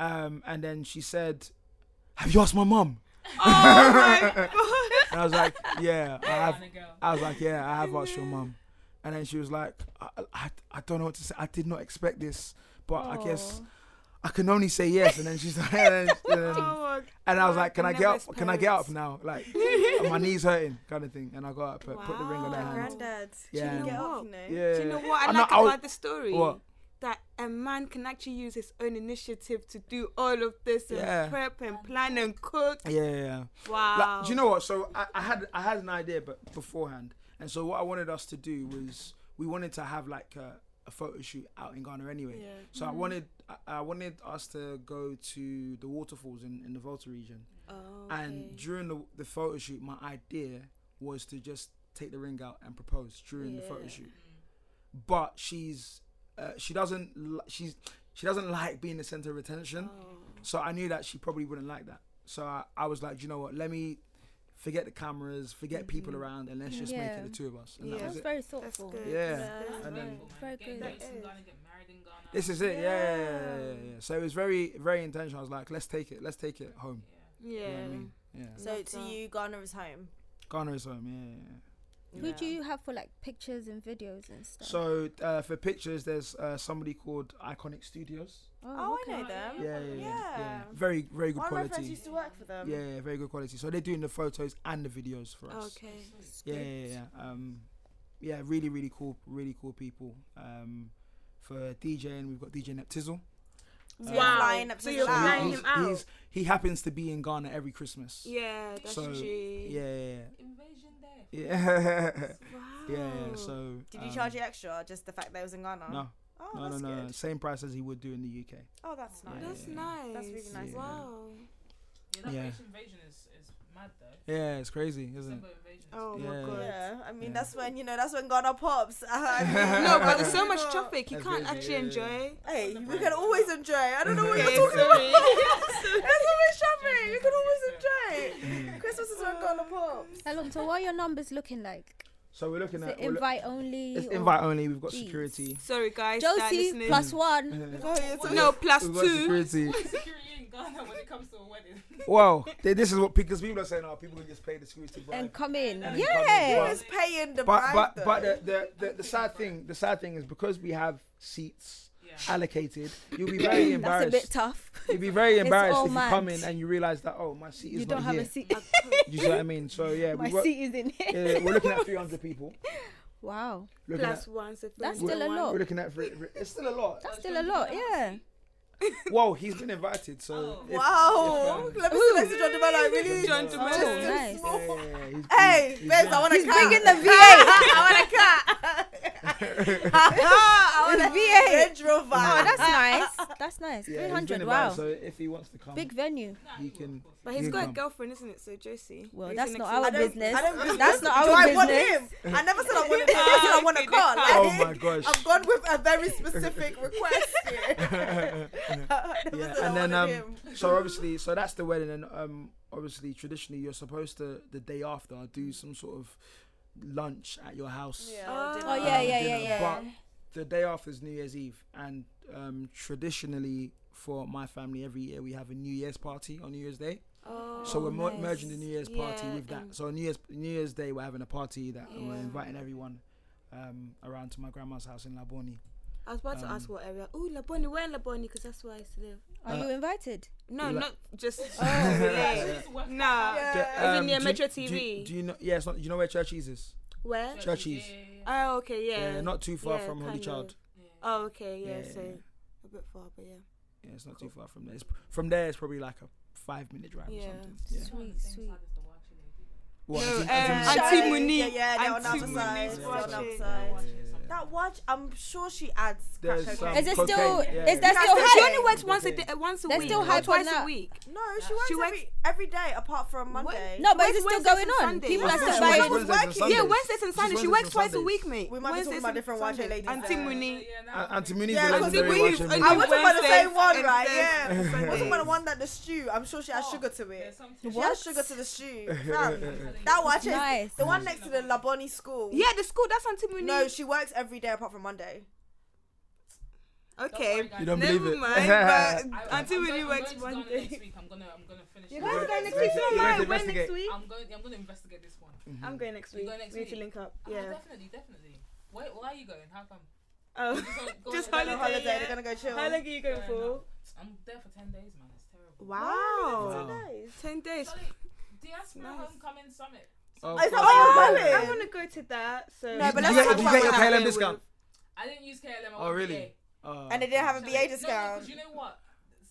[SPEAKER 4] Um, and then she said, have you asked my mum?
[SPEAKER 1] Oh
[SPEAKER 4] [LAUGHS] and I was like, yeah, I have.
[SPEAKER 5] Ghana girl.
[SPEAKER 4] I was like, yeah, I have asked your mum. And then she was like, I, I, I don't know what to say. I did not expect this, but I guess I can only say yes. And then she's like, [LAUGHS] and then-
[SPEAKER 1] Oh,
[SPEAKER 4] and I was
[SPEAKER 1] Like,
[SPEAKER 4] like, "Can I get
[SPEAKER 1] nervous
[SPEAKER 4] up? Can I get up
[SPEAKER 1] parents.
[SPEAKER 4] now?
[SPEAKER 1] [LAUGHS]
[SPEAKER 4] Like, my knees hurting, kind of thing." And I got up, put, put the ring on her
[SPEAKER 1] Wow.
[SPEAKER 4] hand.
[SPEAKER 3] Granddad.
[SPEAKER 4] Yeah.
[SPEAKER 3] Get
[SPEAKER 1] What?
[SPEAKER 3] up, you know.
[SPEAKER 4] Yeah.
[SPEAKER 1] Do you know what I
[SPEAKER 4] uh, I'm
[SPEAKER 1] like
[SPEAKER 4] not- I'll-
[SPEAKER 1] about the story?
[SPEAKER 4] What?
[SPEAKER 1] That a man can actually use his own initiative to do all of this and
[SPEAKER 4] Yeah.
[SPEAKER 1] prep and plan and cook.
[SPEAKER 4] Yeah, yeah, yeah.
[SPEAKER 1] Wow.
[SPEAKER 4] Like, do you know what? So I, I had I had an idea, but beforehand, and so what I wanted us to do was we wanted to have like a, a photo shoot out in Ghana anyway.
[SPEAKER 1] Yeah. Mm-hmm.
[SPEAKER 4] So I wanted I, I wanted us to go to the waterfalls in, in the Volta region,
[SPEAKER 1] Oh,
[SPEAKER 4] and during the the photo shoot, my idea was to just take the ring out and propose during the photo
[SPEAKER 1] Yeah.
[SPEAKER 4] shoot.
[SPEAKER 5] Mm,
[SPEAKER 4] but she's uh, she doesn't li- she's she doesn't like being the center of attention.
[SPEAKER 1] Oh.
[SPEAKER 4] So I knew that she probably wouldn't like that. So I, I was like, "Do you know what? Let me forget the cameras, forget people
[SPEAKER 3] Mm-hmm.
[SPEAKER 4] around, and let's just make
[SPEAKER 2] Yeah.
[SPEAKER 4] it the two of us." And
[SPEAKER 1] Yeah.
[SPEAKER 4] that
[SPEAKER 2] That's
[SPEAKER 4] was it.
[SPEAKER 2] very
[SPEAKER 3] That's
[SPEAKER 2] thoughtful.
[SPEAKER 3] good.
[SPEAKER 4] Yeah.
[SPEAKER 5] That's
[SPEAKER 4] And then-
[SPEAKER 5] beautiful, man.
[SPEAKER 2] Very
[SPEAKER 5] Get
[SPEAKER 2] good.
[SPEAKER 5] engaged in
[SPEAKER 3] That
[SPEAKER 5] Ghana, get married in Ghana.
[SPEAKER 4] This is it. Yeah. Yeah, yeah, yeah, yeah, yeah. So it was very very intentional. I was like, "Let's take it. Let's take it home."
[SPEAKER 1] Yeah.
[SPEAKER 4] You know what I mean? Yeah.
[SPEAKER 3] So
[SPEAKER 1] Love
[SPEAKER 3] to
[SPEAKER 1] that.
[SPEAKER 3] you, Ghana is home.
[SPEAKER 4] Ghana is home. Yeah. yeah, yeah.
[SPEAKER 2] Who do you have for like pictures and videos and stuff?
[SPEAKER 4] So uh, for pictures, there's uh, somebody called Iconic Studios.
[SPEAKER 3] Oh,
[SPEAKER 2] okay.
[SPEAKER 3] I know them.
[SPEAKER 4] Yeah, yeah, yeah. yeah.
[SPEAKER 3] Yeah.
[SPEAKER 4] Very very good
[SPEAKER 3] One of my friends
[SPEAKER 4] quality.
[SPEAKER 3] used to work for them.
[SPEAKER 4] Yeah, yeah, very good quality. So they're doing the photos and the videos for us.
[SPEAKER 1] Okay.
[SPEAKER 4] Yeah, yeah, yeah. Um, yeah, really, really cool, really cool people. Um, for DJing, we've got DJ Neptizzle.
[SPEAKER 3] So
[SPEAKER 4] Uh,
[SPEAKER 3] you're flying up to
[SPEAKER 1] So
[SPEAKER 3] the
[SPEAKER 1] you're
[SPEAKER 3] lab.
[SPEAKER 1] flying
[SPEAKER 4] he's-
[SPEAKER 1] him out.
[SPEAKER 4] he's- he happens to be in Ghana every Christmas.
[SPEAKER 1] yeah, that's
[SPEAKER 4] So,
[SPEAKER 1] G.
[SPEAKER 4] Yeah, yeah,
[SPEAKER 5] Invasion there.
[SPEAKER 4] yeah. [LAUGHS] yeah.
[SPEAKER 1] Wow.
[SPEAKER 4] Yeah, yeah. So
[SPEAKER 3] Did you
[SPEAKER 4] um,
[SPEAKER 3] charge you extra? Just the fact that it was in Ghana?
[SPEAKER 4] No,
[SPEAKER 3] Oh,
[SPEAKER 4] no, no,
[SPEAKER 3] that's
[SPEAKER 4] no, no.
[SPEAKER 3] good.
[SPEAKER 4] Same price as he would do in the UK.
[SPEAKER 3] Oh, that's nice.
[SPEAKER 1] That's
[SPEAKER 4] Yeah.
[SPEAKER 1] nice.
[SPEAKER 3] That's really nice.
[SPEAKER 1] Wow.
[SPEAKER 5] Yeah, that
[SPEAKER 4] Yeah.
[SPEAKER 5] Haitian invasion is, is mad though.
[SPEAKER 4] Yeah, it's crazy, isn't it?
[SPEAKER 5] Simba invasion. [LAUGHS] is
[SPEAKER 1] Oh
[SPEAKER 4] Yeah.
[SPEAKER 1] my god.
[SPEAKER 3] Yeah, I mean
[SPEAKER 4] Yeah.
[SPEAKER 3] that's when you know that's when Ghana pops. [LAUGHS] I mean,
[SPEAKER 4] [LAUGHS]
[SPEAKER 1] No, but there's so
[SPEAKER 3] [LAUGHS] people-
[SPEAKER 1] much traffic. You
[SPEAKER 4] That's
[SPEAKER 1] can't
[SPEAKER 4] busy,
[SPEAKER 1] actually
[SPEAKER 4] yeah, yeah.
[SPEAKER 1] enjoy.
[SPEAKER 3] Hey, we can always enjoy. I don't know what you're
[SPEAKER 1] Okay,
[SPEAKER 3] talking about.
[SPEAKER 1] sorry.
[SPEAKER 3] There's always shopping. You can always enjoy. Christmas is when Ghana pops.
[SPEAKER 6] Along, so what are your numbers looking like?
[SPEAKER 4] So we're looking
[SPEAKER 6] Is
[SPEAKER 4] at
[SPEAKER 6] it
[SPEAKER 4] we're loo-
[SPEAKER 6] invite only?
[SPEAKER 4] it's
[SPEAKER 6] or-
[SPEAKER 4] invite only. We've got
[SPEAKER 6] Jeez.
[SPEAKER 4] security.
[SPEAKER 1] Sorry, guys. that
[SPEAKER 6] Josie
[SPEAKER 1] listening.
[SPEAKER 6] plus
[SPEAKER 4] [LAUGHS]
[SPEAKER 6] one.
[SPEAKER 3] Oh, yeah, so-
[SPEAKER 1] no plus
[SPEAKER 4] We've got
[SPEAKER 1] two. [LAUGHS]
[SPEAKER 4] security.
[SPEAKER 5] [LAUGHS] What's security in Ghana when it comes to a wedding?
[SPEAKER 4] Wow, th- this is what because people are saying, "Oh, people can just pay the security." bribe."
[SPEAKER 6] And come in.
[SPEAKER 4] And come in.
[SPEAKER 6] Yeah.
[SPEAKER 3] Who is paying the
[SPEAKER 4] But
[SPEAKER 3] bride?
[SPEAKER 4] but but
[SPEAKER 3] though?
[SPEAKER 4] the the, the, the sad thing the sad thing is because we have seats
[SPEAKER 5] Yeah.
[SPEAKER 4] allocated,
[SPEAKER 6] [CLEARS THROAT]
[SPEAKER 4] you'll be very
[SPEAKER 6] That's a bit
[SPEAKER 4] embarrassed. [LAUGHS]
[SPEAKER 6] tough.
[SPEAKER 4] You'll be very embarrassed
[SPEAKER 6] all
[SPEAKER 4] if you come
[SPEAKER 6] mad.
[SPEAKER 4] in and you realize that oh my seat is
[SPEAKER 6] You
[SPEAKER 4] not
[SPEAKER 6] don't have
[SPEAKER 4] here.
[SPEAKER 6] a seat.
[SPEAKER 4] Do you see what I mean? So
[SPEAKER 6] [LAUGHS]
[SPEAKER 4] yeah,
[SPEAKER 6] My
[SPEAKER 4] we were,
[SPEAKER 6] seat is in here.
[SPEAKER 4] yeah, we're looking at 300 people.
[SPEAKER 6] Wow.
[SPEAKER 4] Looking
[SPEAKER 1] Plus one. So
[SPEAKER 6] That's
[SPEAKER 1] three,
[SPEAKER 6] still a
[SPEAKER 1] one.
[SPEAKER 6] lot.
[SPEAKER 4] at, we're looking at three, three- it's still a
[SPEAKER 6] [LAUGHS]
[SPEAKER 4] lot.
[SPEAKER 6] That's still a lot, yeah.
[SPEAKER 4] Whoa, he's been invited, so
[SPEAKER 5] Oh.
[SPEAKER 4] if-
[SPEAKER 3] Wow.
[SPEAKER 6] Oh,
[SPEAKER 4] if, um,
[SPEAKER 3] Let me see next to John DeMello. I really.
[SPEAKER 1] John
[SPEAKER 4] Oh,
[SPEAKER 1] Demelo.
[SPEAKER 6] nice.
[SPEAKER 3] Just- just-
[SPEAKER 4] yeah,
[SPEAKER 6] [LAUGHS]
[SPEAKER 4] yeah, yeah, he's-
[SPEAKER 3] Hey,
[SPEAKER 4] Mm. he's- he's
[SPEAKER 3] babes,
[SPEAKER 4] done.
[SPEAKER 3] I want to cut. [LAUGHS]
[SPEAKER 6] bringing the
[SPEAKER 3] V8.
[SPEAKER 6] [LAUGHS]
[SPEAKER 3] I want a car. [LAUGHS] I want a
[SPEAKER 6] V8.
[SPEAKER 3] Range Rover.
[SPEAKER 6] Oh, that's nice. That's nice.
[SPEAKER 4] Yeah, he's been
[SPEAKER 6] 300,
[SPEAKER 4] invited,
[SPEAKER 6] wow.
[SPEAKER 4] So if he wants to come,
[SPEAKER 6] Big venue.
[SPEAKER 5] Nah,
[SPEAKER 4] You
[SPEAKER 5] will,
[SPEAKER 4] can-
[SPEAKER 5] of course.
[SPEAKER 1] But he's
[SPEAKER 4] You
[SPEAKER 1] got a
[SPEAKER 4] come.
[SPEAKER 1] girlfriend, isn't it? So Josie.
[SPEAKER 6] Well,
[SPEAKER 1] Who's
[SPEAKER 6] that's
[SPEAKER 1] the
[SPEAKER 6] not
[SPEAKER 1] next
[SPEAKER 6] our
[SPEAKER 1] one?
[SPEAKER 3] don't-
[SPEAKER 6] business.
[SPEAKER 3] I don't-
[SPEAKER 6] That's not
[SPEAKER 3] Do
[SPEAKER 6] our
[SPEAKER 3] I want
[SPEAKER 6] business.
[SPEAKER 3] him? I never said I wanted him. I said I want a
[SPEAKER 1] Okay,
[SPEAKER 3] car.
[SPEAKER 1] they
[SPEAKER 4] oh
[SPEAKER 3] Like,
[SPEAKER 4] my gosh.
[SPEAKER 3] I've gone with a very specific request here. [LAUGHS] I never
[SPEAKER 4] Yeah,
[SPEAKER 3] said I
[SPEAKER 4] and then,
[SPEAKER 3] wanted
[SPEAKER 4] um,
[SPEAKER 3] him.
[SPEAKER 4] so obviously, so that's the wedding, and um, obviously, traditionally, you're supposed to the day after do some sort of lunch at your house.
[SPEAKER 3] Yeah,
[SPEAKER 1] Oh,
[SPEAKER 3] dinner.
[SPEAKER 6] Oh, yeah,
[SPEAKER 4] um,
[SPEAKER 6] yeah, yeah,
[SPEAKER 4] dinner,
[SPEAKER 6] yeah.
[SPEAKER 4] But the day after is New Year's Eve, and um, traditionally for my family, every year we have a New Year's party on New Year's Day.
[SPEAKER 1] Oh,
[SPEAKER 4] So we're mer-
[SPEAKER 6] nice.
[SPEAKER 4] merging the New Year's party
[SPEAKER 1] Yeah,
[SPEAKER 4] with that.
[SPEAKER 1] and-
[SPEAKER 4] So on New Year's New Year's Day we're having a party that and we're
[SPEAKER 1] Yeah.
[SPEAKER 4] inviting everyone um, around to my grandma's house in Laboni.
[SPEAKER 1] I was about to ask
[SPEAKER 4] Um,
[SPEAKER 1] what area. Oh, Laboni. Where in Laboni? Because that's where I used to live.
[SPEAKER 6] Are
[SPEAKER 4] Uh,
[SPEAKER 6] you invited?
[SPEAKER 1] No,
[SPEAKER 4] La-
[SPEAKER 1] not
[SPEAKER 4] [LAUGHS]
[SPEAKER 1] just.
[SPEAKER 5] She
[SPEAKER 1] yeah.
[SPEAKER 5] just worked out
[SPEAKER 1] Oh, Nah.
[SPEAKER 5] how-
[SPEAKER 3] Yeah.
[SPEAKER 1] Is it Uh, near
[SPEAKER 4] do you-
[SPEAKER 1] Metro
[SPEAKER 4] um, do you-
[SPEAKER 1] TV?
[SPEAKER 4] Do you know? Yeah, it's not. You know where Church Cheese is?
[SPEAKER 1] Where?
[SPEAKER 4] Church-
[SPEAKER 5] Churches,
[SPEAKER 4] Churches.
[SPEAKER 5] yeah, yeah, yeah.
[SPEAKER 1] Oh, okay. Yeah.
[SPEAKER 4] not too far
[SPEAKER 1] yeah,
[SPEAKER 4] from Holy
[SPEAKER 1] kind
[SPEAKER 4] Child.
[SPEAKER 1] of.
[SPEAKER 5] Yeah.
[SPEAKER 1] Oh, okay. Yeah.
[SPEAKER 4] Yeah.
[SPEAKER 1] So a bit far, but yeah.
[SPEAKER 4] Yeah, it's not too far from there. It's, from there, it's probably like a five minute drive
[SPEAKER 1] Yeah.
[SPEAKER 4] or something.
[SPEAKER 5] They're
[SPEAKER 4] Yeah.
[SPEAKER 5] not on the
[SPEAKER 6] Sweet,
[SPEAKER 5] same
[SPEAKER 6] sweet.
[SPEAKER 5] side as the watching lady.
[SPEAKER 4] What,
[SPEAKER 1] No,
[SPEAKER 4] as in-
[SPEAKER 1] uh,
[SPEAKER 4] as in-
[SPEAKER 1] Auntie
[SPEAKER 3] Yeah,
[SPEAKER 1] Monique,
[SPEAKER 3] Yeah, yeah, they're
[SPEAKER 1] Auntie
[SPEAKER 3] on the
[SPEAKER 1] Monique's
[SPEAKER 3] upside. They're on the
[SPEAKER 1] watching.
[SPEAKER 3] upside.
[SPEAKER 5] Watching or something.
[SPEAKER 3] That watch, I'm sure she adds crack
[SPEAKER 4] There's
[SPEAKER 3] cocaine.
[SPEAKER 2] um,
[SPEAKER 4] some
[SPEAKER 6] Is it
[SPEAKER 4] um, cocaine,
[SPEAKER 6] still-
[SPEAKER 4] yeah,
[SPEAKER 6] is that
[SPEAKER 4] yeah.
[SPEAKER 6] still
[SPEAKER 1] She only
[SPEAKER 6] Hey!
[SPEAKER 1] works once a
[SPEAKER 4] Okay.
[SPEAKER 1] day, once a
[SPEAKER 6] They're
[SPEAKER 1] week.
[SPEAKER 6] still
[SPEAKER 1] or
[SPEAKER 6] hyped on
[SPEAKER 1] twice
[SPEAKER 6] that.
[SPEAKER 1] a week.
[SPEAKER 3] No, she works,
[SPEAKER 1] She works-
[SPEAKER 3] every, every day apart from
[SPEAKER 1] What?
[SPEAKER 3] Monday.
[SPEAKER 6] No, but
[SPEAKER 1] Where's
[SPEAKER 6] is it still
[SPEAKER 1] Wednesdays
[SPEAKER 6] going
[SPEAKER 1] and
[SPEAKER 6] on?
[SPEAKER 1] Sundays?
[SPEAKER 6] People
[SPEAKER 1] Oh,
[SPEAKER 6] are
[SPEAKER 1] no,
[SPEAKER 6] still
[SPEAKER 1] she
[SPEAKER 6] buying.
[SPEAKER 1] works
[SPEAKER 4] Wednesdays and
[SPEAKER 3] working.
[SPEAKER 1] Yeah,
[SPEAKER 4] Sundays.
[SPEAKER 1] Wednesdays and
[SPEAKER 4] She's
[SPEAKER 1] Sundays. She
[SPEAKER 4] Wednesdays
[SPEAKER 1] works
[SPEAKER 4] and
[SPEAKER 1] twice a
[SPEAKER 4] Sundays.
[SPEAKER 1] week, mate.
[SPEAKER 3] We might be talking
[SPEAKER 1] Wednesdays
[SPEAKER 3] about
[SPEAKER 1] and
[SPEAKER 3] different watch
[SPEAKER 1] Sundays.
[SPEAKER 3] ladies.
[SPEAKER 1] Auntie
[SPEAKER 3] then.
[SPEAKER 1] Monique.
[SPEAKER 5] Yeah,
[SPEAKER 4] A-
[SPEAKER 5] now I'm
[SPEAKER 4] Auntie
[SPEAKER 5] thinking-
[SPEAKER 4] Muni's
[SPEAKER 3] Yeah,
[SPEAKER 4] the
[SPEAKER 3] because
[SPEAKER 4] legendary
[SPEAKER 3] we-
[SPEAKER 1] I
[SPEAKER 4] watching.
[SPEAKER 3] I
[SPEAKER 4] lady.
[SPEAKER 1] would-
[SPEAKER 3] was talking about the
[SPEAKER 1] Wednesdays
[SPEAKER 3] same one,
[SPEAKER 1] and
[SPEAKER 3] right?
[SPEAKER 1] Thursdays.
[SPEAKER 3] Yeah. I was talking about the one that the stew. I'm sure she has
[SPEAKER 5] Oh,
[SPEAKER 3] sugar to it.
[SPEAKER 5] there's some-
[SPEAKER 3] She
[SPEAKER 6] What?
[SPEAKER 3] has sugar to the stew. Fam, that watch is
[SPEAKER 6] Nice.
[SPEAKER 3] the one next to the Laboni school.
[SPEAKER 1] Yeah, the school. That's Auntie Monique.
[SPEAKER 3] No, she works every day apart from Monday.
[SPEAKER 5] Don't worry,
[SPEAKER 1] okay.
[SPEAKER 5] guys.
[SPEAKER 4] You don't
[SPEAKER 1] Never
[SPEAKER 4] believe it.
[SPEAKER 1] mind. But
[SPEAKER 5] I- I'm
[SPEAKER 1] Auntie
[SPEAKER 5] going-
[SPEAKER 1] Monique
[SPEAKER 5] I'm
[SPEAKER 1] works
[SPEAKER 5] going
[SPEAKER 1] one
[SPEAKER 5] to Ghana
[SPEAKER 1] day.
[SPEAKER 5] Next week, I'm gonna, I'm gonna finish.
[SPEAKER 1] You
[SPEAKER 5] it.
[SPEAKER 1] guys are
[SPEAKER 4] You're
[SPEAKER 1] going
[SPEAKER 4] going
[SPEAKER 1] next
[SPEAKER 4] to
[SPEAKER 1] week. You don't mind.
[SPEAKER 4] investigate. You're going to
[SPEAKER 1] When next
[SPEAKER 4] investigate.
[SPEAKER 1] week?
[SPEAKER 5] I'm going. I'm gonna investigate this one.
[SPEAKER 4] Mm-hmm.
[SPEAKER 1] I'm going next
[SPEAKER 5] You're
[SPEAKER 1] week.
[SPEAKER 5] going next
[SPEAKER 1] We need to
[SPEAKER 5] week?
[SPEAKER 1] link up.
[SPEAKER 5] Ah,
[SPEAKER 1] Yeah.
[SPEAKER 5] definitely, definitely. Why, why are you going? How come?
[SPEAKER 1] Oh.
[SPEAKER 5] Just, go- go
[SPEAKER 1] Just
[SPEAKER 5] on
[SPEAKER 3] They're on
[SPEAKER 1] Holiday,
[SPEAKER 3] holiday,
[SPEAKER 1] yeah.
[SPEAKER 3] they're gonna go chill.
[SPEAKER 1] How long are you going
[SPEAKER 5] Yeah,
[SPEAKER 1] for?
[SPEAKER 5] no. I'm there for ten days, man. It's terrible.
[SPEAKER 1] Wow.
[SPEAKER 4] Wow.
[SPEAKER 1] Ten days.
[SPEAKER 5] Charlie, diaspora
[SPEAKER 1] Nice.
[SPEAKER 5] homecoming summit.
[SPEAKER 4] Oh,
[SPEAKER 3] Is that
[SPEAKER 4] fuck.
[SPEAKER 3] what you're
[SPEAKER 1] Oh, I
[SPEAKER 3] going?
[SPEAKER 1] want to go to that. So
[SPEAKER 3] No, but
[SPEAKER 4] Did
[SPEAKER 3] let's talk
[SPEAKER 4] you get-
[SPEAKER 3] about
[SPEAKER 4] did you get
[SPEAKER 3] what
[SPEAKER 4] your
[SPEAKER 3] happened
[SPEAKER 4] KLM discount?
[SPEAKER 5] I didn't use KLM. I
[SPEAKER 4] Oh,
[SPEAKER 5] went
[SPEAKER 4] really?
[SPEAKER 5] VA.
[SPEAKER 4] Oh.
[SPEAKER 3] And they didn't have a
[SPEAKER 5] Charlie-
[SPEAKER 3] BA
[SPEAKER 5] No,
[SPEAKER 3] discount.
[SPEAKER 5] because you know what?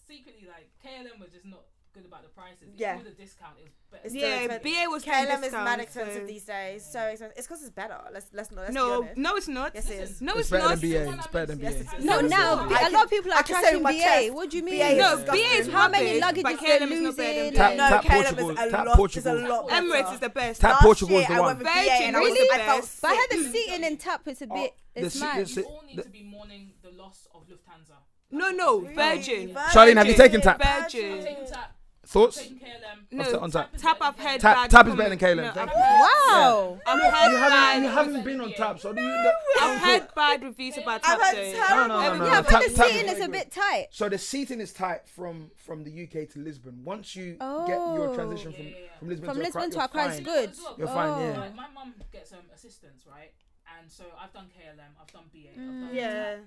[SPEAKER 5] Secretly, like KLM was just not good about the prices.
[SPEAKER 3] Yeah.
[SPEAKER 5] Yeah. With a discount, it was better.
[SPEAKER 3] It's still
[SPEAKER 1] yeah,
[SPEAKER 3] expensive.
[SPEAKER 1] BA was doing
[SPEAKER 3] KLM is
[SPEAKER 1] discounts,
[SPEAKER 3] mad expensive
[SPEAKER 1] so-
[SPEAKER 3] these days. So expensive. It's because it's better. Let's let's not. Let's
[SPEAKER 1] No,
[SPEAKER 3] be honest.
[SPEAKER 1] no, it's not.
[SPEAKER 3] Yes, it is.
[SPEAKER 1] No,
[SPEAKER 4] It's
[SPEAKER 1] it's,
[SPEAKER 4] better
[SPEAKER 1] not.
[SPEAKER 4] than BA.
[SPEAKER 5] Someone
[SPEAKER 4] It's better than
[SPEAKER 5] that
[SPEAKER 4] BA.
[SPEAKER 5] makes-
[SPEAKER 3] Yes, it is.
[SPEAKER 6] No,
[SPEAKER 4] It's
[SPEAKER 6] now
[SPEAKER 4] better.
[SPEAKER 6] a lot of people
[SPEAKER 3] I
[SPEAKER 6] are
[SPEAKER 3] can say
[SPEAKER 6] trashing
[SPEAKER 3] with my
[SPEAKER 6] BA.
[SPEAKER 3] chest,
[SPEAKER 6] What do you
[SPEAKER 3] BA
[SPEAKER 6] mean?
[SPEAKER 3] is
[SPEAKER 1] No,
[SPEAKER 3] disgusting.
[SPEAKER 1] BA is
[SPEAKER 6] How many
[SPEAKER 1] rubbish,
[SPEAKER 6] luggage
[SPEAKER 1] but
[SPEAKER 6] is they're
[SPEAKER 1] KLM is not better than
[SPEAKER 6] losing?
[SPEAKER 4] Tap-
[SPEAKER 3] no,
[SPEAKER 4] tap
[SPEAKER 3] KLM
[SPEAKER 4] Portugal.
[SPEAKER 3] is a
[SPEAKER 4] Tap
[SPEAKER 3] lot.
[SPEAKER 4] Portugal.
[SPEAKER 3] Is a lot better.
[SPEAKER 1] Emirates is the best.
[SPEAKER 4] Tap
[SPEAKER 3] Last
[SPEAKER 4] Portugal
[SPEAKER 3] year,
[SPEAKER 4] is the
[SPEAKER 3] I
[SPEAKER 4] one.
[SPEAKER 3] went with
[SPEAKER 1] Virgin
[SPEAKER 3] BA and I was
[SPEAKER 1] really
[SPEAKER 3] I felt
[SPEAKER 1] best.
[SPEAKER 2] [LAUGHS]
[SPEAKER 6] But I heard
[SPEAKER 3] sick.
[SPEAKER 6] the seating in tap is a
[SPEAKER 3] Oh,
[SPEAKER 6] bit.
[SPEAKER 4] the
[SPEAKER 6] It's
[SPEAKER 4] seat-
[SPEAKER 6] mad.
[SPEAKER 4] the
[SPEAKER 5] You
[SPEAKER 4] Sit-
[SPEAKER 5] all need
[SPEAKER 4] the-
[SPEAKER 5] to be mourning the loss of Lufthansa.
[SPEAKER 1] No, no,
[SPEAKER 3] Really?
[SPEAKER 1] Virgin.
[SPEAKER 4] Charlene, have you taken tap?
[SPEAKER 1] Virgin.
[SPEAKER 5] I'm taking tap. I'm
[SPEAKER 4] Thoughts?
[SPEAKER 5] taking KLM.
[SPEAKER 4] What's that
[SPEAKER 1] No,
[SPEAKER 4] on tap?
[SPEAKER 1] tap I've heard.
[SPEAKER 4] Tap-
[SPEAKER 1] bad
[SPEAKER 4] tap is better than
[SPEAKER 1] comment.
[SPEAKER 4] KLM.
[SPEAKER 1] No,
[SPEAKER 4] Thank
[SPEAKER 1] I've
[SPEAKER 4] you.
[SPEAKER 1] heard-
[SPEAKER 6] Wow.
[SPEAKER 1] I've
[SPEAKER 4] You
[SPEAKER 1] heard
[SPEAKER 4] haven't, you
[SPEAKER 1] bad.
[SPEAKER 4] haven't been on tap, so do you?
[SPEAKER 1] I've heard bad reviews about
[SPEAKER 3] I've
[SPEAKER 1] tap.
[SPEAKER 3] had
[SPEAKER 1] though.
[SPEAKER 3] terrible-
[SPEAKER 4] No, no, no, no.
[SPEAKER 1] Yeah,
[SPEAKER 4] no.
[SPEAKER 3] Uh,
[SPEAKER 6] Yeah, but the
[SPEAKER 4] Tap- tap
[SPEAKER 6] seating
[SPEAKER 4] is
[SPEAKER 6] is a
[SPEAKER 4] very
[SPEAKER 6] bit tight.
[SPEAKER 4] So the seating is tight from from the UK to Lisbon. Once you get your
[SPEAKER 6] Oh.
[SPEAKER 4] transition from
[SPEAKER 5] Yeah, yeah, yeah.
[SPEAKER 4] from Lisbon
[SPEAKER 6] From
[SPEAKER 4] to
[SPEAKER 6] Lisbon
[SPEAKER 4] Accra,
[SPEAKER 6] to
[SPEAKER 4] you're
[SPEAKER 6] Accra is
[SPEAKER 4] fine.
[SPEAKER 6] good.
[SPEAKER 4] You're fine,
[SPEAKER 6] Oh.
[SPEAKER 4] yeah.
[SPEAKER 5] Like, my mum gets um, assistance, right? And so I've done KLM, I've done BA, I've done
[SPEAKER 1] Mm, Yeah.
[SPEAKER 5] TAP.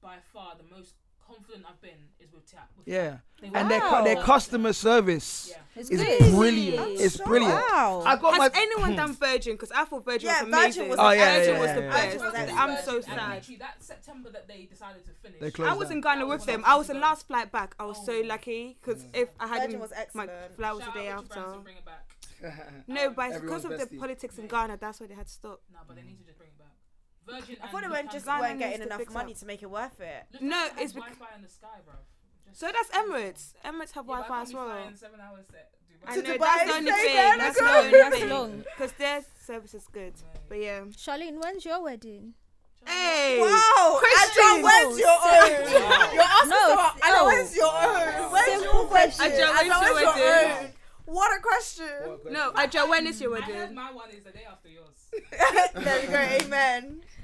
[SPEAKER 5] By far, the most confident I've been is with TAP. With
[SPEAKER 4] Yeah,
[SPEAKER 5] They
[SPEAKER 4] and
[SPEAKER 5] were-
[SPEAKER 4] their cu- their
[SPEAKER 6] Wow.
[SPEAKER 4] customer service
[SPEAKER 5] Yeah.
[SPEAKER 6] It's
[SPEAKER 4] is
[SPEAKER 6] crazy.
[SPEAKER 4] brilliant. It's brilliant.
[SPEAKER 6] Wow.
[SPEAKER 4] I got
[SPEAKER 1] Has
[SPEAKER 4] my
[SPEAKER 1] anyone done
[SPEAKER 4] [LAUGHS]
[SPEAKER 1] [LAUGHS] Virgin? Because I thought Virgin
[SPEAKER 3] Yeah,
[SPEAKER 1] was
[SPEAKER 3] Virgin
[SPEAKER 1] amazing.
[SPEAKER 3] was
[SPEAKER 4] Oh, yeah,
[SPEAKER 1] Virgin
[SPEAKER 4] yeah,
[SPEAKER 1] was
[SPEAKER 4] yeah,
[SPEAKER 1] the
[SPEAKER 4] yeah.
[SPEAKER 1] best.
[SPEAKER 3] Virgin was
[SPEAKER 1] I'm so
[SPEAKER 5] And
[SPEAKER 1] sad.
[SPEAKER 5] literally That September that they decided to finish.
[SPEAKER 4] They
[SPEAKER 1] I
[SPEAKER 4] closed
[SPEAKER 1] was
[SPEAKER 4] down.
[SPEAKER 1] in Ghana with them. I was the last flight back. I was so
[SPEAKER 5] Oh.
[SPEAKER 1] lucky because if I
[SPEAKER 3] Virgin
[SPEAKER 1] hadn't,
[SPEAKER 3] was
[SPEAKER 1] my
[SPEAKER 3] excellent.
[SPEAKER 1] flight was
[SPEAKER 5] Shout
[SPEAKER 1] the day
[SPEAKER 5] out Richard
[SPEAKER 1] after.
[SPEAKER 5] Branson, bring it back.
[SPEAKER 1] No, but it's
[SPEAKER 4] Everyone's
[SPEAKER 1] because of the
[SPEAKER 4] bestie.
[SPEAKER 1] politics in Ghana, that's why they had to stop.
[SPEAKER 5] No, but they need to just bring it back. Virgin.
[SPEAKER 3] I
[SPEAKER 5] and
[SPEAKER 3] thought it went
[SPEAKER 5] Lufthansa-
[SPEAKER 3] just
[SPEAKER 1] Ghana
[SPEAKER 3] weren't
[SPEAKER 1] needs
[SPEAKER 3] getting
[SPEAKER 1] to
[SPEAKER 3] enough
[SPEAKER 1] fix
[SPEAKER 3] money
[SPEAKER 1] up.
[SPEAKER 3] to make it worth it.
[SPEAKER 5] Lufthansa
[SPEAKER 1] No,
[SPEAKER 5] has
[SPEAKER 1] it's bec-
[SPEAKER 5] Wi-Fi in the sky, bro. Just-
[SPEAKER 1] So that's Emirates. Emirates have
[SPEAKER 5] Yeah, but I
[SPEAKER 1] Wi-Fi
[SPEAKER 5] thought
[SPEAKER 1] as
[SPEAKER 5] you
[SPEAKER 1] well.
[SPEAKER 5] fly in Seven hours to Dubai.
[SPEAKER 1] I
[SPEAKER 3] To
[SPEAKER 1] know
[SPEAKER 3] Dubai
[SPEAKER 1] that's
[SPEAKER 3] is
[SPEAKER 1] the only
[SPEAKER 3] safe,
[SPEAKER 1] thing.
[SPEAKER 3] yeah,
[SPEAKER 1] That's
[SPEAKER 3] that's
[SPEAKER 1] the
[SPEAKER 3] right.
[SPEAKER 1] only
[SPEAKER 6] That's
[SPEAKER 1] thing.
[SPEAKER 6] long.
[SPEAKER 1] Because their service is good. But yeah.
[SPEAKER 6] Charlene, when's your wedding?
[SPEAKER 1] Hey.
[SPEAKER 3] Wow, Adra,
[SPEAKER 1] Christians.
[SPEAKER 3] where's your own? You're asking
[SPEAKER 6] No,
[SPEAKER 3] for
[SPEAKER 6] it's- oh.
[SPEAKER 3] Adra,
[SPEAKER 6] no.
[SPEAKER 3] where's your own? Where's
[SPEAKER 6] Simple
[SPEAKER 3] your
[SPEAKER 6] question.
[SPEAKER 3] question?
[SPEAKER 1] Adra, where's
[SPEAKER 3] Adra,
[SPEAKER 1] your
[SPEAKER 3] where's your
[SPEAKER 1] wedding?
[SPEAKER 3] own? What a question!
[SPEAKER 1] No, Adra, when is your
[SPEAKER 5] I heard
[SPEAKER 1] wedding?
[SPEAKER 5] my one is the day after yours.
[SPEAKER 3] [LAUGHS] there we go, amen.
[SPEAKER 6] [LAUGHS]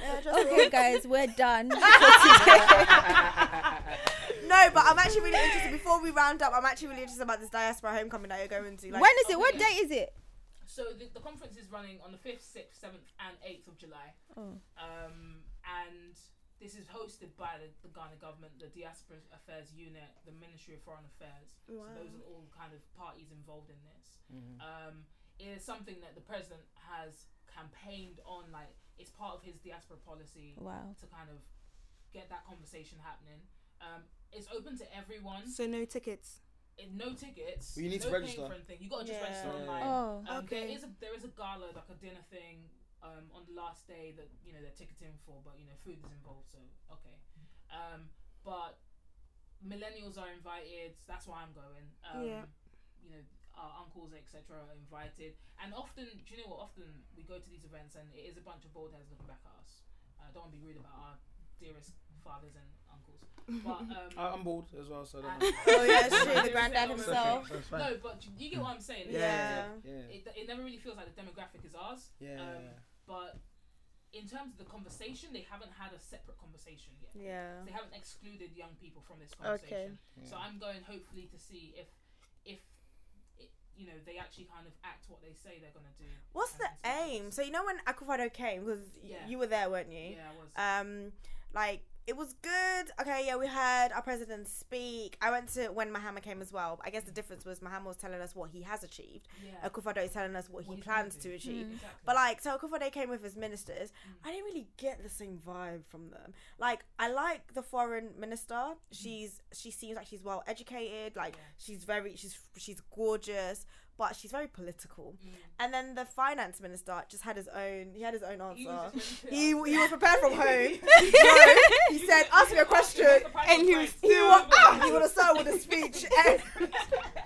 [SPEAKER 6] Okay, guys, we're
[SPEAKER 3] [LAUGHS]
[SPEAKER 6] done.
[SPEAKER 4] [LAUGHS]
[SPEAKER 3] No, but I'm actually really interested. Before we round up, I'm actually really interested about this diaspora homecoming that you're going to. Like,
[SPEAKER 6] when is it? What date is it?
[SPEAKER 5] So the, the conference is running on the fifth, sixth, seventh, and eighth of July.
[SPEAKER 6] Oh.
[SPEAKER 5] Um, and this is hosted by the, the Ghana government, the Diaspora Affairs Unit, the Ministry of Foreign Affairs. So those are all kind of parties involved in this. Um, it is something that the president has campaigned on. Like it's part of his diaspora policy
[SPEAKER 2] Oh.
[SPEAKER 6] Wow.
[SPEAKER 5] to kind of get that conversation happening. Um, it's open to everyone.
[SPEAKER 1] So no tickets.
[SPEAKER 5] It- no tickets.
[SPEAKER 4] Well, you need to
[SPEAKER 5] no paying
[SPEAKER 4] register.
[SPEAKER 5] for anything. You gotta just
[SPEAKER 3] Yeah.
[SPEAKER 5] register
[SPEAKER 4] Yeah.
[SPEAKER 5] online.
[SPEAKER 6] Oh.
[SPEAKER 5] Um, There
[SPEAKER 1] Okay.
[SPEAKER 5] is a there is a gala like a dinner thing um, on the last day that you know they're ticketing for, but you know food is involved, so okay. Um, but millennials are invited. That's why I'm going. Um,
[SPEAKER 1] Yeah.
[SPEAKER 5] You know our uncles etc. are invited, and often do you know what? Often we go to these events and it is a bunch of bald heads looking back at us. I don't want to be rude about our dearest fathers and uncles,
[SPEAKER 3] [LAUGHS]
[SPEAKER 5] but um,
[SPEAKER 4] I- I'm bored as well, so I don't
[SPEAKER 5] and-
[SPEAKER 4] know.
[SPEAKER 3] Oh,
[SPEAKER 5] [LAUGHS]
[SPEAKER 3] yeah,
[SPEAKER 4] shit,
[SPEAKER 3] the granddad
[SPEAKER 4] [LAUGHS]
[SPEAKER 5] It's
[SPEAKER 4] It's
[SPEAKER 5] okay.
[SPEAKER 3] himself.
[SPEAKER 4] That's fine.
[SPEAKER 5] No, but you- you get what I'm saying.
[SPEAKER 3] Yeah.
[SPEAKER 4] Yeah.
[SPEAKER 5] It, it never really feels like the demographic is ours.
[SPEAKER 4] Yeah.
[SPEAKER 5] Um, but in terms of the conversation, they haven't had a separate conversation yet.
[SPEAKER 3] Yeah.
[SPEAKER 5] They haven't excluded young people from this conversation. So
[SPEAKER 4] Yeah.
[SPEAKER 5] I'm going hopefully to see if if it, you know they actually kind of act what they say they're gonna do.
[SPEAKER 3] What's
[SPEAKER 5] and
[SPEAKER 3] the aim?
[SPEAKER 5] consider
[SPEAKER 3] So you know when Aquafado came because
[SPEAKER 5] Yeah.
[SPEAKER 3] you were there, weren't
[SPEAKER 5] this.
[SPEAKER 3] you?
[SPEAKER 5] Yeah, I was.
[SPEAKER 3] Um, like it was good. Okay, yeah, we heard our president speak. I went to when Mahama came as well. I guess the difference was Mahama was telling us what he has achieved.
[SPEAKER 5] yeah,
[SPEAKER 3] Akufado is telling us what he
[SPEAKER 5] What he's gonna
[SPEAKER 3] plans
[SPEAKER 5] do. Mm-hmm.
[SPEAKER 3] to achieve.
[SPEAKER 5] exactly.
[SPEAKER 3] But like, so Akufado came with his ministers.
[SPEAKER 5] Mm.
[SPEAKER 3] I didn't really get the same vibe from them. Like, I like the foreign minister. She's she seems like she's well educated. Like,
[SPEAKER 5] Mm. Yeah.
[SPEAKER 3] she's very she's she's gorgeous, but she's very political.
[SPEAKER 5] Mm.
[SPEAKER 3] And then the finance minister just had his own. He had his own
[SPEAKER 5] He was
[SPEAKER 3] answer. [LAUGHS]
[SPEAKER 5] just ready to
[SPEAKER 3] He,
[SPEAKER 5] [LAUGHS]
[SPEAKER 3] he
[SPEAKER 5] ask.
[SPEAKER 3] was prepared [LAUGHS] from home.
[SPEAKER 5] [LAUGHS]
[SPEAKER 3] So he said, "Ask me a question."
[SPEAKER 5] The price
[SPEAKER 1] And
[SPEAKER 5] of
[SPEAKER 1] he
[SPEAKER 5] rice.
[SPEAKER 1] was
[SPEAKER 3] He [LAUGHS] would, ah, he would have started with a
[SPEAKER 5] [LAUGHS]
[SPEAKER 3] speech. And
[SPEAKER 4] [LAUGHS]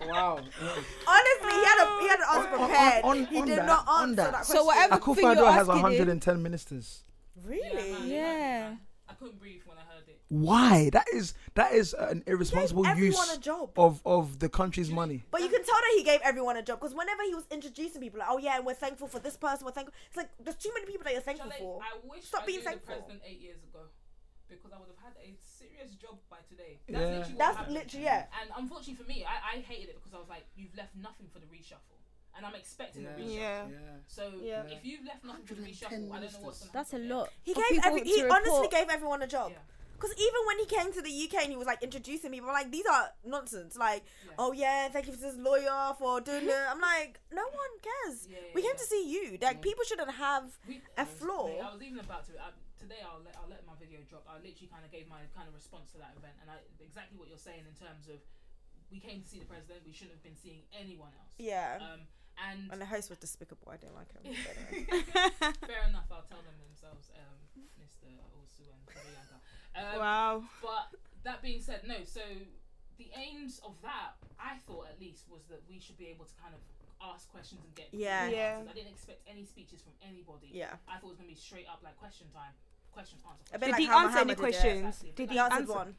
[SPEAKER 4] Wow.
[SPEAKER 3] honestly, he had a he had an answer
[SPEAKER 4] On- on-
[SPEAKER 3] prepared.
[SPEAKER 4] on-
[SPEAKER 3] he
[SPEAKER 4] on
[SPEAKER 3] did
[SPEAKER 4] that-
[SPEAKER 3] not
[SPEAKER 4] on
[SPEAKER 3] answer
[SPEAKER 4] that.
[SPEAKER 3] that question.
[SPEAKER 6] So whatever thing you're
[SPEAKER 4] Akufado has
[SPEAKER 6] asking him-
[SPEAKER 4] 110 ministers.
[SPEAKER 5] Yeah, man,
[SPEAKER 3] really.
[SPEAKER 6] Yeah.
[SPEAKER 5] I couldn't breathe when I heard it.
[SPEAKER 4] Why? That is that is an irresponsible
[SPEAKER 3] Everyone
[SPEAKER 4] use
[SPEAKER 3] a job.
[SPEAKER 4] of of the country's money.
[SPEAKER 3] But you can tell that he gave everyone a job because whenever he was introducing people, like, oh yeah, and we're thankful for this person, we're thankful. It's like there's too many people that you're thankful
[SPEAKER 5] Charlotte,
[SPEAKER 3] for.
[SPEAKER 5] I wish
[SPEAKER 3] Stop
[SPEAKER 5] I
[SPEAKER 3] being
[SPEAKER 5] knew
[SPEAKER 3] thankful.
[SPEAKER 5] the president eight years ago because I would have had a serious job by today. That's
[SPEAKER 4] Yeah.
[SPEAKER 5] literally what
[SPEAKER 3] That's
[SPEAKER 5] happened.
[SPEAKER 3] literally it.
[SPEAKER 5] And unfortunately for me, I, I hated it because I was like, you've left nothing for the reshuffle, and I'm expecting a reshuffle.
[SPEAKER 1] Yeah.
[SPEAKER 5] So
[SPEAKER 1] Yeah.
[SPEAKER 5] if you've left nothing for the reshuffle, I don't know what's gonna
[SPEAKER 6] That's a
[SPEAKER 5] happen
[SPEAKER 6] lot.
[SPEAKER 3] He
[SPEAKER 6] for
[SPEAKER 3] gave
[SPEAKER 6] people
[SPEAKER 3] every,
[SPEAKER 6] to
[SPEAKER 3] he honestly
[SPEAKER 6] report.
[SPEAKER 3] gave everyone a job.
[SPEAKER 5] next. Yeah.
[SPEAKER 3] Because even when he came to the UK and he was like introducing people, I'm like these are nonsense. Like,
[SPEAKER 5] Yeah.
[SPEAKER 3] oh yeah, thank you for this lawyer for doing it. I'm like, no one cares.
[SPEAKER 5] Yeah,
[SPEAKER 3] we
[SPEAKER 5] yeah,
[SPEAKER 3] came
[SPEAKER 5] yeah.
[SPEAKER 3] to see you. Like, people shouldn't have.
[SPEAKER 5] We-
[SPEAKER 3] A flaw.
[SPEAKER 5] Mate, I was even about to. I, today, I'll let, I'll let my video drop. I literally kind of gave my kind of response to that event, and I exactly what you're saying in terms of we came to see the president. We shouldn't have been seeing anyone else.
[SPEAKER 3] Yeah.
[SPEAKER 5] Um, and
[SPEAKER 3] and the host was despicable. I didn't like him.
[SPEAKER 5] [LAUGHS]
[SPEAKER 3] but anyway.
[SPEAKER 5] Fair enough, I'll tell them themselves, um, Mr. Osu and Priyanka. Um,
[SPEAKER 1] Wow.
[SPEAKER 5] But that being said, no, so the aims of that, I thought at least, was that we should be able to kind of ask questions and get
[SPEAKER 3] Yeah.
[SPEAKER 5] answers.
[SPEAKER 1] Yeah.
[SPEAKER 5] I didn't expect any speeches from anybody.
[SPEAKER 3] yeah.
[SPEAKER 5] I thought it was going to be straight up like question time, question, answer,
[SPEAKER 3] A bit
[SPEAKER 5] question.
[SPEAKER 1] Did
[SPEAKER 3] like
[SPEAKER 1] he
[SPEAKER 3] how
[SPEAKER 1] answer
[SPEAKER 3] Mahama
[SPEAKER 1] any
[SPEAKER 3] did it.
[SPEAKER 1] questions?
[SPEAKER 5] Exactly.
[SPEAKER 1] Did
[SPEAKER 3] He
[SPEAKER 1] he
[SPEAKER 3] answered
[SPEAKER 1] answer?
[SPEAKER 3] one.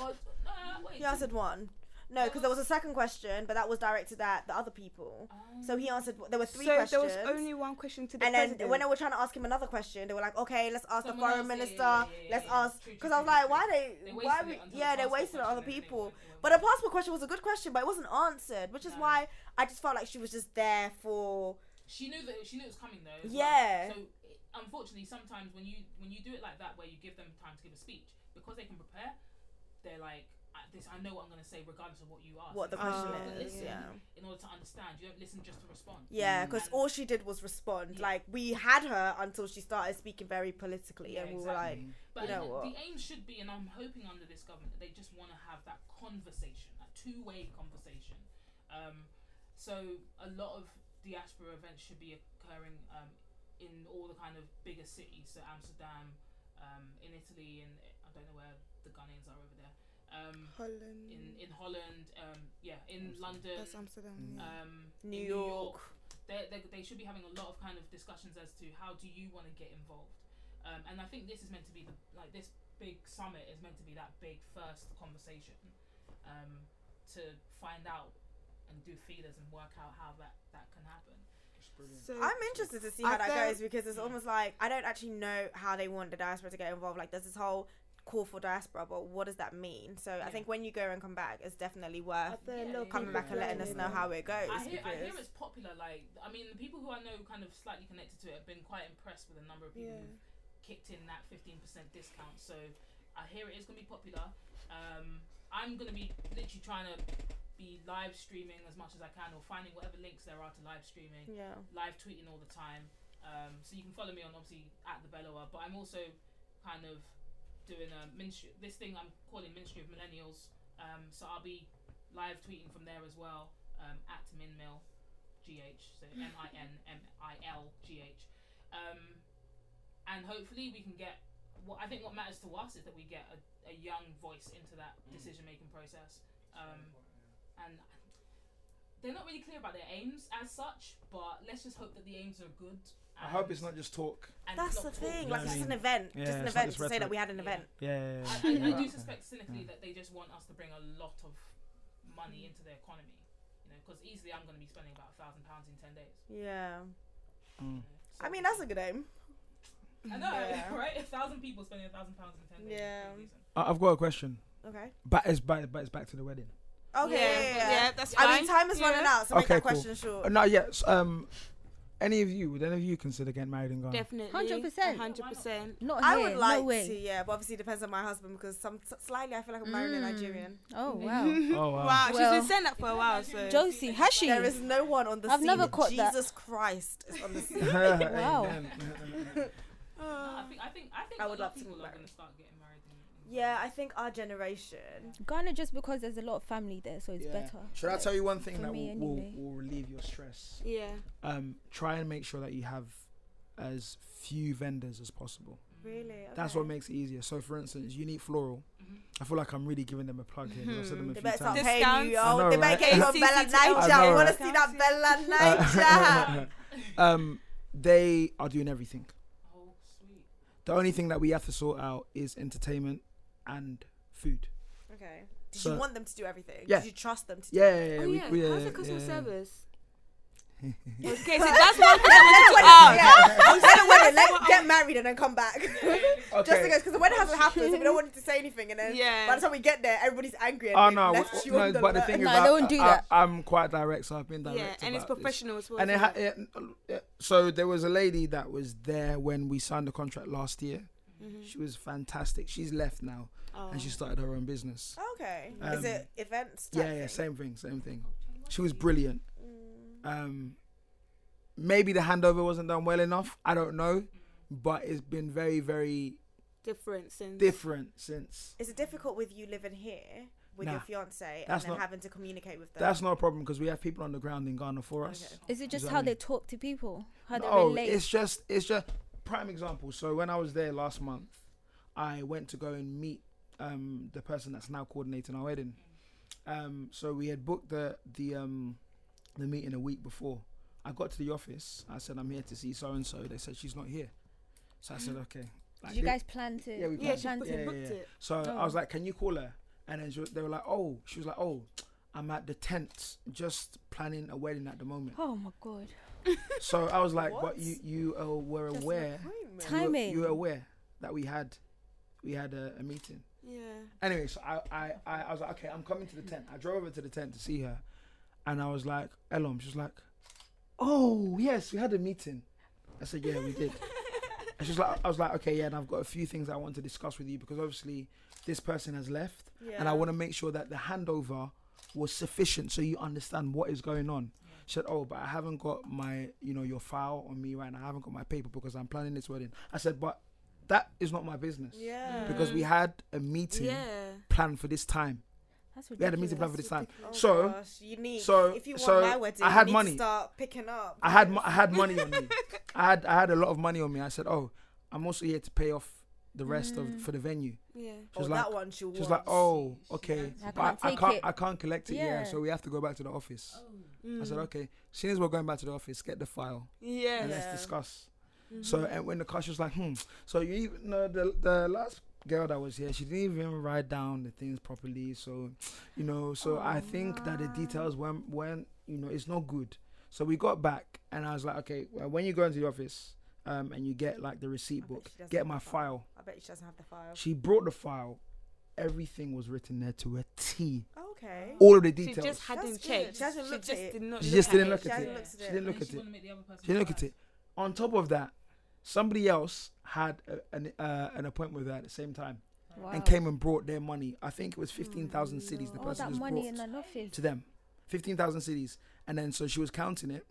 [SPEAKER 5] Or, no, uh, wait.
[SPEAKER 3] He answered one. No, because there was a second question, but that was directed at the other people.
[SPEAKER 5] um,
[SPEAKER 3] So he answered. There were three
[SPEAKER 1] So
[SPEAKER 3] questions.
[SPEAKER 1] there was only one question to the
[SPEAKER 3] and then
[SPEAKER 1] president.
[SPEAKER 3] when they were trying to ask him another question, they were like, "Okay, let's ask
[SPEAKER 5] Someone
[SPEAKER 3] the foreign
[SPEAKER 5] else, yeah, yeah,
[SPEAKER 3] minister.
[SPEAKER 5] yeah, yeah, yeah,
[SPEAKER 3] let's
[SPEAKER 5] yeah.
[SPEAKER 3] ask."
[SPEAKER 5] True, true,
[SPEAKER 3] Because I was
[SPEAKER 5] true,
[SPEAKER 3] like,
[SPEAKER 5] true,
[SPEAKER 3] "Why they?
[SPEAKER 5] They
[SPEAKER 3] why?
[SPEAKER 5] wasted
[SPEAKER 3] We,
[SPEAKER 5] it until
[SPEAKER 3] yeah, they
[SPEAKER 5] the
[SPEAKER 3] wasted
[SPEAKER 5] passport
[SPEAKER 3] it on
[SPEAKER 5] question
[SPEAKER 3] other
[SPEAKER 5] and then they
[SPEAKER 3] people."
[SPEAKER 5] went- they went
[SPEAKER 3] But the
[SPEAKER 5] back.
[SPEAKER 3] passport question was a good question, but it wasn't answered, which is
[SPEAKER 5] No.
[SPEAKER 3] why I just felt like she was just there for.
[SPEAKER 5] She knew that she knew it was coming though. as well.
[SPEAKER 3] Yeah.
[SPEAKER 5] So it- unfortunately, sometimes when you when you do it like that, where you give them time to give a speech because they can prepare, they're like, I, "This I know what I'm going to say, regardless of what you ask."
[SPEAKER 3] What the
[SPEAKER 5] So you
[SPEAKER 3] question
[SPEAKER 5] have to
[SPEAKER 3] is,
[SPEAKER 5] listen
[SPEAKER 3] Ah, yeah.
[SPEAKER 5] In order to understand, you don't listen just to respond.
[SPEAKER 3] Yeah, because
[SPEAKER 5] And-
[SPEAKER 3] all she did was respond.
[SPEAKER 5] Mm. Yeah.
[SPEAKER 3] Like we had her until she started speaking very politically,
[SPEAKER 5] Yeah,
[SPEAKER 3] and we
[SPEAKER 5] exactly.
[SPEAKER 3] were like,
[SPEAKER 5] But
[SPEAKER 3] you know
[SPEAKER 5] the,
[SPEAKER 3] what?
[SPEAKER 5] the aim should be, and I'm hoping under this government, that they just want to have that conversation, that two-way conversation. Um, So a lot of diaspora events should be occurring um, in all the kind of bigger cities, so Amsterdam, um, in Italy, and I don't know where the Ghanaians are over there. Um,
[SPEAKER 1] Holland.
[SPEAKER 5] in in Holland, um, yeah, in London,
[SPEAKER 1] That's Amsterdam.
[SPEAKER 4] Mm.
[SPEAKER 1] yeah.
[SPEAKER 5] um,
[SPEAKER 3] New
[SPEAKER 5] in
[SPEAKER 3] York.
[SPEAKER 5] They, they, they should be having a lot of kind of discussions as to how do you want to get involved, um, and I think this is meant to be the like this big summit is meant to be that big first conversation um, to find out and do feelers and work out how that that can happen.
[SPEAKER 4] It's brilliant.
[SPEAKER 1] So
[SPEAKER 3] I'm interested to see
[SPEAKER 1] I
[SPEAKER 3] how that
[SPEAKER 1] felt-
[SPEAKER 3] goes because it's almost like I don't actually know how they want the diaspora to get involved. Like there's this whole call for diaspora, but what does that mean? So I
[SPEAKER 5] Yeah.
[SPEAKER 3] think when you go and come back, it's definitely worth
[SPEAKER 5] Yeah, yeah,
[SPEAKER 3] coming back and letting us know how it goes.
[SPEAKER 5] I hear, I hear
[SPEAKER 3] because-
[SPEAKER 5] it's popular. Like, I mean, the people who I know, kind of slightly connected to it, have been quite impressed with the number of people
[SPEAKER 1] Yeah.
[SPEAKER 5] who've kicked in that fifteen percent discount. So, I hear it is going to be popular. Um, I'm going to be literally trying to be live streaming as much as I can, or finding whatever links there are to live streaming
[SPEAKER 3] yeah.
[SPEAKER 5] live tweeting all the time. Um, so you can follow me on obviously at the Bellower, but I'm also kind of doing a ministry, this thing I'm calling Ministry of Millennials. Um, so I'll be live tweeting from there as well um, at Minmil GH, so M I N M I L G H, um, and hopefully we can get. What I think what matters to us is that we get a, a young voice into that
[SPEAKER 4] Mm.
[SPEAKER 5] decision making process. Um, and they're not really clear about their aims as such, but let's just hope that the aims are good.
[SPEAKER 4] I hope it's not just talk.
[SPEAKER 5] and
[SPEAKER 3] That's
[SPEAKER 5] it's
[SPEAKER 3] the
[SPEAKER 5] not
[SPEAKER 3] thing.
[SPEAKER 5] talk.
[SPEAKER 3] Like it's
[SPEAKER 4] Yeah, I
[SPEAKER 3] just an
[SPEAKER 4] mean-
[SPEAKER 3] event,
[SPEAKER 4] Yeah,
[SPEAKER 3] just an
[SPEAKER 4] it's not
[SPEAKER 3] event
[SPEAKER 4] just
[SPEAKER 3] to say that
[SPEAKER 4] rhetoric.
[SPEAKER 3] we had an
[SPEAKER 5] Yeah.
[SPEAKER 3] event.
[SPEAKER 4] Yeah, yeah,
[SPEAKER 5] I,
[SPEAKER 4] yeah.
[SPEAKER 3] [LAUGHS]
[SPEAKER 5] I, I do
[SPEAKER 4] Okay.
[SPEAKER 5] suspect cynically that they just want us to bring a lot of money
[SPEAKER 3] Mm.
[SPEAKER 5] into the economy, you know, because easily I'm going to be spending about a thousand pounds in ten days.
[SPEAKER 3] Yeah.
[SPEAKER 5] you
[SPEAKER 4] Mm.
[SPEAKER 5] know, so-
[SPEAKER 3] I mean that's a good aim.
[SPEAKER 5] I know,
[SPEAKER 3] yeah.
[SPEAKER 5] [LAUGHS] right? A thousand people spending a thousand pounds in ten days.
[SPEAKER 3] Yeah.
[SPEAKER 5] is pretty decent.
[SPEAKER 4] I- I've got a question.
[SPEAKER 3] Okay.
[SPEAKER 4] But it's back, but it's back to the wedding.
[SPEAKER 3] Okay. Yeah.
[SPEAKER 1] yeah,
[SPEAKER 3] yeah, yeah.
[SPEAKER 1] that's fine.
[SPEAKER 3] I mean, time is
[SPEAKER 1] Yeah.
[SPEAKER 3] running out, so make
[SPEAKER 4] Okay,
[SPEAKER 3] that
[SPEAKER 4] cool.
[SPEAKER 3] question
[SPEAKER 4] Uh,
[SPEAKER 3] short.
[SPEAKER 4] No, yes. Um, any of you would any of you consider getting married in Ghana?
[SPEAKER 1] Definitely.
[SPEAKER 6] 100%.
[SPEAKER 1] Hundred percent.
[SPEAKER 6] Not here.
[SPEAKER 3] I would like
[SPEAKER 6] no way.
[SPEAKER 3] to, yeah, but obviously it depends on my husband because some slightly I feel like I'm marrying a
[SPEAKER 6] Mm.
[SPEAKER 3] Nigerian.
[SPEAKER 6] Oh
[SPEAKER 3] [LAUGHS]
[SPEAKER 1] [LAUGHS]
[SPEAKER 6] wow.
[SPEAKER 4] Oh wow.
[SPEAKER 1] Wow, she's
[SPEAKER 6] Well-
[SPEAKER 1] been saying that
[SPEAKER 3] Oh,
[SPEAKER 1] for a while. So
[SPEAKER 6] Josie, has she?
[SPEAKER 3] There is no one on the
[SPEAKER 6] I've
[SPEAKER 3] scene.
[SPEAKER 6] never caught that.
[SPEAKER 3] Jesus Christ is on the
[SPEAKER 4] [LAUGHS]
[SPEAKER 3] scene.
[SPEAKER 6] Wow.
[SPEAKER 4] Amen.
[SPEAKER 5] No, I think I think I think
[SPEAKER 3] I
[SPEAKER 5] a
[SPEAKER 3] would
[SPEAKER 5] lot
[SPEAKER 3] love
[SPEAKER 5] of
[SPEAKER 3] to
[SPEAKER 5] people
[SPEAKER 3] get
[SPEAKER 5] are
[SPEAKER 3] married.
[SPEAKER 5] going to start getting married. In, in
[SPEAKER 3] Yeah, I think our generation.
[SPEAKER 6] Ghana just because there's a lot of family there, so it's
[SPEAKER 4] Yeah.
[SPEAKER 6] better.
[SPEAKER 4] Should I tell you one thing
[SPEAKER 6] For
[SPEAKER 4] that will,
[SPEAKER 6] me anyway.
[SPEAKER 4] will, will relieve your stress?
[SPEAKER 1] yeah,
[SPEAKER 4] Um, try and make sure that you have as few vendors as possible.
[SPEAKER 3] Really?
[SPEAKER 4] That's
[SPEAKER 3] okay.
[SPEAKER 4] what makes it easier. So, for instance, Unique Floral.
[SPEAKER 5] Mhm.
[SPEAKER 4] I feel like I'm really giving them a plug here. 'cause I've said them
[SPEAKER 3] Mm-hmm.
[SPEAKER 4] a
[SPEAKER 3] They
[SPEAKER 4] few
[SPEAKER 3] better start
[SPEAKER 4] times.
[SPEAKER 1] Discounts.
[SPEAKER 3] paying you,
[SPEAKER 4] I
[SPEAKER 3] yo.
[SPEAKER 4] know,
[SPEAKER 3] they
[SPEAKER 4] right?
[SPEAKER 3] better get you on
[SPEAKER 1] CCTV.
[SPEAKER 3] Bella
[SPEAKER 1] I
[SPEAKER 3] Niger.
[SPEAKER 4] know,
[SPEAKER 3] You want to
[SPEAKER 1] right?
[SPEAKER 3] see that
[SPEAKER 4] [LAUGHS]
[SPEAKER 3] Bella Niger?
[SPEAKER 4] Uh, [LAUGHS] um, they are doing everything.
[SPEAKER 5] Oh sweet.
[SPEAKER 4] The only thing that we have to sort out is entertainment and food.
[SPEAKER 3] okay. Did
[SPEAKER 4] So-
[SPEAKER 3] you want them to do everything?
[SPEAKER 4] Yeah.
[SPEAKER 3] Did you trust them to do
[SPEAKER 4] Yeah, yeah, yeah.
[SPEAKER 1] Oh
[SPEAKER 4] we-
[SPEAKER 1] yeah,
[SPEAKER 4] we-
[SPEAKER 1] how's the
[SPEAKER 4] yeah,
[SPEAKER 1] customer
[SPEAKER 4] yeah.
[SPEAKER 1] [LAUGHS] service?
[SPEAKER 4] Yeah.
[SPEAKER 1] okay, so that's one thing
[SPEAKER 3] [LAUGHS]
[SPEAKER 1] I
[SPEAKER 3] I'm saying wedding, let get married and then come back. [LAUGHS] Just
[SPEAKER 4] Okay.
[SPEAKER 3] because, because the wedding hasn't happened, so we don't want to say anything, and
[SPEAKER 1] wanted
[SPEAKER 3] then
[SPEAKER 1] to ask. Yeah,
[SPEAKER 3] by the time we get there, everybody's angry. And
[SPEAKER 4] Oh
[SPEAKER 3] they've
[SPEAKER 4] no,
[SPEAKER 3] left you
[SPEAKER 4] no,
[SPEAKER 3] on the
[SPEAKER 4] but the thing
[SPEAKER 3] line.
[SPEAKER 4] is,
[SPEAKER 6] No,
[SPEAKER 4] that
[SPEAKER 6] don't do that.
[SPEAKER 4] I, am quite direct, so I've been direct.
[SPEAKER 1] yeah, and it's
[SPEAKER 4] about this.
[SPEAKER 1] professional as well.
[SPEAKER 4] And it
[SPEAKER 1] isn't
[SPEAKER 4] ha- it, uh, so there was a lady that was there when we signed the contract last year.
[SPEAKER 1] Mhm.
[SPEAKER 4] She was fantastic. She's left now,
[SPEAKER 1] Oh.
[SPEAKER 4] and she started her own business.
[SPEAKER 3] Okay.
[SPEAKER 4] Um,
[SPEAKER 3] is it events? Type
[SPEAKER 4] yeah,
[SPEAKER 3] thing?
[SPEAKER 4] yeah,
[SPEAKER 3] Mm.
[SPEAKER 4] same thing, same thing. She was brilliant. Um, maybe the handover wasn't done well enough. I don't know, but it's been very, very
[SPEAKER 1] different since.
[SPEAKER 4] different since.
[SPEAKER 3] Is it difficult with you living here with your
[SPEAKER 4] Nah.
[SPEAKER 3] fiance and
[SPEAKER 4] That's
[SPEAKER 3] then
[SPEAKER 4] not-
[SPEAKER 3] having to communicate with them?
[SPEAKER 4] That's not a problem because we have people on the ground in Ghana for us.
[SPEAKER 3] Okay.
[SPEAKER 6] Is it just
[SPEAKER 4] Does that
[SPEAKER 6] how
[SPEAKER 4] mean-
[SPEAKER 6] they talk to people? How they
[SPEAKER 4] no,
[SPEAKER 6] relate?
[SPEAKER 4] it's just it's just prime example. So when I was there last month, I went to go and meet um, the person that's now coordinating our wedding. Um, so we had booked the the um, the meeting a week before. I got to the office. I said I'm here to see so and so. They said she's not here. So I said okay. Like,
[SPEAKER 6] Mm. Did you
[SPEAKER 4] they-
[SPEAKER 6] guys plan to?
[SPEAKER 4] Yeah, we
[SPEAKER 1] Yeah,
[SPEAKER 4] planned
[SPEAKER 1] she booked,
[SPEAKER 4] yeah,
[SPEAKER 1] booked
[SPEAKER 4] yeah, yeah.
[SPEAKER 1] it.
[SPEAKER 4] So I
[SPEAKER 6] Oh.
[SPEAKER 4] was like, "Can you call her?" And then she, was- they were like, "Oh," she was like, "Oh, I'm at the tent, just planning a wedding at the moment."
[SPEAKER 2] [LAUGHS]
[SPEAKER 6] Oh my god.
[SPEAKER 4] So I was like,
[SPEAKER 3] What?
[SPEAKER 4] "But you you uh, were
[SPEAKER 3] Just an
[SPEAKER 4] aware."
[SPEAKER 3] appointment. [LAUGHS]
[SPEAKER 4] you were-
[SPEAKER 6] Timing.
[SPEAKER 4] You were aware that we had we had a, a meeting.
[SPEAKER 1] Yeah,
[SPEAKER 4] Anyway, so I, I, I, I was like, okay, I'm coming to the tent. I drove over to the tent to see her, and I was like, Elom, she's like, oh yes, we had a meeting. I said, yeah, we did. And she's like, I was like, okay, yeah, and I've got a few things I want to discuss with you because obviously this person has left, and I
[SPEAKER 3] Yeah.
[SPEAKER 4] want to make sure that the handover was sufficient so you understand what is going on. She said, "Oh, but I haven't got my, you know, your file on me right now. I haven't got my paper because I'm planning this wedding." I said, "But that is not my business
[SPEAKER 3] Yeah.
[SPEAKER 4] because we had a meeting
[SPEAKER 1] yeah.
[SPEAKER 4] planned for this time.
[SPEAKER 6] That's
[SPEAKER 4] They had a music
[SPEAKER 6] ridiculous.
[SPEAKER 4] plan for this time.
[SPEAKER 3] Oh
[SPEAKER 4] so
[SPEAKER 3] gosh, you need.
[SPEAKER 4] so-
[SPEAKER 3] if you want
[SPEAKER 4] so
[SPEAKER 3] my wedding,
[SPEAKER 4] I
[SPEAKER 3] you
[SPEAKER 4] had
[SPEAKER 3] need
[SPEAKER 4] money.
[SPEAKER 3] To start picking up.
[SPEAKER 4] I had mo- I had money on me. I had I had a lot of money on me. I said, "Oh, I'm also here to pay off the rest of for the venue."
[SPEAKER 1] Yeah.
[SPEAKER 4] She
[SPEAKER 3] Oh,
[SPEAKER 4] was like,
[SPEAKER 3] that one she
[SPEAKER 4] she was like, "Oh, okay,
[SPEAKER 6] I
[SPEAKER 4] but I,
[SPEAKER 6] can't
[SPEAKER 4] I
[SPEAKER 6] take
[SPEAKER 4] can't
[SPEAKER 6] it."
[SPEAKER 4] I can't collect it. Yeah.
[SPEAKER 6] Yeah.
[SPEAKER 4] so we have to go back to the office." I said,
[SPEAKER 1] Mm.
[SPEAKER 4] "Okay, soon as we're going back to the office, get the file
[SPEAKER 1] Yeah.
[SPEAKER 4] and let's
[SPEAKER 3] Yeah.
[SPEAKER 4] discuss." So and when the car, she was like, "Hmm." So you even know the the last girl that was here, she didn't even write down the things properly. So, you know, so I think that the details weren't weren't you know it's not good. So we got back and I was like, "Okay, well, when you go into the office." Um, and you get like the receipt
[SPEAKER 3] bet
[SPEAKER 4] book.
[SPEAKER 3] she doesn't
[SPEAKER 4] Get
[SPEAKER 3] have
[SPEAKER 4] my
[SPEAKER 3] the
[SPEAKER 4] file.
[SPEAKER 3] I bet she doesn't have the file.
[SPEAKER 4] "Oh." She brought the file. Everything was written there to a T.
[SPEAKER 3] Oh, Okay.
[SPEAKER 4] All of the
[SPEAKER 1] She
[SPEAKER 4] details.
[SPEAKER 1] just hadn't
[SPEAKER 3] That's good.
[SPEAKER 1] checked.
[SPEAKER 3] She hasn't looked at
[SPEAKER 1] just
[SPEAKER 3] it.
[SPEAKER 1] did not
[SPEAKER 4] She just didn't look
[SPEAKER 3] She
[SPEAKER 4] at
[SPEAKER 3] hasn't
[SPEAKER 4] it.
[SPEAKER 3] looked at
[SPEAKER 4] She
[SPEAKER 3] it.
[SPEAKER 4] didn't look at
[SPEAKER 5] she
[SPEAKER 4] it.
[SPEAKER 5] wouldn't make the other person
[SPEAKER 4] She didn't look at
[SPEAKER 5] first.
[SPEAKER 4] it. On top of that, somebody else had a, an uh, an appointment with her at the same time
[SPEAKER 6] Wow.
[SPEAKER 4] and came and brought their money. I think it was fifteen thousand cities. The
[SPEAKER 6] All
[SPEAKER 4] person
[SPEAKER 6] that
[SPEAKER 4] just
[SPEAKER 6] money in
[SPEAKER 4] brought
[SPEAKER 6] an office.
[SPEAKER 4] to them, fifteen thousand cities. And then so she was counting it,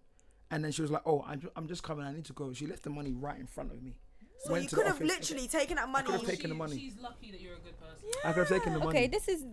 [SPEAKER 4] and then she was like, "Oh, I'm, ju- I'm just coming. I need to go." She left the money right in front of me.
[SPEAKER 3] So you could have literally taken that money.
[SPEAKER 4] could have
[SPEAKER 5] Well,
[SPEAKER 4] taken the
[SPEAKER 5] she-
[SPEAKER 4] money.
[SPEAKER 5] She's lucky that you're a good person.
[SPEAKER 4] I could have taken the money.
[SPEAKER 6] Okay, this is.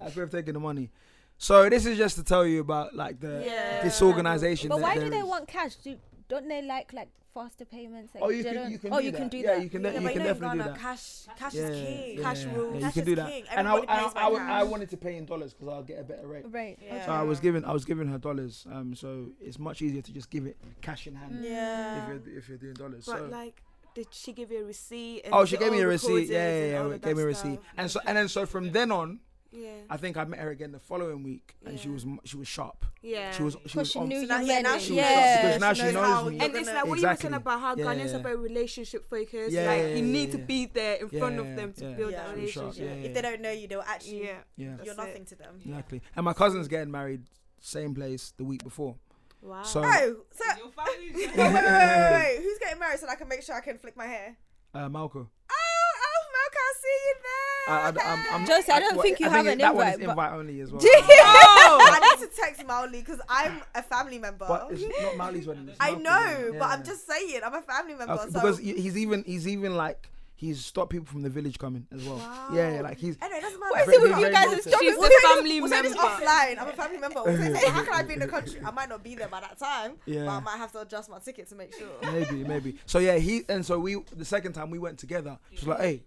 [SPEAKER 4] I could have taken the money. So this is just to tell you about like the
[SPEAKER 3] Yeah.
[SPEAKER 4] disorganization.
[SPEAKER 6] But
[SPEAKER 4] that
[SPEAKER 6] why
[SPEAKER 4] there
[SPEAKER 6] do they
[SPEAKER 4] is.
[SPEAKER 6] want cash? Do, don't they like like faster payments? Like,
[SPEAKER 4] Oh, you
[SPEAKER 6] they
[SPEAKER 4] can,
[SPEAKER 6] don't-
[SPEAKER 4] you can.
[SPEAKER 6] oh,
[SPEAKER 4] do
[SPEAKER 6] you
[SPEAKER 4] that.
[SPEAKER 6] can do
[SPEAKER 4] yeah,
[SPEAKER 6] that.
[SPEAKER 4] You can,
[SPEAKER 3] Yeah,
[SPEAKER 4] de- you
[SPEAKER 3] but
[SPEAKER 4] can
[SPEAKER 3] you know in
[SPEAKER 4] definitely do
[SPEAKER 3] Ghana,
[SPEAKER 4] that.
[SPEAKER 3] cash, cash
[SPEAKER 4] yeah,
[SPEAKER 3] is king.
[SPEAKER 4] yeah,
[SPEAKER 1] Cash
[SPEAKER 4] yeah,
[SPEAKER 1] rules.
[SPEAKER 4] Yeah, you
[SPEAKER 3] Cash
[SPEAKER 4] can
[SPEAKER 3] is
[SPEAKER 4] do that.
[SPEAKER 3] king.
[SPEAKER 4] And I,
[SPEAKER 3] Everybody
[SPEAKER 4] I,
[SPEAKER 3] pays by
[SPEAKER 4] I, wa- I
[SPEAKER 3] cash.
[SPEAKER 4] wanted to pay in dollars because I'll get a better rate.
[SPEAKER 6] Right. [LAUGHS]
[SPEAKER 3] Yeah.
[SPEAKER 4] [LAUGHS] So I was giving I was giving her dollars. Um, so it's much easier to just give it cash in hand
[SPEAKER 3] Yeah.
[SPEAKER 4] if you're if you're doing dollars.
[SPEAKER 1] But
[SPEAKER 4] so.
[SPEAKER 1] like, did she give you a receipt? And
[SPEAKER 4] Oh, she
[SPEAKER 1] the
[SPEAKER 4] gave me
[SPEAKER 1] old
[SPEAKER 4] a receipt.
[SPEAKER 1] recordings
[SPEAKER 4] Yeah, yeah,
[SPEAKER 1] and
[SPEAKER 4] yeah.
[SPEAKER 1] all
[SPEAKER 4] yeah,
[SPEAKER 1] of
[SPEAKER 4] Gave me a
[SPEAKER 1] that
[SPEAKER 4] receipt,
[SPEAKER 1] stuff?
[SPEAKER 4] and so and then so from then on,
[SPEAKER 1] Yeah,
[SPEAKER 4] I think I met her again the following week, and she
[SPEAKER 1] Yeah.
[SPEAKER 4] was m- she was sharp.
[SPEAKER 1] yeah.
[SPEAKER 4] She was she
[SPEAKER 6] Because
[SPEAKER 4] was
[SPEAKER 6] she
[SPEAKER 4] on.
[SPEAKER 6] knew
[SPEAKER 3] So
[SPEAKER 6] you
[SPEAKER 3] now, yeah,
[SPEAKER 6] meant
[SPEAKER 3] now
[SPEAKER 6] it.
[SPEAKER 3] she
[SPEAKER 4] Yeah.
[SPEAKER 3] knows,
[SPEAKER 4] Because now she knows
[SPEAKER 3] how
[SPEAKER 4] me.
[SPEAKER 3] you're
[SPEAKER 4] You're
[SPEAKER 1] and it's like
[SPEAKER 3] gonna-
[SPEAKER 1] what you were saying
[SPEAKER 4] Exactly.
[SPEAKER 1] about how
[SPEAKER 4] Yeah,
[SPEAKER 1] Ghanaians
[SPEAKER 4] yeah.
[SPEAKER 1] are very relationship focused.
[SPEAKER 4] Yeah,
[SPEAKER 1] like
[SPEAKER 4] yeah,
[SPEAKER 1] you
[SPEAKER 4] yeah,
[SPEAKER 1] need to
[SPEAKER 4] yeah.
[SPEAKER 1] be there in front of
[SPEAKER 4] Yeah,
[SPEAKER 1] them to
[SPEAKER 4] yeah.
[SPEAKER 1] build
[SPEAKER 3] Yeah.
[SPEAKER 1] that
[SPEAKER 4] She was sharp,
[SPEAKER 1] relationship.
[SPEAKER 4] yeah,
[SPEAKER 3] if they don't know you, they'll actually.
[SPEAKER 1] Yeah.
[SPEAKER 4] Yeah,
[SPEAKER 3] You're
[SPEAKER 1] That's
[SPEAKER 3] nothing
[SPEAKER 1] it.
[SPEAKER 3] to them.
[SPEAKER 4] exactly. And my cousin's getting married, same place the week before.
[SPEAKER 1] Wow.
[SPEAKER 4] So
[SPEAKER 3] Oh, so
[SPEAKER 5] Your
[SPEAKER 3] [LAUGHS]
[SPEAKER 5] family.
[SPEAKER 3] wait, wait, wait, wait,
[SPEAKER 1] [LAUGHS]
[SPEAKER 3] wait, who's getting married so that I can make sure I can flick my hair?
[SPEAKER 4] uh, Malco.
[SPEAKER 3] Oh, oh, Malcolm, I'll see you there.
[SPEAKER 4] I, I,
[SPEAKER 3] [LAUGHS]
[SPEAKER 4] I'm, I'm,
[SPEAKER 6] Josie, I don't
[SPEAKER 4] well,
[SPEAKER 6] think you
[SPEAKER 4] I
[SPEAKER 6] have
[SPEAKER 4] it-
[SPEAKER 6] an
[SPEAKER 4] that one is
[SPEAKER 6] invite, but-
[SPEAKER 4] invite only as well.
[SPEAKER 3] Oh, I need to text Mowley because I'm a family member.
[SPEAKER 4] But it's not Mali's wedding. it's
[SPEAKER 3] I
[SPEAKER 4] Malcolm's
[SPEAKER 3] know,
[SPEAKER 4] wedding.
[SPEAKER 3] but
[SPEAKER 4] Yeah.
[SPEAKER 3] I'm just saying, I'm a family member.
[SPEAKER 4] Okay,
[SPEAKER 3] so
[SPEAKER 4] because he- he's even he's even like he's stopped people from the village coming as well. Yeah, yeah, like he's
[SPEAKER 3] Anyway, it doesn't
[SPEAKER 4] What
[SPEAKER 3] matter.
[SPEAKER 4] is it with you guys and
[SPEAKER 3] We'll
[SPEAKER 1] she's
[SPEAKER 3] take
[SPEAKER 1] a
[SPEAKER 3] this-
[SPEAKER 1] family
[SPEAKER 3] we'll take this
[SPEAKER 1] member.
[SPEAKER 3] offline. I'm a family member. We'll
[SPEAKER 4] [LAUGHS]
[SPEAKER 3] take this- How can I be in the country? I might not be there by that time, but
[SPEAKER 4] Yeah.
[SPEAKER 3] I might have to adjust my ticket to make sure.
[SPEAKER 4] maybe maybe. So yeah, he and so we the second time we went together. She was like, hey.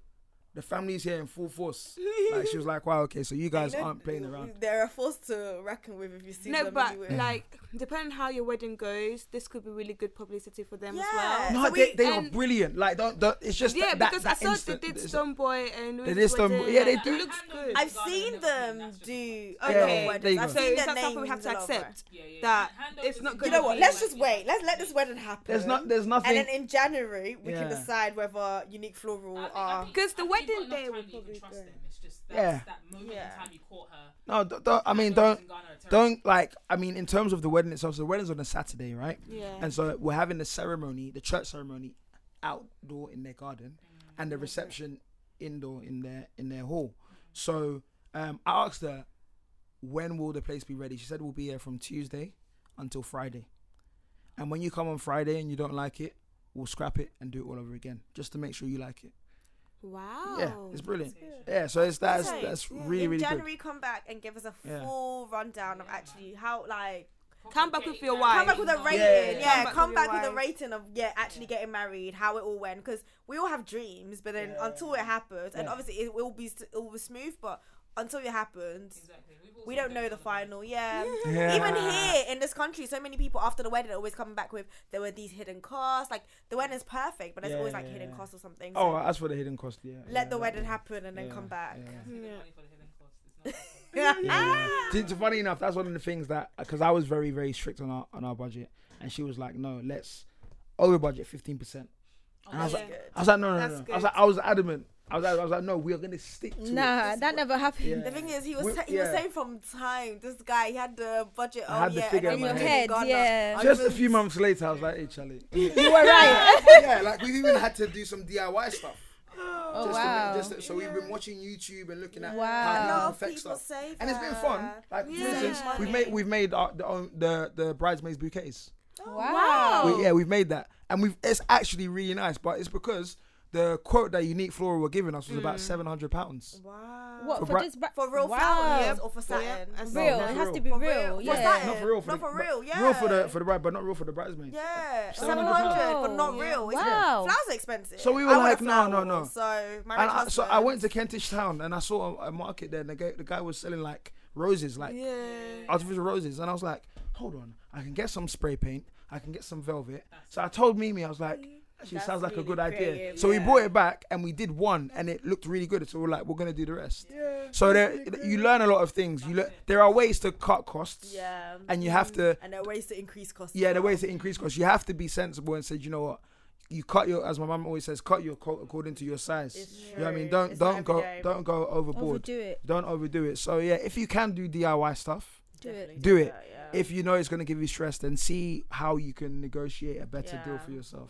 [SPEAKER 4] The family's here in full
[SPEAKER 3] [LAUGHS]
[SPEAKER 4] force. Like she was like, "Wow, okay, so you guys
[SPEAKER 3] You know,
[SPEAKER 4] aren't playing around."
[SPEAKER 3] They're a force to reckon with if you see
[SPEAKER 1] no,
[SPEAKER 3] them
[SPEAKER 1] but
[SPEAKER 3] anywhere.
[SPEAKER 1] like, depending on how your wedding goes, this could be really good publicity for them as well.
[SPEAKER 3] Yeah.
[SPEAKER 4] No,
[SPEAKER 3] So
[SPEAKER 4] they,
[SPEAKER 3] we-
[SPEAKER 4] they are
[SPEAKER 1] and-
[SPEAKER 4] brilliant. Like, don't, don't it's just
[SPEAKER 1] Yeah,
[SPEAKER 4] that, that-
[SPEAKER 1] because
[SPEAKER 4] that
[SPEAKER 1] I saw
[SPEAKER 4] instant-
[SPEAKER 1] they did
[SPEAKER 4] it's-
[SPEAKER 1] Stoneboy and
[SPEAKER 4] They
[SPEAKER 1] Wiz
[SPEAKER 4] did Stone
[SPEAKER 1] Wedding,
[SPEAKER 4] Boy- yeah, they
[SPEAKER 1] and
[SPEAKER 4] do.
[SPEAKER 1] It looks good.
[SPEAKER 3] I've seen them do.
[SPEAKER 4] Okay,
[SPEAKER 3] weddings.
[SPEAKER 4] there you
[SPEAKER 3] I've
[SPEAKER 4] go.
[SPEAKER 1] so
[SPEAKER 3] seen
[SPEAKER 1] is
[SPEAKER 3] their
[SPEAKER 1] that something we
[SPEAKER 3] names
[SPEAKER 1] have to
[SPEAKER 3] all over.
[SPEAKER 1] accept?
[SPEAKER 5] Yeah, yeah.
[SPEAKER 1] That
[SPEAKER 5] Hand
[SPEAKER 1] it's
[SPEAKER 5] over
[SPEAKER 1] not
[SPEAKER 5] to
[SPEAKER 1] good
[SPEAKER 3] You know
[SPEAKER 1] to
[SPEAKER 3] what?
[SPEAKER 1] be
[SPEAKER 3] Let's
[SPEAKER 1] like-
[SPEAKER 3] just wait. Let's let this wedding happen.
[SPEAKER 4] There's not, there's nothing.
[SPEAKER 3] And then in January we
[SPEAKER 4] Yeah.
[SPEAKER 3] can decide whether Unique Floral
[SPEAKER 5] I think- I
[SPEAKER 3] are.
[SPEAKER 5] think-
[SPEAKER 1] Because the
[SPEAKER 5] I think you've
[SPEAKER 1] wedding
[SPEAKER 5] got enough
[SPEAKER 1] day
[SPEAKER 5] time
[SPEAKER 1] would
[SPEAKER 5] that you can
[SPEAKER 1] probably
[SPEAKER 5] trust
[SPEAKER 1] go.
[SPEAKER 5] them. It's just that,
[SPEAKER 4] uh, Yeah.
[SPEAKER 5] that moment
[SPEAKER 3] Yeah.
[SPEAKER 5] in time you caught her.
[SPEAKER 4] no, don't, don't. I mean,
[SPEAKER 5] and those
[SPEAKER 4] don't,
[SPEAKER 5] in Ghana are terrible.
[SPEAKER 4] don't like. I mean, in terms of the wedding itself, so the wedding's on a Saturday, right?
[SPEAKER 1] Yeah.
[SPEAKER 4] And so we're having the ceremony, the church ceremony, outdoor in their garden, and the reception indoor in their in their hall. So um, I asked her, when will the place be ready? She said we'll be here from Tuesday until Friday, and when you come on Friday and you don't like it, we'll scrap it and do it all over again, just to make sure you like it.
[SPEAKER 1] Wow.
[SPEAKER 4] Yeah, it's brilliant. Yeah, so it's that's
[SPEAKER 3] Okay,
[SPEAKER 4] that's
[SPEAKER 3] Oh. yeah.
[SPEAKER 4] really
[SPEAKER 3] in
[SPEAKER 4] really
[SPEAKER 3] January, [LAUGHS] come back and give us a
[SPEAKER 4] Yeah.
[SPEAKER 3] full rundown of actually how like
[SPEAKER 1] Come back with your
[SPEAKER 3] come
[SPEAKER 1] wife.
[SPEAKER 3] back with a rating.
[SPEAKER 4] Yeah.
[SPEAKER 3] Yeah,
[SPEAKER 1] Come back
[SPEAKER 3] come
[SPEAKER 1] with your
[SPEAKER 3] back with a
[SPEAKER 1] wife.
[SPEAKER 3] rating of yeah actually getting married, how it all went because we all have dreams, but then until it happens, and
[SPEAKER 4] Yeah.
[SPEAKER 3] obviously it will be it will be smooth, but until it happens,
[SPEAKER 5] Exactly. We've all
[SPEAKER 3] we
[SPEAKER 5] seen
[SPEAKER 3] don't know
[SPEAKER 5] those
[SPEAKER 3] the
[SPEAKER 5] other guys.
[SPEAKER 3] final. Yeah.
[SPEAKER 4] good. [LAUGHS] Yeah.
[SPEAKER 3] Even here in this country, so many people after the wedding are always coming back with there were these hidden costs. Like the wedding's perfect, but there's always like
[SPEAKER 4] Yeah.
[SPEAKER 3] hidden costs or something.
[SPEAKER 4] Oh,
[SPEAKER 3] so
[SPEAKER 4] as for the hidden cost, yeah.
[SPEAKER 3] let
[SPEAKER 4] yeah,
[SPEAKER 3] the
[SPEAKER 4] that
[SPEAKER 3] wedding
[SPEAKER 4] one.
[SPEAKER 3] happen and then
[SPEAKER 4] Yeah,
[SPEAKER 3] come back.
[SPEAKER 4] yeah.
[SPEAKER 3] [LAUGHS]
[SPEAKER 5] That's the
[SPEAKER 1] Yeah.
[SPEAKER 5] money for the hidden costs. It's not that fun.
[SPEAKER 3] Ah!
[SPEAKER 4] Yeah. It's funny enough, that's one of the things that because I was very very strict on our on our budget, and she was like, "No, let's over budget fifteen percent." And I was
[SPEAKER 1] that's
[SPEAKER 4] like,
[SPEAKER 3] good.
[SPEAKER 4] "I was like, no, no, no,
[SPEAKER 1] That's
[SPEAKER 4] no." I
[SPEAKER 1] good.
[SPEAKER 4] was like, I was adamant. I was, I was like, no, we are gonna stick to it.
[SPEAKER 6] Nah, that never happened.
[SPEAKER 4] Yeah.
[SPEAKER 3] The thing is, he was
[SPEAKER 4] We-
[SPEAKER 3] sa- he was
[SPEAKER 4] yeah,
[SPEAKER 3] saying from time. This guy, he had the budget.
[SPEAKER 4] I had
[SPEAKER 3] oh
[SPEAKER 4] the
[SPEAKER 3] yeah,
[SPEAKER 4] figure in
[SPEAKER 3] and
[SPEAKER 4] my
[SPEAKER 3] then we
[SPEAKER 4] head.
[SPEAKER 3] had Ghana.
[SPEAKER 6] Yeah.
[SPEAKER 3] I
[SPEAKER 4] Just a
[SPEAKER 3] remember-
[SPEAKER 4] few months later, I was like, "Hey, Charlie, you
[SPEAKER 6] You were right.
[SPEAKER 4] [LAUGHS] yeah, like we've even had to do some DIY stuff.
[SPEAKER 6] Oh
[SPEAKER 4] just to-
[SPEAKER 6] wow.
[SPEAKER 4] just to- so we've been watching YouTube and looking at
[SPEAKER 3] A
[SPEAKER 6] Wow.
[SPEAKER 3] lot
[SPEAKER 4] how to
[SPEAKER 3] of people
[SPEAKER 4] perfect stuff.
[SPEAKER 3] say
[SPEAKER 4] and it's been fun.
[SPEAKER 3] that.
[SPEAKER 4] Like for
[SPEAKER 1] Yeah.
[SPEAKER 4] instance,
[SPEAKER 1] Money.
[SPEAKER 4] we've made we've made our, the, own, the the bridesmaids bouquets.
[SPEAKER 6] Wow.
[SPEAKER 3] Oh,
[SPEAKER 4] We- yeah, we've made that, and we've it's actually really nice. But it's because the quote that Unique Flora were giving us was about
[SPEAKER 3] Mm.
[SPEAKER 4] seven hundred pounds.
[SPEAKER 1] Wow.
[SPEAKER 6] What
[SPEAKER 4] For
[SPEAKER 6] for,
[SPEAKER 4] bra-
[SPEAKER 6] just bra-
[SPEAKER 3] For real
[SPEAKER 6] wow.
[SPEAKER 3] flowers or for satin?
[SPEAKER 1] and
[SPEAKER 6] Real,
[SPEAKER 4] No,
[SPEAKER 6] it
[SPEAKER 4] for
[SPEAKER 6] has
[SPEAKER 4] real.
[SPEAKER 6] to be
[SPEAKER 3] For
[SPEAKER 6] real.
[SPEAKER 3] real, for
[SPEAKER 6] Yeah.
[SPEAKER 3] satin.
[SPEAKER 4] Not for real, for
[SPEAKER 3] Not
[SPEAKER 4] the,
[SPEAKER 3] for real, yeah.
[SPEAKER 4] real for the for the bride, but not real for the bridesmaids.
[SPEAKER 3] Yeah, seven
[SPEAKER 4] 700
[SPEAKER 3] hundred, but not real. It's
[SPEAKER 6] Wow.
[SPEAKER 3] flowers are expensive.
[SPEAKER 4] So we were
[SPEAKER 3] I want a
[SPEAKER 4] like, no, no,
[SPEAKER 3] flower,
[SPEAKER 4] no.
[SPEAKER 3] So my
[SPEAKER 4] And
[SPEAKER 3] rich
[SPEAKER 4] I, so I
[SPEAKER 3] husband- [LAUGHS]
[SPEAKER 4] went to Kentish Town and I saw a, a market there, and the guy, the guy was selling like roses, like
[SPEAKER 1] Yeah.
[SPEAKER 4] artificial roses, and I was like, hold on, I can get some spray paint, I can get some velvet. So I told Mimi, I was like, actually,
[SPEAKER 3] That's
[SPEAKER 4] sounds like a
[SPEAKER 3] really
[SPEAKER 4] good idea.
[SPEAKER 3] creative,
[SPEAKER 4] So we
[SPEAKER 3] yeah.
[SPEAKER 4] brought it back and we did one, and it looked really good. So we're like, we're gonna do the rest. So there, you learn a lot of things. You learn there are ways to cut costs,
[SPEAKER 3] Yeah.
[SPEAKER 4] and you have to
[SPEAKER 3] And there are ways to increase costs.
[SPEAKER 4] yeah,
[SPEAKER 3] as
[SPEAKER 4] the
[SPEAKER 3] well.
[SPEAKER 4] ways to increase costs. You have to be sensible and say, you know what, you cut your as my mum always says, cut your coat according to your size.
[SPEAKER 3] It's
[SPEAKER 4] You know what I mean?
[SPEAKER 3] true.
[SPEAKER 4] Don't
[SPEAKER 3] It's not
[SPEAKER 4] don't
[SPEAKER 3] every
[SPEAKER 4] go
[SPEAKER 3] day.
[SPEAKER 4] don't go overboard.
[SPEAKER 6] Overdo it.
[SPEAKER 4] Don't overdo it. So yeah, if you can do DIY stuff,
[SPEAKER 6] Do it.
[SPEAKER 4] do it.
[SPEAKER 3] that, yeah.
[SPEAKER 4] If you know it's gonna give you stress, then see how you can negotiate a better deal
[SPEAKER 3] Yeah.
[SPEAKER 4] for yourself.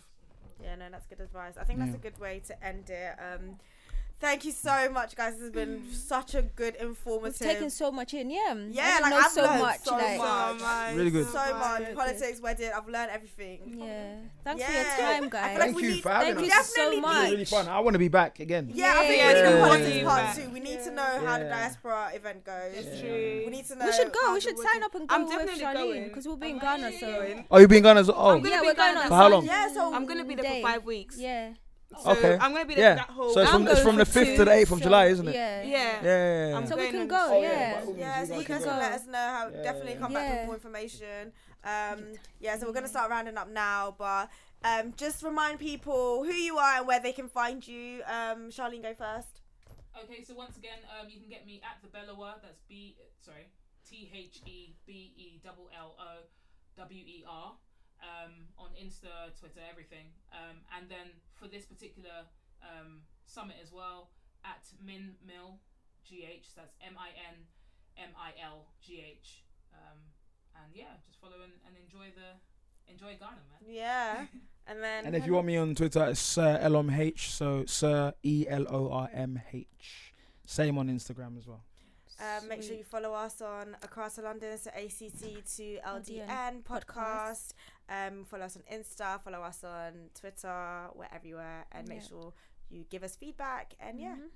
[SPEAKER 3] Yeah, no, that's good advice. I think that's
[SPEAKER 4] Yeah.
[SPEAKER 3] a good way to end it. Um, thank you so much, guys. This has been such a good,
[SPEAKER 6] Mm. We've
[SPEAKER 3] informative.
[SPEAKER 6] taken so much in. Yeah.
[SPEAKER 3] yeah,
[SPEAKER 6] I didn't
[SPEAKER 3] like
[SPEAKER 6] know
[SPEAKER 3] I've
[SPEAKER 6] so
[SPEAKER 3] learned
[SPEAKER 6] much.
[SPEAKER 3] so
[SPEAKER 6] like,
[SPEAKER 3] much,
[SPEAKER 4] Really good.
[SPEAKER 3] so much.
[SPEAKER 6] good.
[SPEAKER 3] Politics, wedding. I've learned everything.
[SPEAKER 6] yeah. Thanks
[SPEAKER 3] Yeah.
[SPEAKER 6] for your time,
[SPEAKER 3] I
[SPEAKER 6] guys.
[SPEAKER 3] feel like
[SPEAKER 4] Thank
[SPEAKER 3] we
[SPEAKER 4] you
[SPEAKER 3] need-
[SPEAKER 4] for having
[SPEAKER 6] Thank you
[SPEAKER 4] us.
[SPEAKER 6] so
[SPEAKER 3] Definitely
[SPEAKER 4] It was
[SPEAKER 6] much.
[SPEAKER 4] really fun. I want to be back again.
[SPEAKER 3] Yeah, I think
[SPEAKER 1] Yeah,
[SPEAKER 3] we need to do
[SPEAKER 4] yeah.
[SPEAKER 3] politics part
[SPEAKER 1] Yeah.
[SPEAKER 3] two. We need to know how the diaspora event goes.
[SPEAKER 1] It's
[SPEAKER 4] Yeah.
[SPEAKER 1] true.
[SPEAKER 3] We need to know.
[SPEAKER 6] We should
[SPEAKER 3] how
[SPEAKER 6] go. We
[SPEAKER 3] the
[SPEAKER 6] should
[SPEAKER 3] wedding-
[SPEAKER 6] sign up and go
[SPEAKER 1] I'm
[SPEAKER 6] with
[SPEAKER 1] definitely
[SPEAKER 6] Charlene
[SPEAKER 1] going.
[SPEAKER 6] because we'll be in Ghana. So
[SPEAKER 4] Oh, you being gone as oh.
[SPEAKER 1] gonna
[SPEAKER 6] yeah,
[SPEAKER 1] be
[SPEAKER 6] we're
[SPEAKER 1] going
[SPEAKER 6] going on.
[SPEAKER 4] For how long?
[SPEAKER 3] Yeah, so
[SPEAKER 1] I'm gonna be there
[SPEAKER 6] Day.
[SPEAKER 1] for five weeks.
[SPEAKER 6] Yeah.
[SPEAKER 1] So
[SPEAKER 4] Okay.
[SPEAKER 1] I'm gonna be there
[SPEAKER 4] Yeah.
[SPEAKER 1] for that whole.
[SPEAKER 4] So it's
[SPEAKER 6] I'm
[SPEAKER 4] from, it's
[SPEAKER 6] going
[SPEAKER 4] from the
[SPEAKER 6] for
[SPEAKER 4] fifth to
[SPEAKER 6] two,
[SPEAKER 4] the eighth of
[SPEAKER 6] so-
[SPEAKER 4] July, isn't it?
[SPEAKER 6] Yeah.
[SPEAKER 1] yeah.
[SPEAKER 4] Yeah, yeah, yeah.
[SPEAKER 1] I'm
[SPEAKER 6] So we
[SPEAKER 1] going
[SPEAKER 6] can
[SPEAKER 1] on-
[SPEAKER 6] go.
[SPEAKER 1] Oh,
[SPEAKER 6] yeah.
[SPEAKER 4] by all means,
[SPEAKER 3] Yeah, so you
[SPEAKER 4] can
[SPEAKER 3] guys
[SPEAKER 6] go.
[SPEAKER 3] can let us know how
[SPEAKER 4] Yeah.
[SPEAKER 3] definitely come back
[SPEAKER 6] Yeah.
[SPEAKER 3] with more information. Um yeah, so we're gonna start rounding up now, but um just remind people who you are and where they can find you. Um Charlene go first.
[SPEAKER 5] Okay, so once again, um, you can get me at the Bellower. That's B. Sorry, T H E B E double L O W E R. Um, on Insta, Twitter, everything. Um, and then for this particular um, summit as well, at Min Mill G H. That's M I N M I L G H. Um, and yeah, just follow and, and enjoy the enjoy Ghana, man.
[SPEAKER 3] Yeah. And then
[SPEAKER 4] And if you want me on Twitter, it's Sir LMH, so Sir E L O R M H. Same on Instagram as well.
[SPEAKER 3] um, make
[SPEAKER 6] Mm-hmm.
[SPEAKER 3] sure you follow us on Across to London, so ACT to LDN
[SPEAKER 6] LDN
[SPEAKER 3] podcast. Um, follow us on Insta, follow us on Twitter, we're everywhere, and make
[SPEAKER 6] Yeah.
[SPEAKER 3] sure you give us feedback. And yeah,
[SPEAKER 6] Mhm. Thank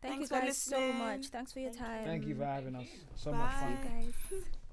[SPEAKER 1] Thanks
[SPEAKER 6] you
[SPEAKER 1] for
[SPEAKER 6] guys so
[SPEAKER 1] listening.
[SPEAKER 6] much. Thanks for your time.
[SPEAKER 4] Thank you for having us. So much
[SPEAKER 1] Bye.
[SPEAKER 4] fun.
[SPEAKER 6] guys.